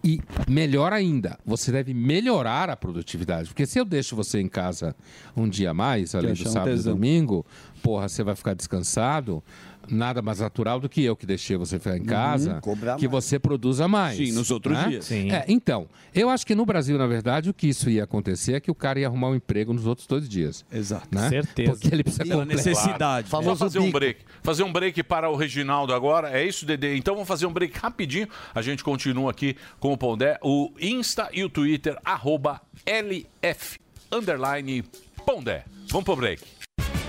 S15: E melhor ainda, você deve melhorar a produtividade. Porque se eu deixo você em casa um dia a mais, além
S5: eu
S15: do
S5: chamo
S15: sábado e
S5: tesão.
S15: domingo, porra, você vai ficar descansado. Nada mais natural do que eu que deixei você ficar em casa,
S5: cobrar
S15: que você produza mais.
S5: Sim, nos outros
S15: né?
S5: dias. Sim.
S15: É, então, eu acho que no Brasil, na verdade, o que isso ia acontecer é que o cara ia arrumar um emprego nos outros dois dias.
S5: Exato.
S15: Né?
S5: Certeza.
S15: Porque ele precisa
S5: Pela
S15: completar.
S5: necessidade.
S3: Vamos fazer um break. Fazer um break para o Reginaldo agora. É isso, Dedê? Então vamos fazer um break rapidinho. A gente continua aqui com o Pondé. O Insta e o Twitter, arroba LF, underline Pondé. Vamos pro break.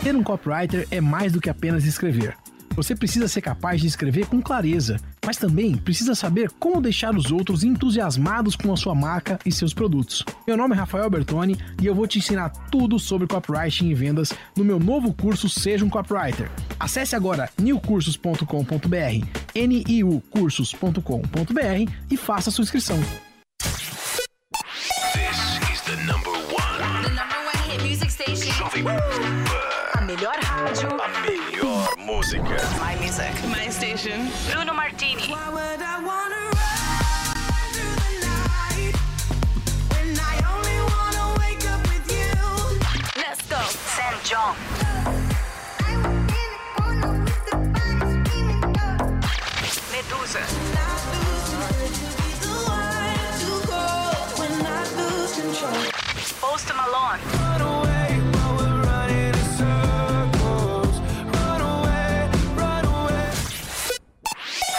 S24: Ter um copywriter é mais do que apenas escrever. Você precisa ser capaz de escrever com clareza, mas também precisa saber como deixar os outros entusiasmados com a sua marca e seus produtos. Meu nome é Rafael Bertoni e eu vou te ensinar tudo sobre copywriting e vendas no meu novo curso Seja um Copywriter. Acesse agora newcursos.com.br, niucursos.com.br e faça sua inscrição.
S1: This is the number one. The number one hit music station. Jovem A melhor rádio. A melhor música. My music. My station. Bruno Martini. Why would I wanna run through the night when I only wanna wake up with you? Let's go. Sam John. Medusa. Post Malone. Run away while we're running in circles. Run away, run away.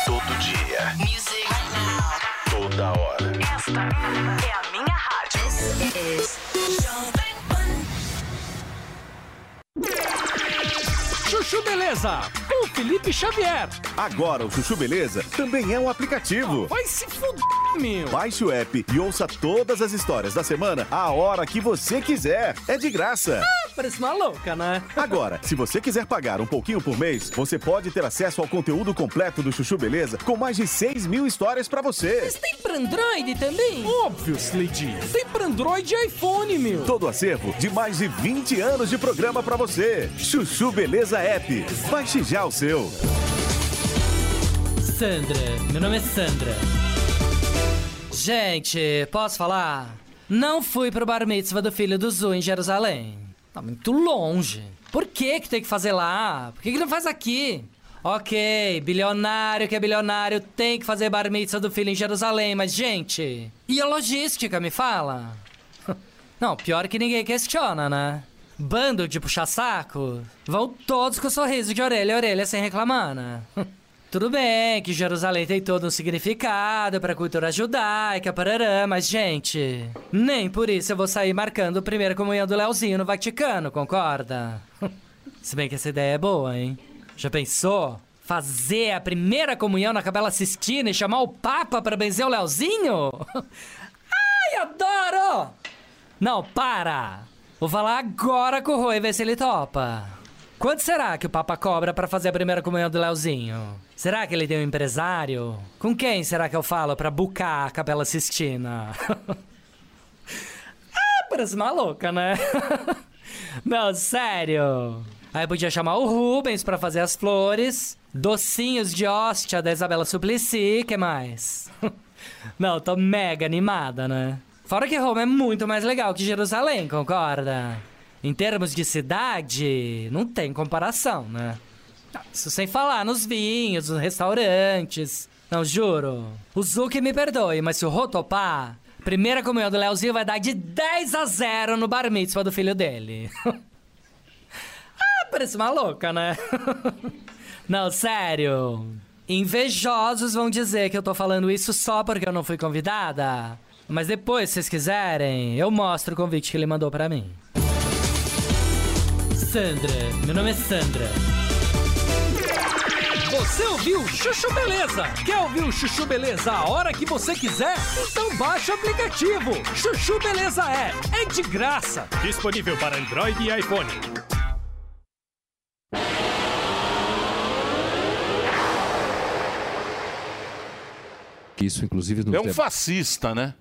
S1: Todo dia. Music right now. Toda hora. Esta é a minha rádio. This is Jovem
S25: Chuchu Beleza, com Felipe Xavier.
S14: Agora o Chuchu Beleza também é um
S1: Ah,
S14: aplicativo.
S25: Vai se fuder, meu.
S14: Baixe o app e ouça todas as histórias da semana a hora que você quiser. É de graça.
S25: Ah, parece uma louca, né?
S14: Agora, se você quiser pagar um pouquinho por mês, você pode ter acesso ao conteúdo completo do Chuchu Beleza com mais de 6 mil histórias pra você.
S25: Mas tem pra Android também?
S14: Óbvio, Slade.
S25: Tem pra Android e iPhone, meu.
S14: Todo o acervo de mais de 20 anos de programa pra você. Chuchu Beleza App. Baixe já o seu.
S25: Sandra, meu nome é Sandra. Gente, posso falar? Não fui pro bar mitzvah do filho do Zu em Jerusalém. Tá muito longe. Por que que tem que fazer lá? Por que que não faz aqui? Ok, bilionário que é bilionário tem que fazer bar mitzvah do filho em Jerusalém, mas gente... E a logística, me fala? Não, pior que ninguém questiona, né? Bando de puxa-saco, vão todos com sorriso de orelha a orelha sem reclamar, né? Tudo bem que Jerusalém tem todo um significado pra cultura judaica, parará, mas, gente, nem por isso eu vou sair marcando a primeira comunhão do Leozinho no Vaticano, concorda? Se bem que essa ideia é boa, hein? Já pensou? Fazer a primeira comunhão na Cabela Sistina e chamar o Papa pra benzer o Leozinho? Ai, adoro! Não, para! Vou falar agora com o Rui e ver se ele topa. Quanto será que o Papa cobra pra fazer a primeira comunhão do Leozinho? Será que ele tem um empresário? Com quem será que eu falo pra bucar a Capela Sistina? ah, parece uma louca, né? Não, sério. Aí eu podia chamar o Rubens pra fazer as flores, docinhos de hóstia da Isabela Suplicy, que mais? Não, tô mega animada, né? Fora que Roma é muito mais legal que Jerusalém, concorda? Em termos de cidade, não tem comparação, né? Isso sem falar nos vinhos, nos restaurantes. Não, juro. O Zuki me perdoe, mas se o Rô topar, primeira comunhão do Leozinho vai dar de 10 a 0 no bar mitzvah do filho dele. ah, parece uma louca, né? não, sério. Invejosos vão dizer que eu tô falando isso só porque eu não fui convidada. Mas depois, se vocês quiserem, eu mostro o convite que ele mandou pra mim. Sandra, meu nome é Sandra.
S26: Você ouviu Chuchu Beleza? Quer ouvir o Chuchu Beleza a hora que você quiser? Então baixa o aplicativo. Chuchu Beleza é, é de graça.
S27: Disponível para Android e iPhone.
S15: Que isso, inclusive, não
S3: É um fascista, né?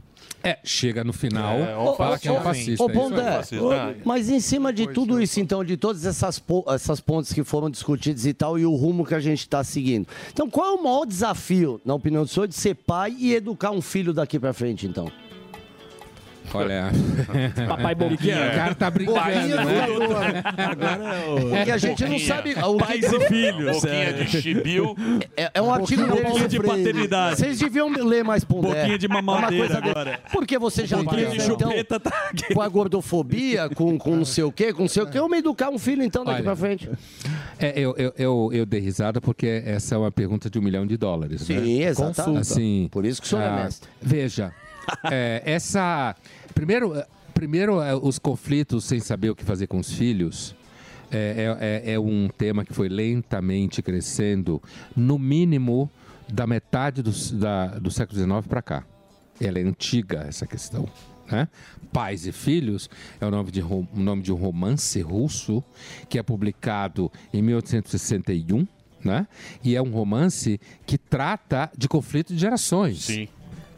S15: É, chega no final,
S3: É, é um
S15: fala que é um fascista.
S11: Ô,
S15: é isso aí.
S11: Pondé, ô, mas em cima de
S15: né?
S11: tudo isso, então, de todas essas, po- essas pontes que foram discutidas e tal, e o rumo que a gente está seguindo. Então, qual é o maior desafio, na opinião do senhor, de ser pai e educar um filho daqui para frente, então?
S15: Olha. É,
S11: Papai Boquinha.
S15: O cara tá
S3: é
S15: brincando.
S11: Boquinha
S15: né?
S11: do Porque a gente não sabe. o que-
S15: Pais e filhos.
S3: Boquinha de chibiu.
S11: É, é um artigo
S3: Boquinha-
S11: dele
S3: Boquinha de
S11: sobre-
S3: paternidade.
S11: Vocês deviam ler mais Pondé.
S3: Boquinha de mamadeira
S11: É uma coisa
S3: agora.
S11: Porque você já
S3: Boquinha de tá
S11: pensa, então, com a gordofobia, com, com não sei o quê, com não sei o quê. Eu me educar um filho, então, daqui
S15: Olha,
S11: pra frente.
S15: É, eu, eu, eu, eu dei risada porque essa é uma pergunta de um milhão de dólares. né?
S11: Sim, exatamente. Consulta.
S15: Assim,
S11: Por isso que o senhor é
S15: ah,
S11: mestre.
S15: Veja, é, essa. Primeiro, eh, primeiro eh, os conflitos sem saber o que fazer com os filhos. É, é- é- é um tema que foi lentamente crescendo, no mínimo da metade do, s- da- do século XIX para cá. Ela é antiga, essa questão. né? Pais e Filhos é o nome de, ro- o nome de um romance russo que é publicado em 1861, né? E é um romance que trata de conflito de gerações. Sim.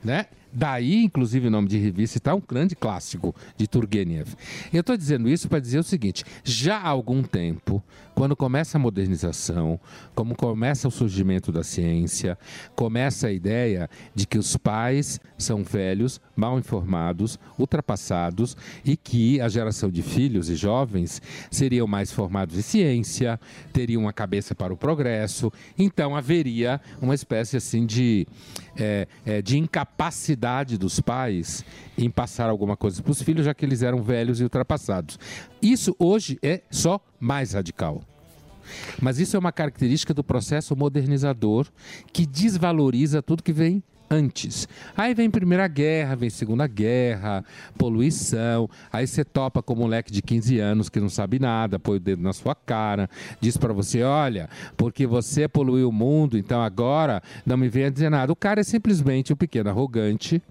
S15: Né? Daí, inclusive, o nome de revista está um grande clássico de Turgenev. Eu estou dizendo isso para dizer o seguinte: já há algum tempo, quando começa a modernização, como começa o surgimento da ciência, começa a ideia de que os pais são velhos, mal informados, ultrapassados e que a geração de filhos e jovens seriam mais formados em ciência, teriam uma cabeça para o progresso, então haveria uma espécie assim de, é, é, de incapacidade dos pais em passar alguma coisa para os filhos, já que eles eram velhos e ultrapassados. Isso hoje é só mais radical. Mas isso é uma característica do processo modernizador que desvaloriza tudo que vem antes. Aí vem Primeira Guerra, vem Segunda Guerra, poluição. Aí você topa com um moleque de 15 anos que não sabe nada, põe o dedo na sua cara, diz pra você: olha, porque você poluiu o mundo, então agora não me venha dizer nada. O cara é simplesmente um pequeno arrogante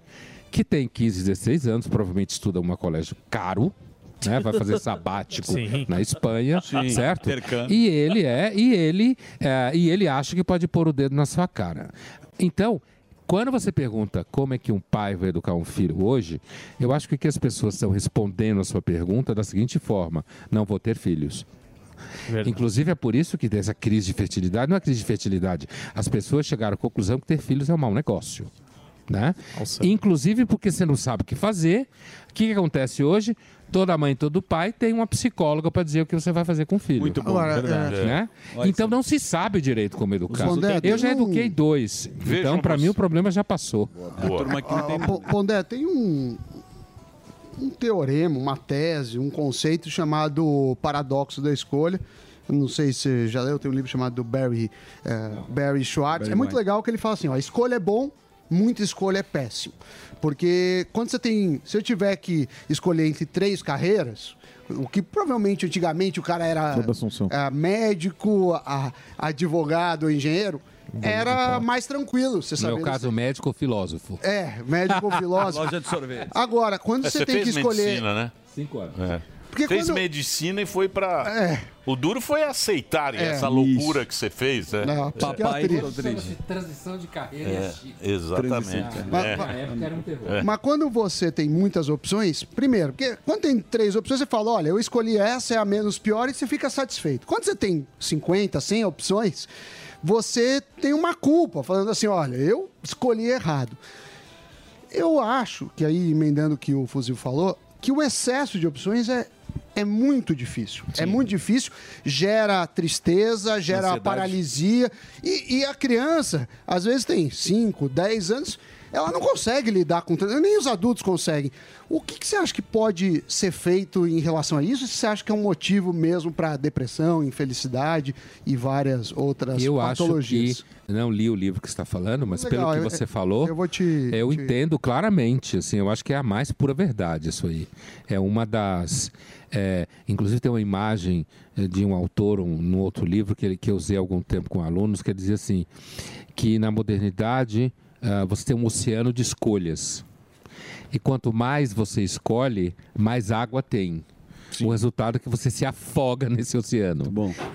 S15: que tem 15, 16 anos, provavelmente estuda um colégio caro. né? Vai fazer sabático
S21: Sim.
S15: na Espanha,
S21: Sim,
S15: certo?
S21: intercâmbio.
S15: E ele é, e ele, é, e ele acha que pode pôr o dedo na sua cara. Então, quando você pergunta como é que um pai vai educar um filho hoje, eu acho que o que as pessoas estão respondendo a sua pergunta é da seguinte forma: não vou ter filhos. Inclusive é por isso que tem essa crise de fertilidade. Não é crise de fertilidade. As pessoas chegaram à conclusão que ter filhos é um mau negócio. Né? Inclusive porque você não sabe o que fazer. O que, que acontece hoje? Toda mãe, todo pai tem uma psicóloga para dizer o que você vai fazer com o filho.
S21: Muito bom, Agora, verdade. é.
S15: Né? Então não se sabe direito como educar.
S6: Pondé, tem
S15: Eu já
S6: um-
S15: eduquei dois. então, para mim, o problema já passou.
S6: Ah, Po- Pondé, tem um, um teorema, uma tese, um conceito chamado paradoxo da escolha. Eu Não sei se você já leu, tem um livro chamado do Barry, eh, Barry Schwartz.
S16: Barry
S6: é muito
S16: White.
S6: legal que ele fala assim: ó, a escolha é bom, muita escolha é péssimo. Porque quando você tem. Se eu tiver que escolher entre três carreiras, o que provavelmente antigamente o cara era
S16: Toda Assunção.
S6: ah, médico, a- advogado, engenheiro, era mais tranquilo. Você
S15: No
S6: sabia
S15: meu caso, médico ou filósofo.
S6: é, médico ou filósofo.
S15: Loja de sorvete.
S6: Agora, quando
S15: É,
S6: você
S15: você
S6: tem que
S15: fez
S6: escolher.
S15: medicina,
S3: né?
S15: Cinco anos.
S6: Porque
S3: fez
S6: quando-
S3: medicina e foi pra.
S6: É.
S3: O duro foi aceitar
S6: É.
S3: essa loucura que você fez, né?
S6: Não,
S3: É.
S6: papai e Rodrigues.
S15: Transição de carreira
S3: É, exatamente.
S15: Transição.
S3: É.
S15: Na época era um terror.
S3: É.
S6: Mas quando você tem muitas opções, primeiro, porque quando tem três opções, você fala, olha, eu escolhi essa, é a menos pior, e você fica satisfeito. Quando você tem 50, 100 opções, você tem uma culpa, falando assim, olha, eu escolhi errado. Eu acho que aí, emendando o que o Fuzil falou, que o excesso de opções é, é muito difícil. É muito difícil, gera tristeza, gera
S17: Ansiedade.
S6: paralisia. E, e a criança, às vezes, tem 5, 10 anos, ela não consegue lidar com tanto. Nem os adultos conseguem. O que, que você acha que pode ser feito em relação a isso? Você acha que é um motivo mesmo para depressão, infelicidade e várias outras
S15: eu acho
S6: patologias?
S15: que não li o livro que está falando, mas
S6: Legal,
S15: pelo
S6: eu-
S15: que você falou,
S6: eu vou te-
S15: eu
S6: te-
S15: entendo claramente. Assim, eu acho que é a mais pura verdade isso aí. É uma das, é, inclusive tem uma imagem eh, de um autor um, num outro livro que, ele- que eu usei há algum tempo com alunos que ele dizia assim que na modernidade ah, você tem um oceano de escolhas e quanto mais você escolhe, mais água tem. O resultado é que você se afoga nesse oceano.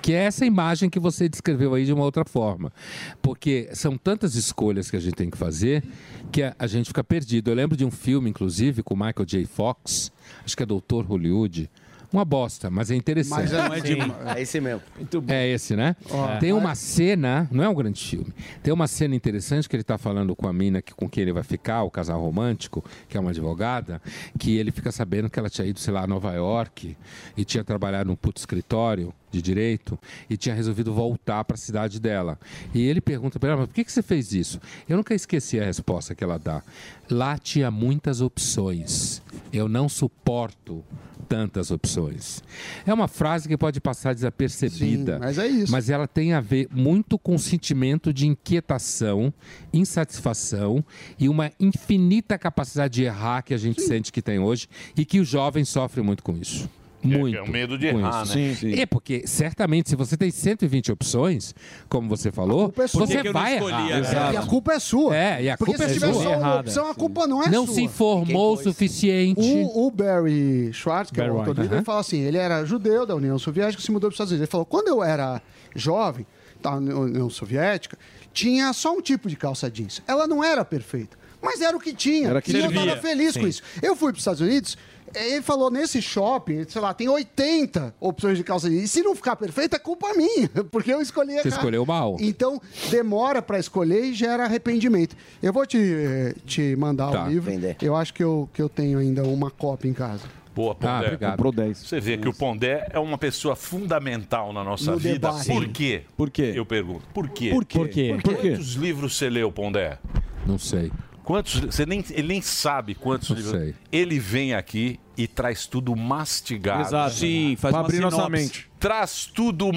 S15: Que é essa imagem que você descreveu aí de uma outra forma. Porque são tantas escolhas que a gente tem que fazer que a, a gente fica perdido. Eu lembro de um filme, inclusive, com Michael J. Fox, acho que é Doutor Hollywood. Uma bosta, mas é interessante.
S11: Mas é, é esse mesmo.
S15: É esse, né?
S11: Ó.
S15: Tem uma cena, não é um grande filme, tem uma cena interessante que ele tá falando com a mina que, com quem ele vai ficar, o casal romântico, que é uma advogada, que ele fica sabendo que ela tinha ido, sei lá, a Nova York e tinha trabalhado num puto escritório de direito e tinha resolvido voltar para a cidade dela. E ele pergunta para ela, mas por que, que você fez isso? Eu nunca esqueci a resposta que ela dá. Lá tinha muitas opções. Eu não suporto tantas opções. É uma frase que pode passar desapercebida. mas é isso. Mas ela tem a ver muito com o sentimento de inquietação, insatisfação e uma infinita capacidade de errar que a gente sente que tem hoje e que o jovem sofre muito com isso. Muito.
S3: É o medo de
S15: com
S3: errar,
S15: isso.
S3: né?
S15: É porque certamente se você tem 120 opções, como você falou,
S6: culpa é sua.
S15: você vai errar.
S6: E a culpa é sua.
S15: É, e a
S6: Porque
S15: culpa
S6: se
S15: é
S6: tiver
S15: sua.
S6: só uma
S15: Errada,
S6: opção, a culpa não é
S15: Não
S6: sua.
S15: se informou o suficiente.
S6: O, o Barry Schwartz, que é o
S15: Barry
S6: autor
S15: White,
S6: do livro,
S15: aham.
S6: ele fala assim, ele era judeu da União Soviética e se mudou para os Estados Unidos. Ele falou, quando eu era jovem, da União Soviética, tinha só um tipo de calça jeans. Ela não era perfeita, mas era o que tinha.
S16: Era que
S6: e eu
S16: servia.
S6: estava feliz com
S16: Sim.
S6: isso. Eu fui para os Estados Unidos, ele falou, nesse shopping, sei lá, tem 80 opções de calça jeans. E se não ficar perfeita, é culpa minha, porque eu escolhi
S15: Você
S6: errado.
S15: escolheu mal.
S6: Então, demora para escolher e gera arrependimento. Eu vou te, eh, te mandar
S3: Tá.
S6: o livro.
S3: Vender.
S6: Eu acho que eu, que eu tenho ainda uma cópia em casa.
S3: Boa,
S5: Ah,
S3: Pondé.
S16: obrigado. Comprou 10.
S3: Você vê que o Pondé é uma pessoa fundamental na nossa
S16: No
S3: vida.
S16: debate.
S3: Por
S16: Sim.
S3: quê? Por quê? Eu pergunto. Por quê?
S16: Por quê? Por quê? Por quê?
S3: Quantos livros você leu, Pondé?
S15: Não sei.
S3: Quantos? Você nem, ele nem sabe quantos
S15: Não
S3: livros.
S15: sei.
S3: Ele vem aqui e traz tudo mastigado.
S5: Exato. Sim, faz Pra uma abrir nossa sinopse. mente.
S3: Traz tudo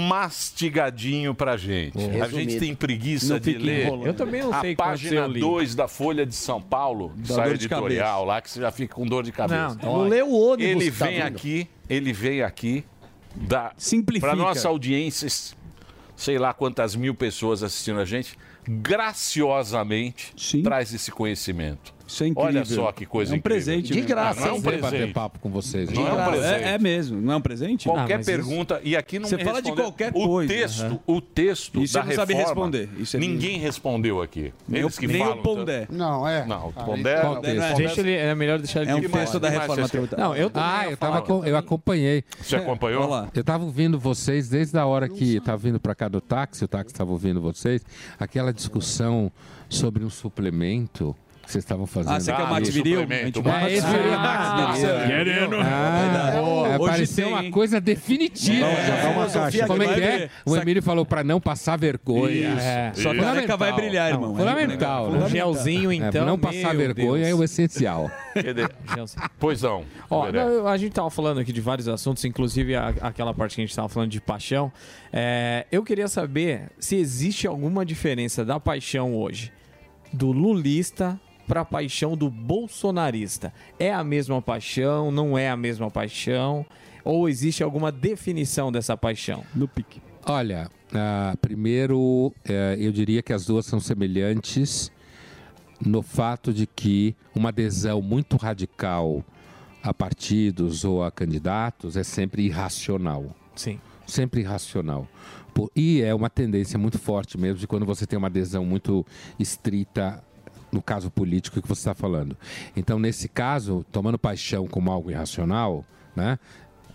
S3: mastigadinho pra gente. A
S5: Resumido.
S3: gente tem preguiça
S5: Não
S3: de
S5: fica
S3: ler.
S5: enrolando. Eu também não
S3: a
S5: sei quanto
S3: página
S5: eu li.
S3: 2 da Folha de São Paulo,
S5: Dá
S3: sai o
S5: dor de
S3: editorial
S5: cabeça.
S3: lá que você já fica com dor de cabeça.
S5: Não, não lê o ônibus
S3: Ele
S5: que tá
S3: vem
S5: vindo.
S3: aqui, ele vem aqui da
S5: Simplifica.
S3: Para nossa audiência, sei lá quantas mil pessoas assistindo a gente, graciosamente traz esse conhecimento.
S5: Isso é incrível.
S3: Olha só que coisa
S5: É um
S3: incrível.
S5: presente. mesmo.
S3: Não, não é um
S5: Prazer
S3: presente.
S5: com vocês.
S3: Não é um presente.
S5: É, é mesmo. Não é um presente?
S3: Qualquer
S5: Ah, mas
S3: pergunta,
S5: isso-
S3: e aqui não
S5: Você
S3: me
S5: fala de
S3: respondeu.
S5: qualquer
S3: o
S5: coisa.
S3: Texto,
S5: Aham.
S3: O texto
S5: Isso
S3: da
S5: ele não sabe
S3: reforma,
S5: responder. Isso é
S3: ninguém respondeu aqui.
S5: Nem
S3: Eles
S5: o-
S3: que
S5: nem o
S3: falam
S5: Pondé.
S3: tanto.
S6: Não, é.
S3: Não, o
S6: Ah,
S3: Pondé...
S15: Qual texto?
S17: Deixa ele, é melhor
S5: Tá
S17: deixar ele
S15: É um
S3: Que mais-
S15: texto da
S3: que mais
S15: reforma
S3: vocês querem?
S15: tributária. Não, eu Ah, eu tava com- eu acompanhei.
S3: Você acompanhou?
S15: Olha lá. Eu tava ouvindo vocês desde a hora que tava vindo para cá do táxi, o táxi tava ouvindo vocês, aquela discussão sobre um suplemento que vocês estavam fazendo.
S5: Ah, você quer o
S15: aqui.
S5: Max Viril? A gente vai-
S15: É, esse aí é o Max Viril.
S5: Ah, querendo.
S15: Ah,
S5: É,
S15: boa.
S5: hoje
S15: Apareceu
S5: tem,
S15: uma
S5: hein?
S15: coisa definitiva.
S5: É, já dá uma caixa.
S15: Como é que
S5: Vai ver.
S15: é? O Emílio falou para não passar vergonha.
S5: Isso.
S15: É.
S5: Só que a
S15: Fundamental.
S5: caneca vai brilhar, irmão. É
S15: Não, Fundamental. né?
S17: O gelzinho,
S15: É, pra
S17: então,
S15: Não passar
S17: meu
S15: vergonha
S17: Deus.
S15: é o essencial.
S3: Pois não.
S17: Ó,
S3: André.
S17: não, eu- a gente tava falando aqui de vários assuntos, inclusive a- aquela parte que a gente tava falando de paixão. É, eu queria saber se existe alguma diferença da paixão hoje do lulista pra paixão do bolsonarista. É a mesma paixão? Não é a mesma paixão? Ou existe alguma definição dessa paixão?
S5: No pique.
S15: Olha, ah, primeiro eh, eu diria que as duas são semelhantes no fato de que uma adesão muito radical a partidos ou a candidatos é sempre irracional.
S17: Sim.
S15: Sempre irracional. Por- e é uma tendência muito forte mesmo de quando você tem uma adesão muito estrita no caso político que você está falando. Então, nesse caso, tomando paixão como algo irracional, né?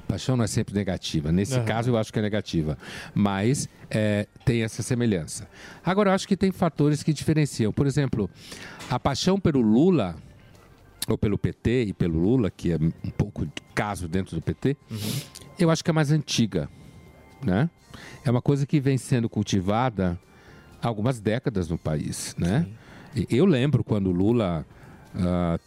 S15: Paixão não é sempre negativa. Nesse
S17: Aham.
S15: caso, eu acho que é negativa. Mas é, tem essa semelhança. Agora, eu acho que tem fatores que diferenciam. Por exemplo, a paixão pelo Lula, ou pelo PT e pelo Lula, que é um pouco de caso dentro do PT, eu acho que é mais antiga. Né? É uma coisa que vem sendo cultivada há algumas décadas no país. Né? E Eu lembro quando o Lula ah,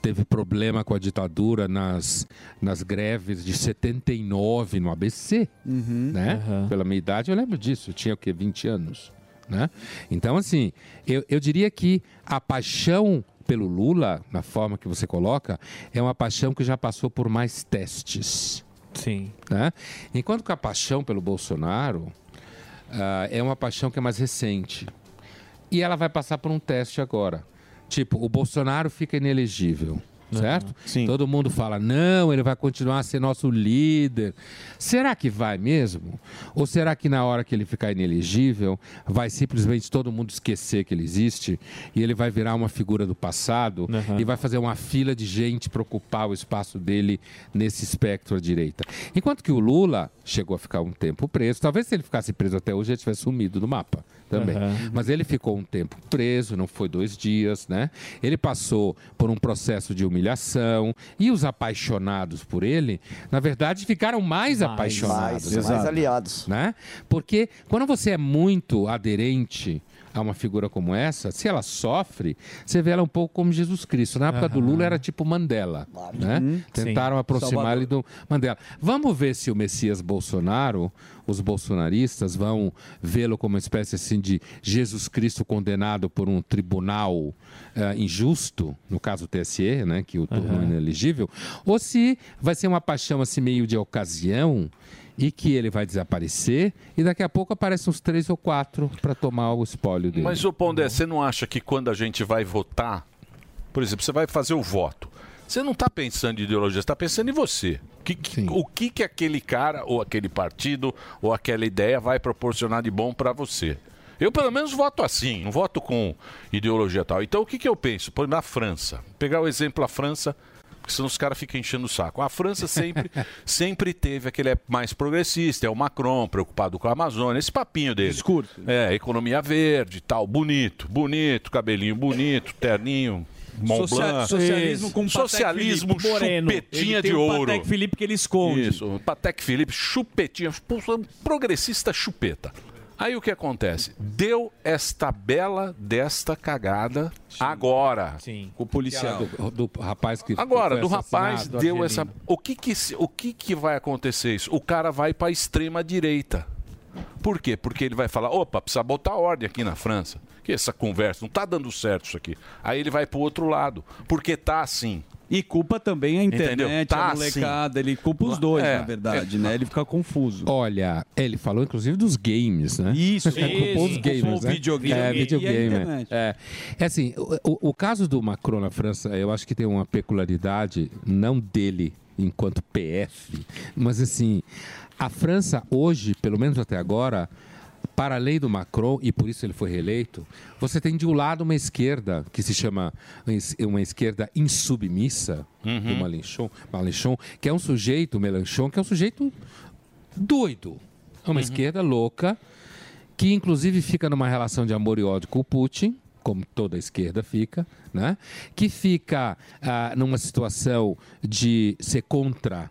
S15: teve problema com a ditadura nas, nas greves de 79 no ABC,
S8: Uhum.
S1: Uhum.
S15: né? Pela minha idade, eu lembro disso. Eu tinha o quê? 20 anos, né? Então, assim, eu, eu diria que a paixão pelo Lula, na forma que você coloca, é uma paixão que já passou por mais testes.
S17: Sim.
S15: Né? Enquanto que a paixão pelo Bolsonaro ah, é uma paixão que é mais recente. E ela vai passar por um teste agora. Tipo, o Bolsonaro fica inelegível. Certo? Sim. Todo mundo fala, não, ele vai continuar a ser nosso líder. Será que vai mesmo? Ou será que na hora que ele ficar inelegível, vai simplesmente todo mundo esquecer que ele existe e ele vai virar uma figura do passado e vai fazer uma fila de gente para ocupar o espaço dele nesse espectro à direita? Enquanto que o Lula chegou a ficar um tempo preso, talvez se ele ficasse preso até hoje, ele tivesse sumido do mapa também.
S17: Aham.
S15: Mas ele ficou um tempo preso, não foi dois dias, né? Ele passou por um processo de humilhação e os apaixonados por ele, na verdade, ficaram mais,
S11: Mais,
S15: apaixonados.
S11: mais, mais
S15: Exato.
S11: aliados.
S15: Né? Porque quando você é muito aderente a uma figura como essa, se ela sofre, você vê ela um pouco como Jesus Cristo. Na época do Lula era tipo Mandela, né?
S5: Uhum.
S15: Tentaram
S5: Sim.
S15: aproximar ele do Mandela. Vamos ver se o Messias Bolsonaro, os bolsonaristas vão vê-lo como uma espécie assim de Jesus Cristo condenado por um tribunal eh, injusto, no caso o TSE, né, que o tornou inelegível, ou se vai ser uma paixão assim meio de ocasião e que ele vai desaparecer e daqui a pouco aparecem uns três ou quatro para tomar o espólio dele.
S3: Mas, ô Pondé, você não acha que quando a gente vai votar, por exemplo, você vai fazer o voto, você não está pensando em ideologia, você está pensando em você. O que, que- o que, que aquele cara, ou aquele partido, ou aquela ideia vai proporcionar de bom para você? Eu, pelo menos, voto assim, não voto com ideologia tal. Então, o que, que eu penso? Por exemplo, na França. Vou pegar o exemplo da França, porque senão os caras ficam enchendo o saco. A França sempre, sempre teve aquele é mais progressista, é o Macron, preocupado com a Amazônia, esse papinho dele. Discurso. É, economia verde e tal, bonito, bonito, cabelinho bonito, terninho, Mont
S5: Socia-
S3: Blanc.
S5: socialismo com Patek
S3: Socialismo
S5: Philippe, moreno.
S3: chupetinha
S5: Ele
S3: de
S5: tem o
S3: ouro.
S5: Patek Philippe que ele esconde.
S3: Isso, Patek Felipe, chupetinha, um progressista chupeta. Aí o que acontece? Deu esta bela desta cagada agora. Sim.
S15: O policial. Do, do rapaz que.
S3: Agora,
S15: foi
S3: do rapaz
S15: assassinado,
S3: deu
S15: Angelina.
S3: essa. O que que, se- o que que vai acontecer isso? O cara vai para a extrema direita. Por quê? Porque ele vai falar: opa, precisa botar ordem aqui na França. Que essa conversa, não tá dando certo isso aqui. Aí ele vai pro outro lado. Porque tá assim.
S5: E culpa também a
S3: Entendeu?
S5: internet,
S3: Tá
S5: a molecada, ele culpa os
S15: É,
S5: dois, na verdade, né? Ele fica confuso.
S15: Olha, ele falou inclusive dos games, né?
S5: Isso,
S15: É, culpou os
S5: isso,
S15: games,
S5: culpou o
S15: né?
S5: videogame
S15: É,
S5: e a
S15: videogame.
S5: internet.
S15: é. É assim, o, o- o caso do Macron na França, eu acho que tem uma peculiaridade, não dele enquanto PF, mas assim, a França hoje, pelo menos até agora, para a lei do Macron, e por isso ele foi reeleito, você tem de um lado uma esquerda que se chama es- uma esquerda insubmissa,
S5: Uhum.
S15: do Malenchon, Malenchon, que é um sujeito, Melanchon, que é um sujeito doido. É
S3: Uhum.
S15: uma esquerda louca, que inclusive fica numa relação de amor e ódio com o Putin, como toda a esquerda fica, né? que fica ah, numa situação de ser contra,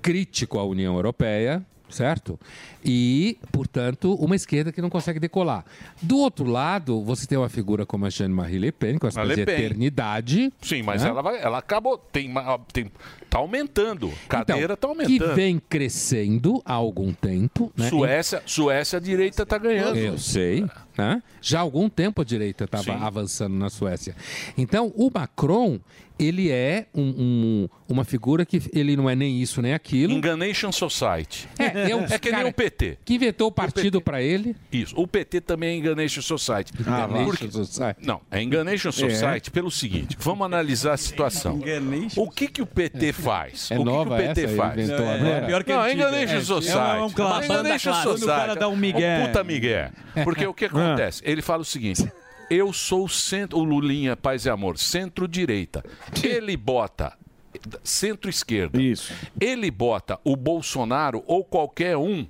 S15: crítico à União Europeia, certo? E, portanto, uma esquerda que não consegue decolar. Do outro lado, você tem uma figura como a Jeanne-Marie Le Pen, com
S3: A
S15: essa
S3: Le Pen. Tá
S15: eternidade.
S3: Sim, mas
S15: né?
S3: ela, vai, ela acabou. Tem, ma- tem, tá aumentando. Cadeira
S15: Então,
S3: tá aumentando.
S15: Que vem crescendo há algum tempo. Né?
S3: Suécia, Suécia, a direita tá ganhando.
S15: Eu sei. Né? Já há algum tempo a direita estava avançando na Suécia. Então, o Macron, ele é um- um- uma figura que ele não é nem isso nem aquilo.
S3: Enganation Society.
S15: É, é um
S3: que nem
S15: cara
S3: o PT.
S15: Que inventou o partido para ele.
S3: Isso. O PT também é Enganation Society.
S15: Ah,
S3: Por
S15: Enganation
S3: quê?
S15: Society.
S3: Não, é Enganation Society pelo seguinte. Vamos analisar a situação. O que, que o PT faz?
S15: É
S3: o que
S15: nova
S3: que o PT
S15: essa aí,
S3: faz?
S15: inventou agora?
S3: pior que
S15: Não,
S3: não,
S15: é
S3: Enganation Society.
S15: É um- é um clássico.
S3: Enganation
S15: Quando o
S3: Society.
S15: cara dá um migué.
S3: Ô, puta migué. Porque
S15: Ah.
S3: o que acontece? Ele fala o seguinte... Eu sou o centro, o Lulinha, paz e amor, centro-direita. Ele bota centro-esquerda. Isso. Ele bota o Bolsonaro ou qualquer um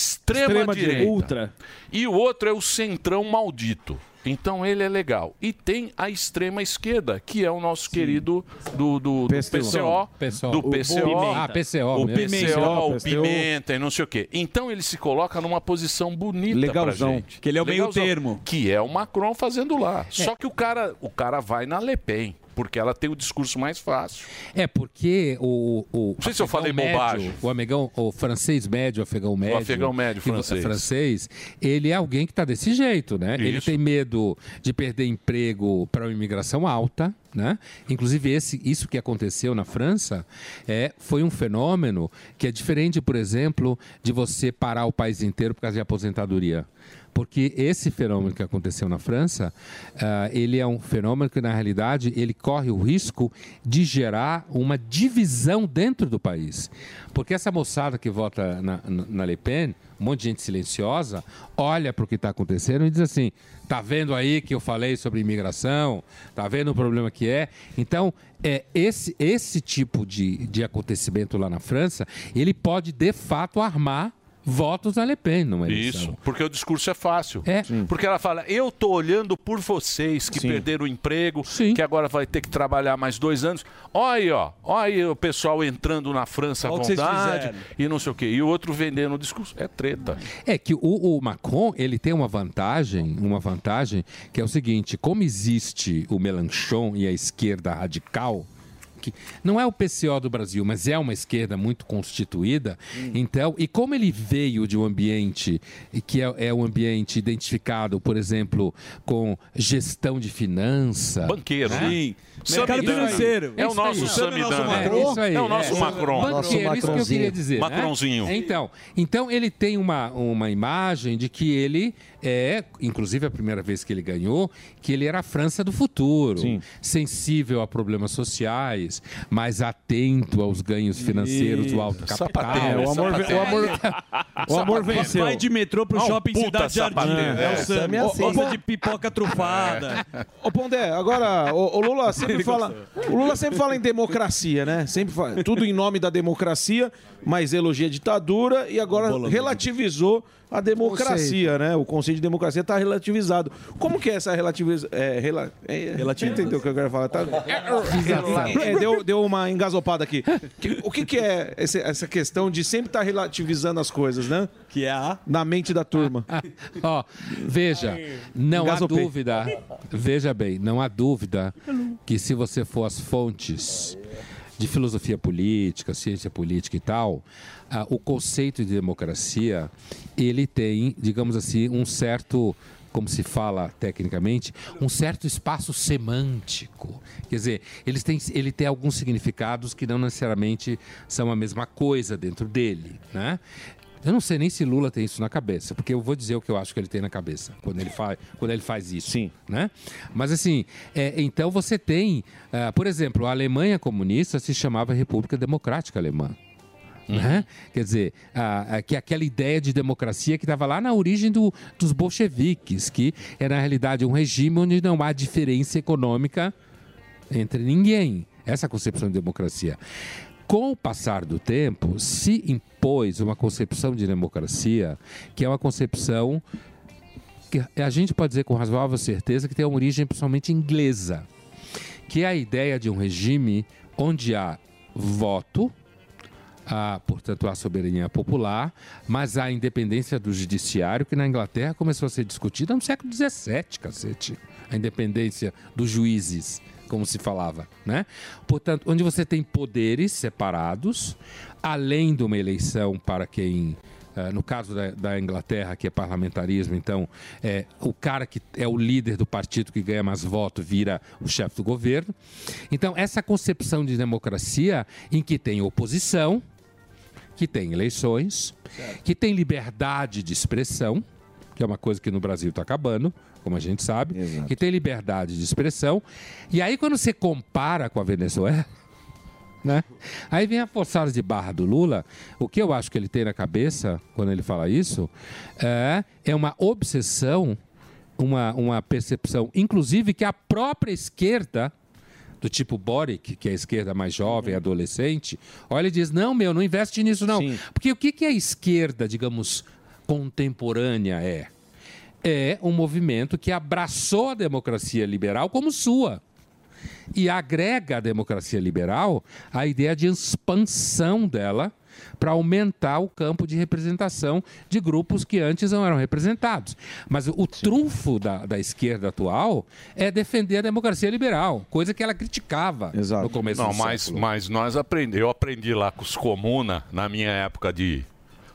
S3: extrema-direita.
S10: Extrema-direita. Ultra.
S3: E o outro é o centrão maldito. Então ele é legal. E tem a extrema esquerda, que é o nosso querido do, do, do PCO,
S15: PCO.
S3: do
S15: O- o
S3: PCO,
S15: Pimenta. Ah, PCO
S3: o
S15: mesmo.
S3: PCO, o
S15: PCO.
S3: Pimenta e não sei o quê. Então ele se coloca numa posição bonita
S5: Legalzão,
S3: pra gente.
S5: que ele é o meio termo.
S3: Que é o Macron fazendo lá.
S15: É.
S3: Só que o cara, o cara vai na Le Pen, porque ela tem o discurso mais fácil.
S15: É porque o. o não
S3: sei se eu falei bobagem.
S15: O amigão, o francês médio, o afegão médio.
S3: afegão médio
S15: que-
S3: francês.
S15: francês, ele é alguém que está desse jeito, né? Ele tem medo de perder emprego para uma imigração alta, né? Inclusive, esse, isso que aconteceu na França é, foi um fenômeno que é diferente, por exemplo, de você parar o país inteiro por causa de aposentadoria. Porque esse fenômeno que aconteceu na França, ah, ele é um fenômeno que, na realidade, ele corre o risco de gerar uma divisão dentro do país. Porque essa moçada que vota na, na, na Le Pen, um monte de gente silenciosa, olha para o que está acontecendo e diz assim, tá vendo aí que eu falei sobre imigração? Tá vendo o problema que é? Então, é, esse, esse tipo de, de acontecimento lá na França, ele pode, de fato, armar votos a Le Pen numa eleição.
S3: Isso, porque o discurso é fácil.
S15: É.
S3: Porque ela fala, eu tô olhando por vocês que perderam o emprego, que agora vai ter que trabalhar mais dois anos. Olha aí, ó. Olha aí o pessoal entrando na França à
S15: Olha o que vocês
S3: vontade
S15: fizeram.
S3: e não sei o quê. E o outro vendendo o discurso. É treta.
S15: É que o, o Macron ele tem uma vantagem, uma vantagem que é o seguinte: como existe o Melanchon e a esquerda radical, que não é o PCO do Brasil, mas é uma esquerda muito constituída, então e como ele veio de um ambiente e que é, é um ambiente identificado, por exemplo, com gestão de finança,
S3: Banqueiro,
S15: né?
S3: Sim. Mercado Samidana. financeiro. É o
S15: Isso
S3: nosso
S15: aí.
S3: Samidana.
S15: É isso aí.
S3: É o nosso Macron. Nosso
S15: Banqueiro, isso que eu
S3: Macronzinho.
S15: queria dizer. né?
S3: Macronzinho.
S15: Então, então ele tem uma, uma imagem de que ele é, inclusive a primeira vez que ele ganhou, que ele era a França do futuro, sensível a problemas sociais, mais atento aos ganhos financeiros do alto
S5: Isso.
S15: capital.
S5: Sapateiro, o amor- o amor- o amor venceu. Vai de metrô
S3: um
S5: pro shopping Cidade Jardim. É o Sam.
S15: Sam.
S5: Ô, ô, Sam de pipoca
S3: É.
S5: trufada.
S12: Ô Pondé, agora, o, Lula sempre
S5: Ele
S12: fala. O Lula sempre fala em democracia, né? Sempre fala, tudo em nome da democracia, mas elogia a ditadura e agora relativizou a democracia, né? O conceito de democracia está relativizado. Como que é essa relativização? É, rela, é, Entendeu o que eu quero falar? Tá,
S5: Relativização.
S12: É, deu, deu uma engasopada aqui. Que- o que, que é esse- essa questão de sempre estar relativizando as coisas, né? Que é a. Na mente da turma.
S15: Ó, veja, não
S12: Engasopei.
S15: há dúvida. Veja bem, não há dúvida que se você for às fontes de filosofia política, ciência política e tal, ah, o conceito de democracia, ele tem, digamos assim, um certo, como se fala tecnicamente, um certo espaço semântico. Quer dizer, eles têm, ele tem alguns significados que não necessariamente são a mesma coisa dentro dele, né? Eu não sei nem se Lula tem isso na cabeça, porque eu vou dizer o que eu acho que ele tem na cabeça quando ele faz, quando ele faz isso. Sim. Né? Mas assim, é, então você tem, ah, por exemplo, a Alemanha comunista se chamava República Democrática Alemã. Né? Quer dizer, a- a- que é aquela ideia de democracia que estava lá na origem do- dos bolcheviques, que é na realidade um regime onde não há diferença econômica entre ninguém. Essa é a concepção de democracia. Com o passar do tempo, se impôs uma concepção de democracia que é uma concepção que a gente pode dizer com razoável certeza que tem uma origem principalmente inglesa, que é a ideia de um regime onde há voto, ah, portanto, há soberania popular, mas a independência do judiciário, que na Inglaterra começou a ser discutida no século XVII, cacete. A independência dos juízes, como se falava, né? Portanto, onde você tem poderes separados, além de uma eleição para quem... ah, no caso da, da Inglaterra, que é parlamentarismo, então, é, o cara que é o líder do partido que ganha mais voto vira o chefe do governo. Então, essa concepção de democracia em que tem oposição, que tem eleições, que tem liberdade de expressão, que é uma coisa que no Brasil está acabando, como a gente sabe, que tem liberdade de expressão. E aí, quando você compara com a Venezuela, né? Aí vem a forçada de barra do Lula. O que eu acho que ele tem na cabeça quando ele fala isso é, é uma obsessão, uma, uma percepção, inclusive que a própria esquerda, do tipo Boric, que é a esquerda mais jovem, adolescente, olha e diz: não, meu, não investe nisso, não. Porque o que, que a esquerda, digamos, contemporânea é? É um movimento que abraçou a democracia liberal como sua e agrega à democracia liberal a ideia de expansão dela para aumentar o campo de representação de grupos que antes não eram representados. Mas o trunfo da, da esquerda atual é defender a democracia liberal, coisa que ela criticava no começo
S3: Não,
S15: do
S3: mas,
S15: século.
S3: mas nós aprendemos. Eu aprendi lá com os comuna, na minha época de,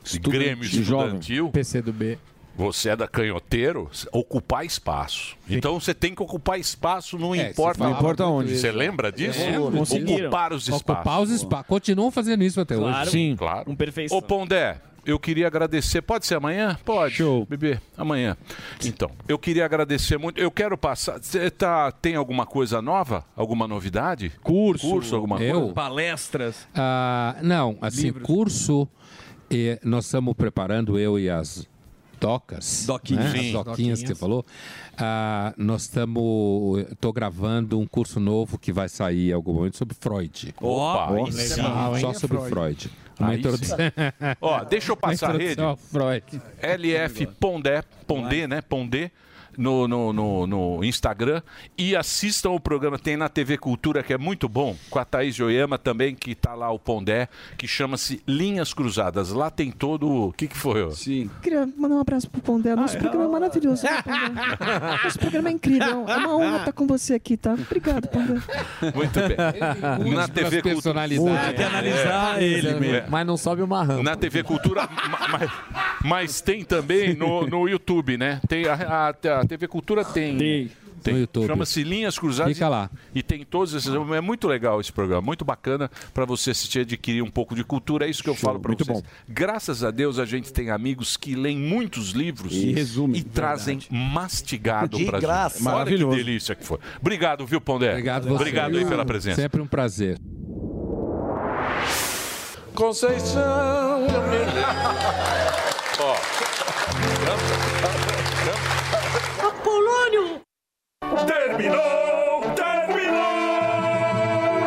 S3: de Grêmio Estudantil.
S17: PC do B.
S3: Você é da canhoteiro, c- ocupar espaço. Então você tem que ocupar espaço, não
S15: É, você
S3: importa.
S15: falava Não importa muito onde.
S3: Você
S15: isso.
S3: lembra disso?
S15: É, conseguiram.
S3: ocupar os espaços.
S15: Ocupar os espaços. Continuam fazendo isso até É hoje.
S3: claro. Um perfeição. Ô Pondé, eu queria agradecer. Pode ser amanhã? Pode. Show. Bebê, amanhã. Então, eu queria agradecer muito. Eu quero passar. Cê tá, tem alguma coisa nova? Alguma novidade? Curso. Curso, alguma
S15: Eu?
S3: coisa?
S15: Palestras. Ah, não, assim, curso. eh, nós estamos preparando, eu e as docas.
S5: Doquinhas.
S15: né? As
S5: Sim.
S15: doquinhas
S5: Doquinhas.
S15: que você falou. Ah, nós estamos. Estou gravando um curso novo que vai sair em algum momento sobre Freud.
S3: Opa, aí
S15: Nossa,
S3: sim.
S15: Só
S3: Aí é
S15: sobre
S3: Freud.
S15: Freud.
S3: Aí sim. Ó, deixa eu passar a
S15: Uma
S3: rede.
S15: introdução ao Freud.
S3: LF Pondé, Pondé, né? Pondé. No, no, no, no Instagram e assistam o programa, tem na TV Cultura que é muito bom, com a Thaís Joyama também, que tá lá o Pondé, que chama-se Linhas Cruzadas. Lá tem todo o. O que, que foi?
S5: Sim.
S8: Queria mandar um abraço pro Pondé.
S26: Ah,
S8: Nosso programa é maravilhoso. né, Pondé? Nosso programa é incrível. É uma honra estar com você aqui, tá? Obrigado, Pondé.
S3: Muito bem. Na TV Cultura. É,
S17: Tem que analisar
S7: É,
S17: ele mesmo. Mas não sobe uma rampa.
S3: Na TV Cultura, ma- mas, mas tem também no, no YouTube, né? Tem a, a- a TV Cultura tem. Tem.
S15: No YouTube.
S3: Chama-se Linhas Cruzadas.
S15: Fica lá.
S3: E tem todos esses. É muito legal esse programa, muito bacana para você assistir adquirir um pouco de cultura. É isso que eu falo para
S5: muito
S3: vocês. Graças a Deus a gente tem amigos que leem muitos livros
S5: E resumem,
S3: e trazem mastigado
S5: De
S3: para
S5: graça.
S3: gente. Olha que
S5: Maravilhoso.
S3: delícia que foi. Obrigado, viu, Pondé?
S15: Obrigado, você.
S3: Obrigado aí pela presença.
S15: Sempre um prazer.
S3: Conceição. Ó.
S1: Apolônio! Terminou! Terminou!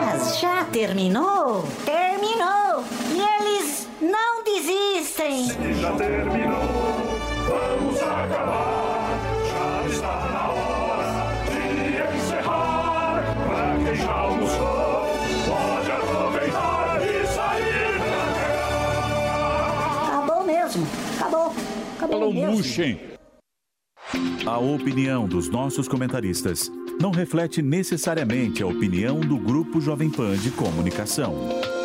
S18: Mas já terminou? Terminou! E eles não desistem!
S1: Já terminou! Vamos acabar! Já está na hora de encerrar! Pra quem já almoçou, ótimo. Acabou. Acabou
S14: Falou
S1: mesmo.
S14: A opinião dos nossos comentaristas não reflete necessariamente a opinião do Grupo Jovem Pan de Comunicação.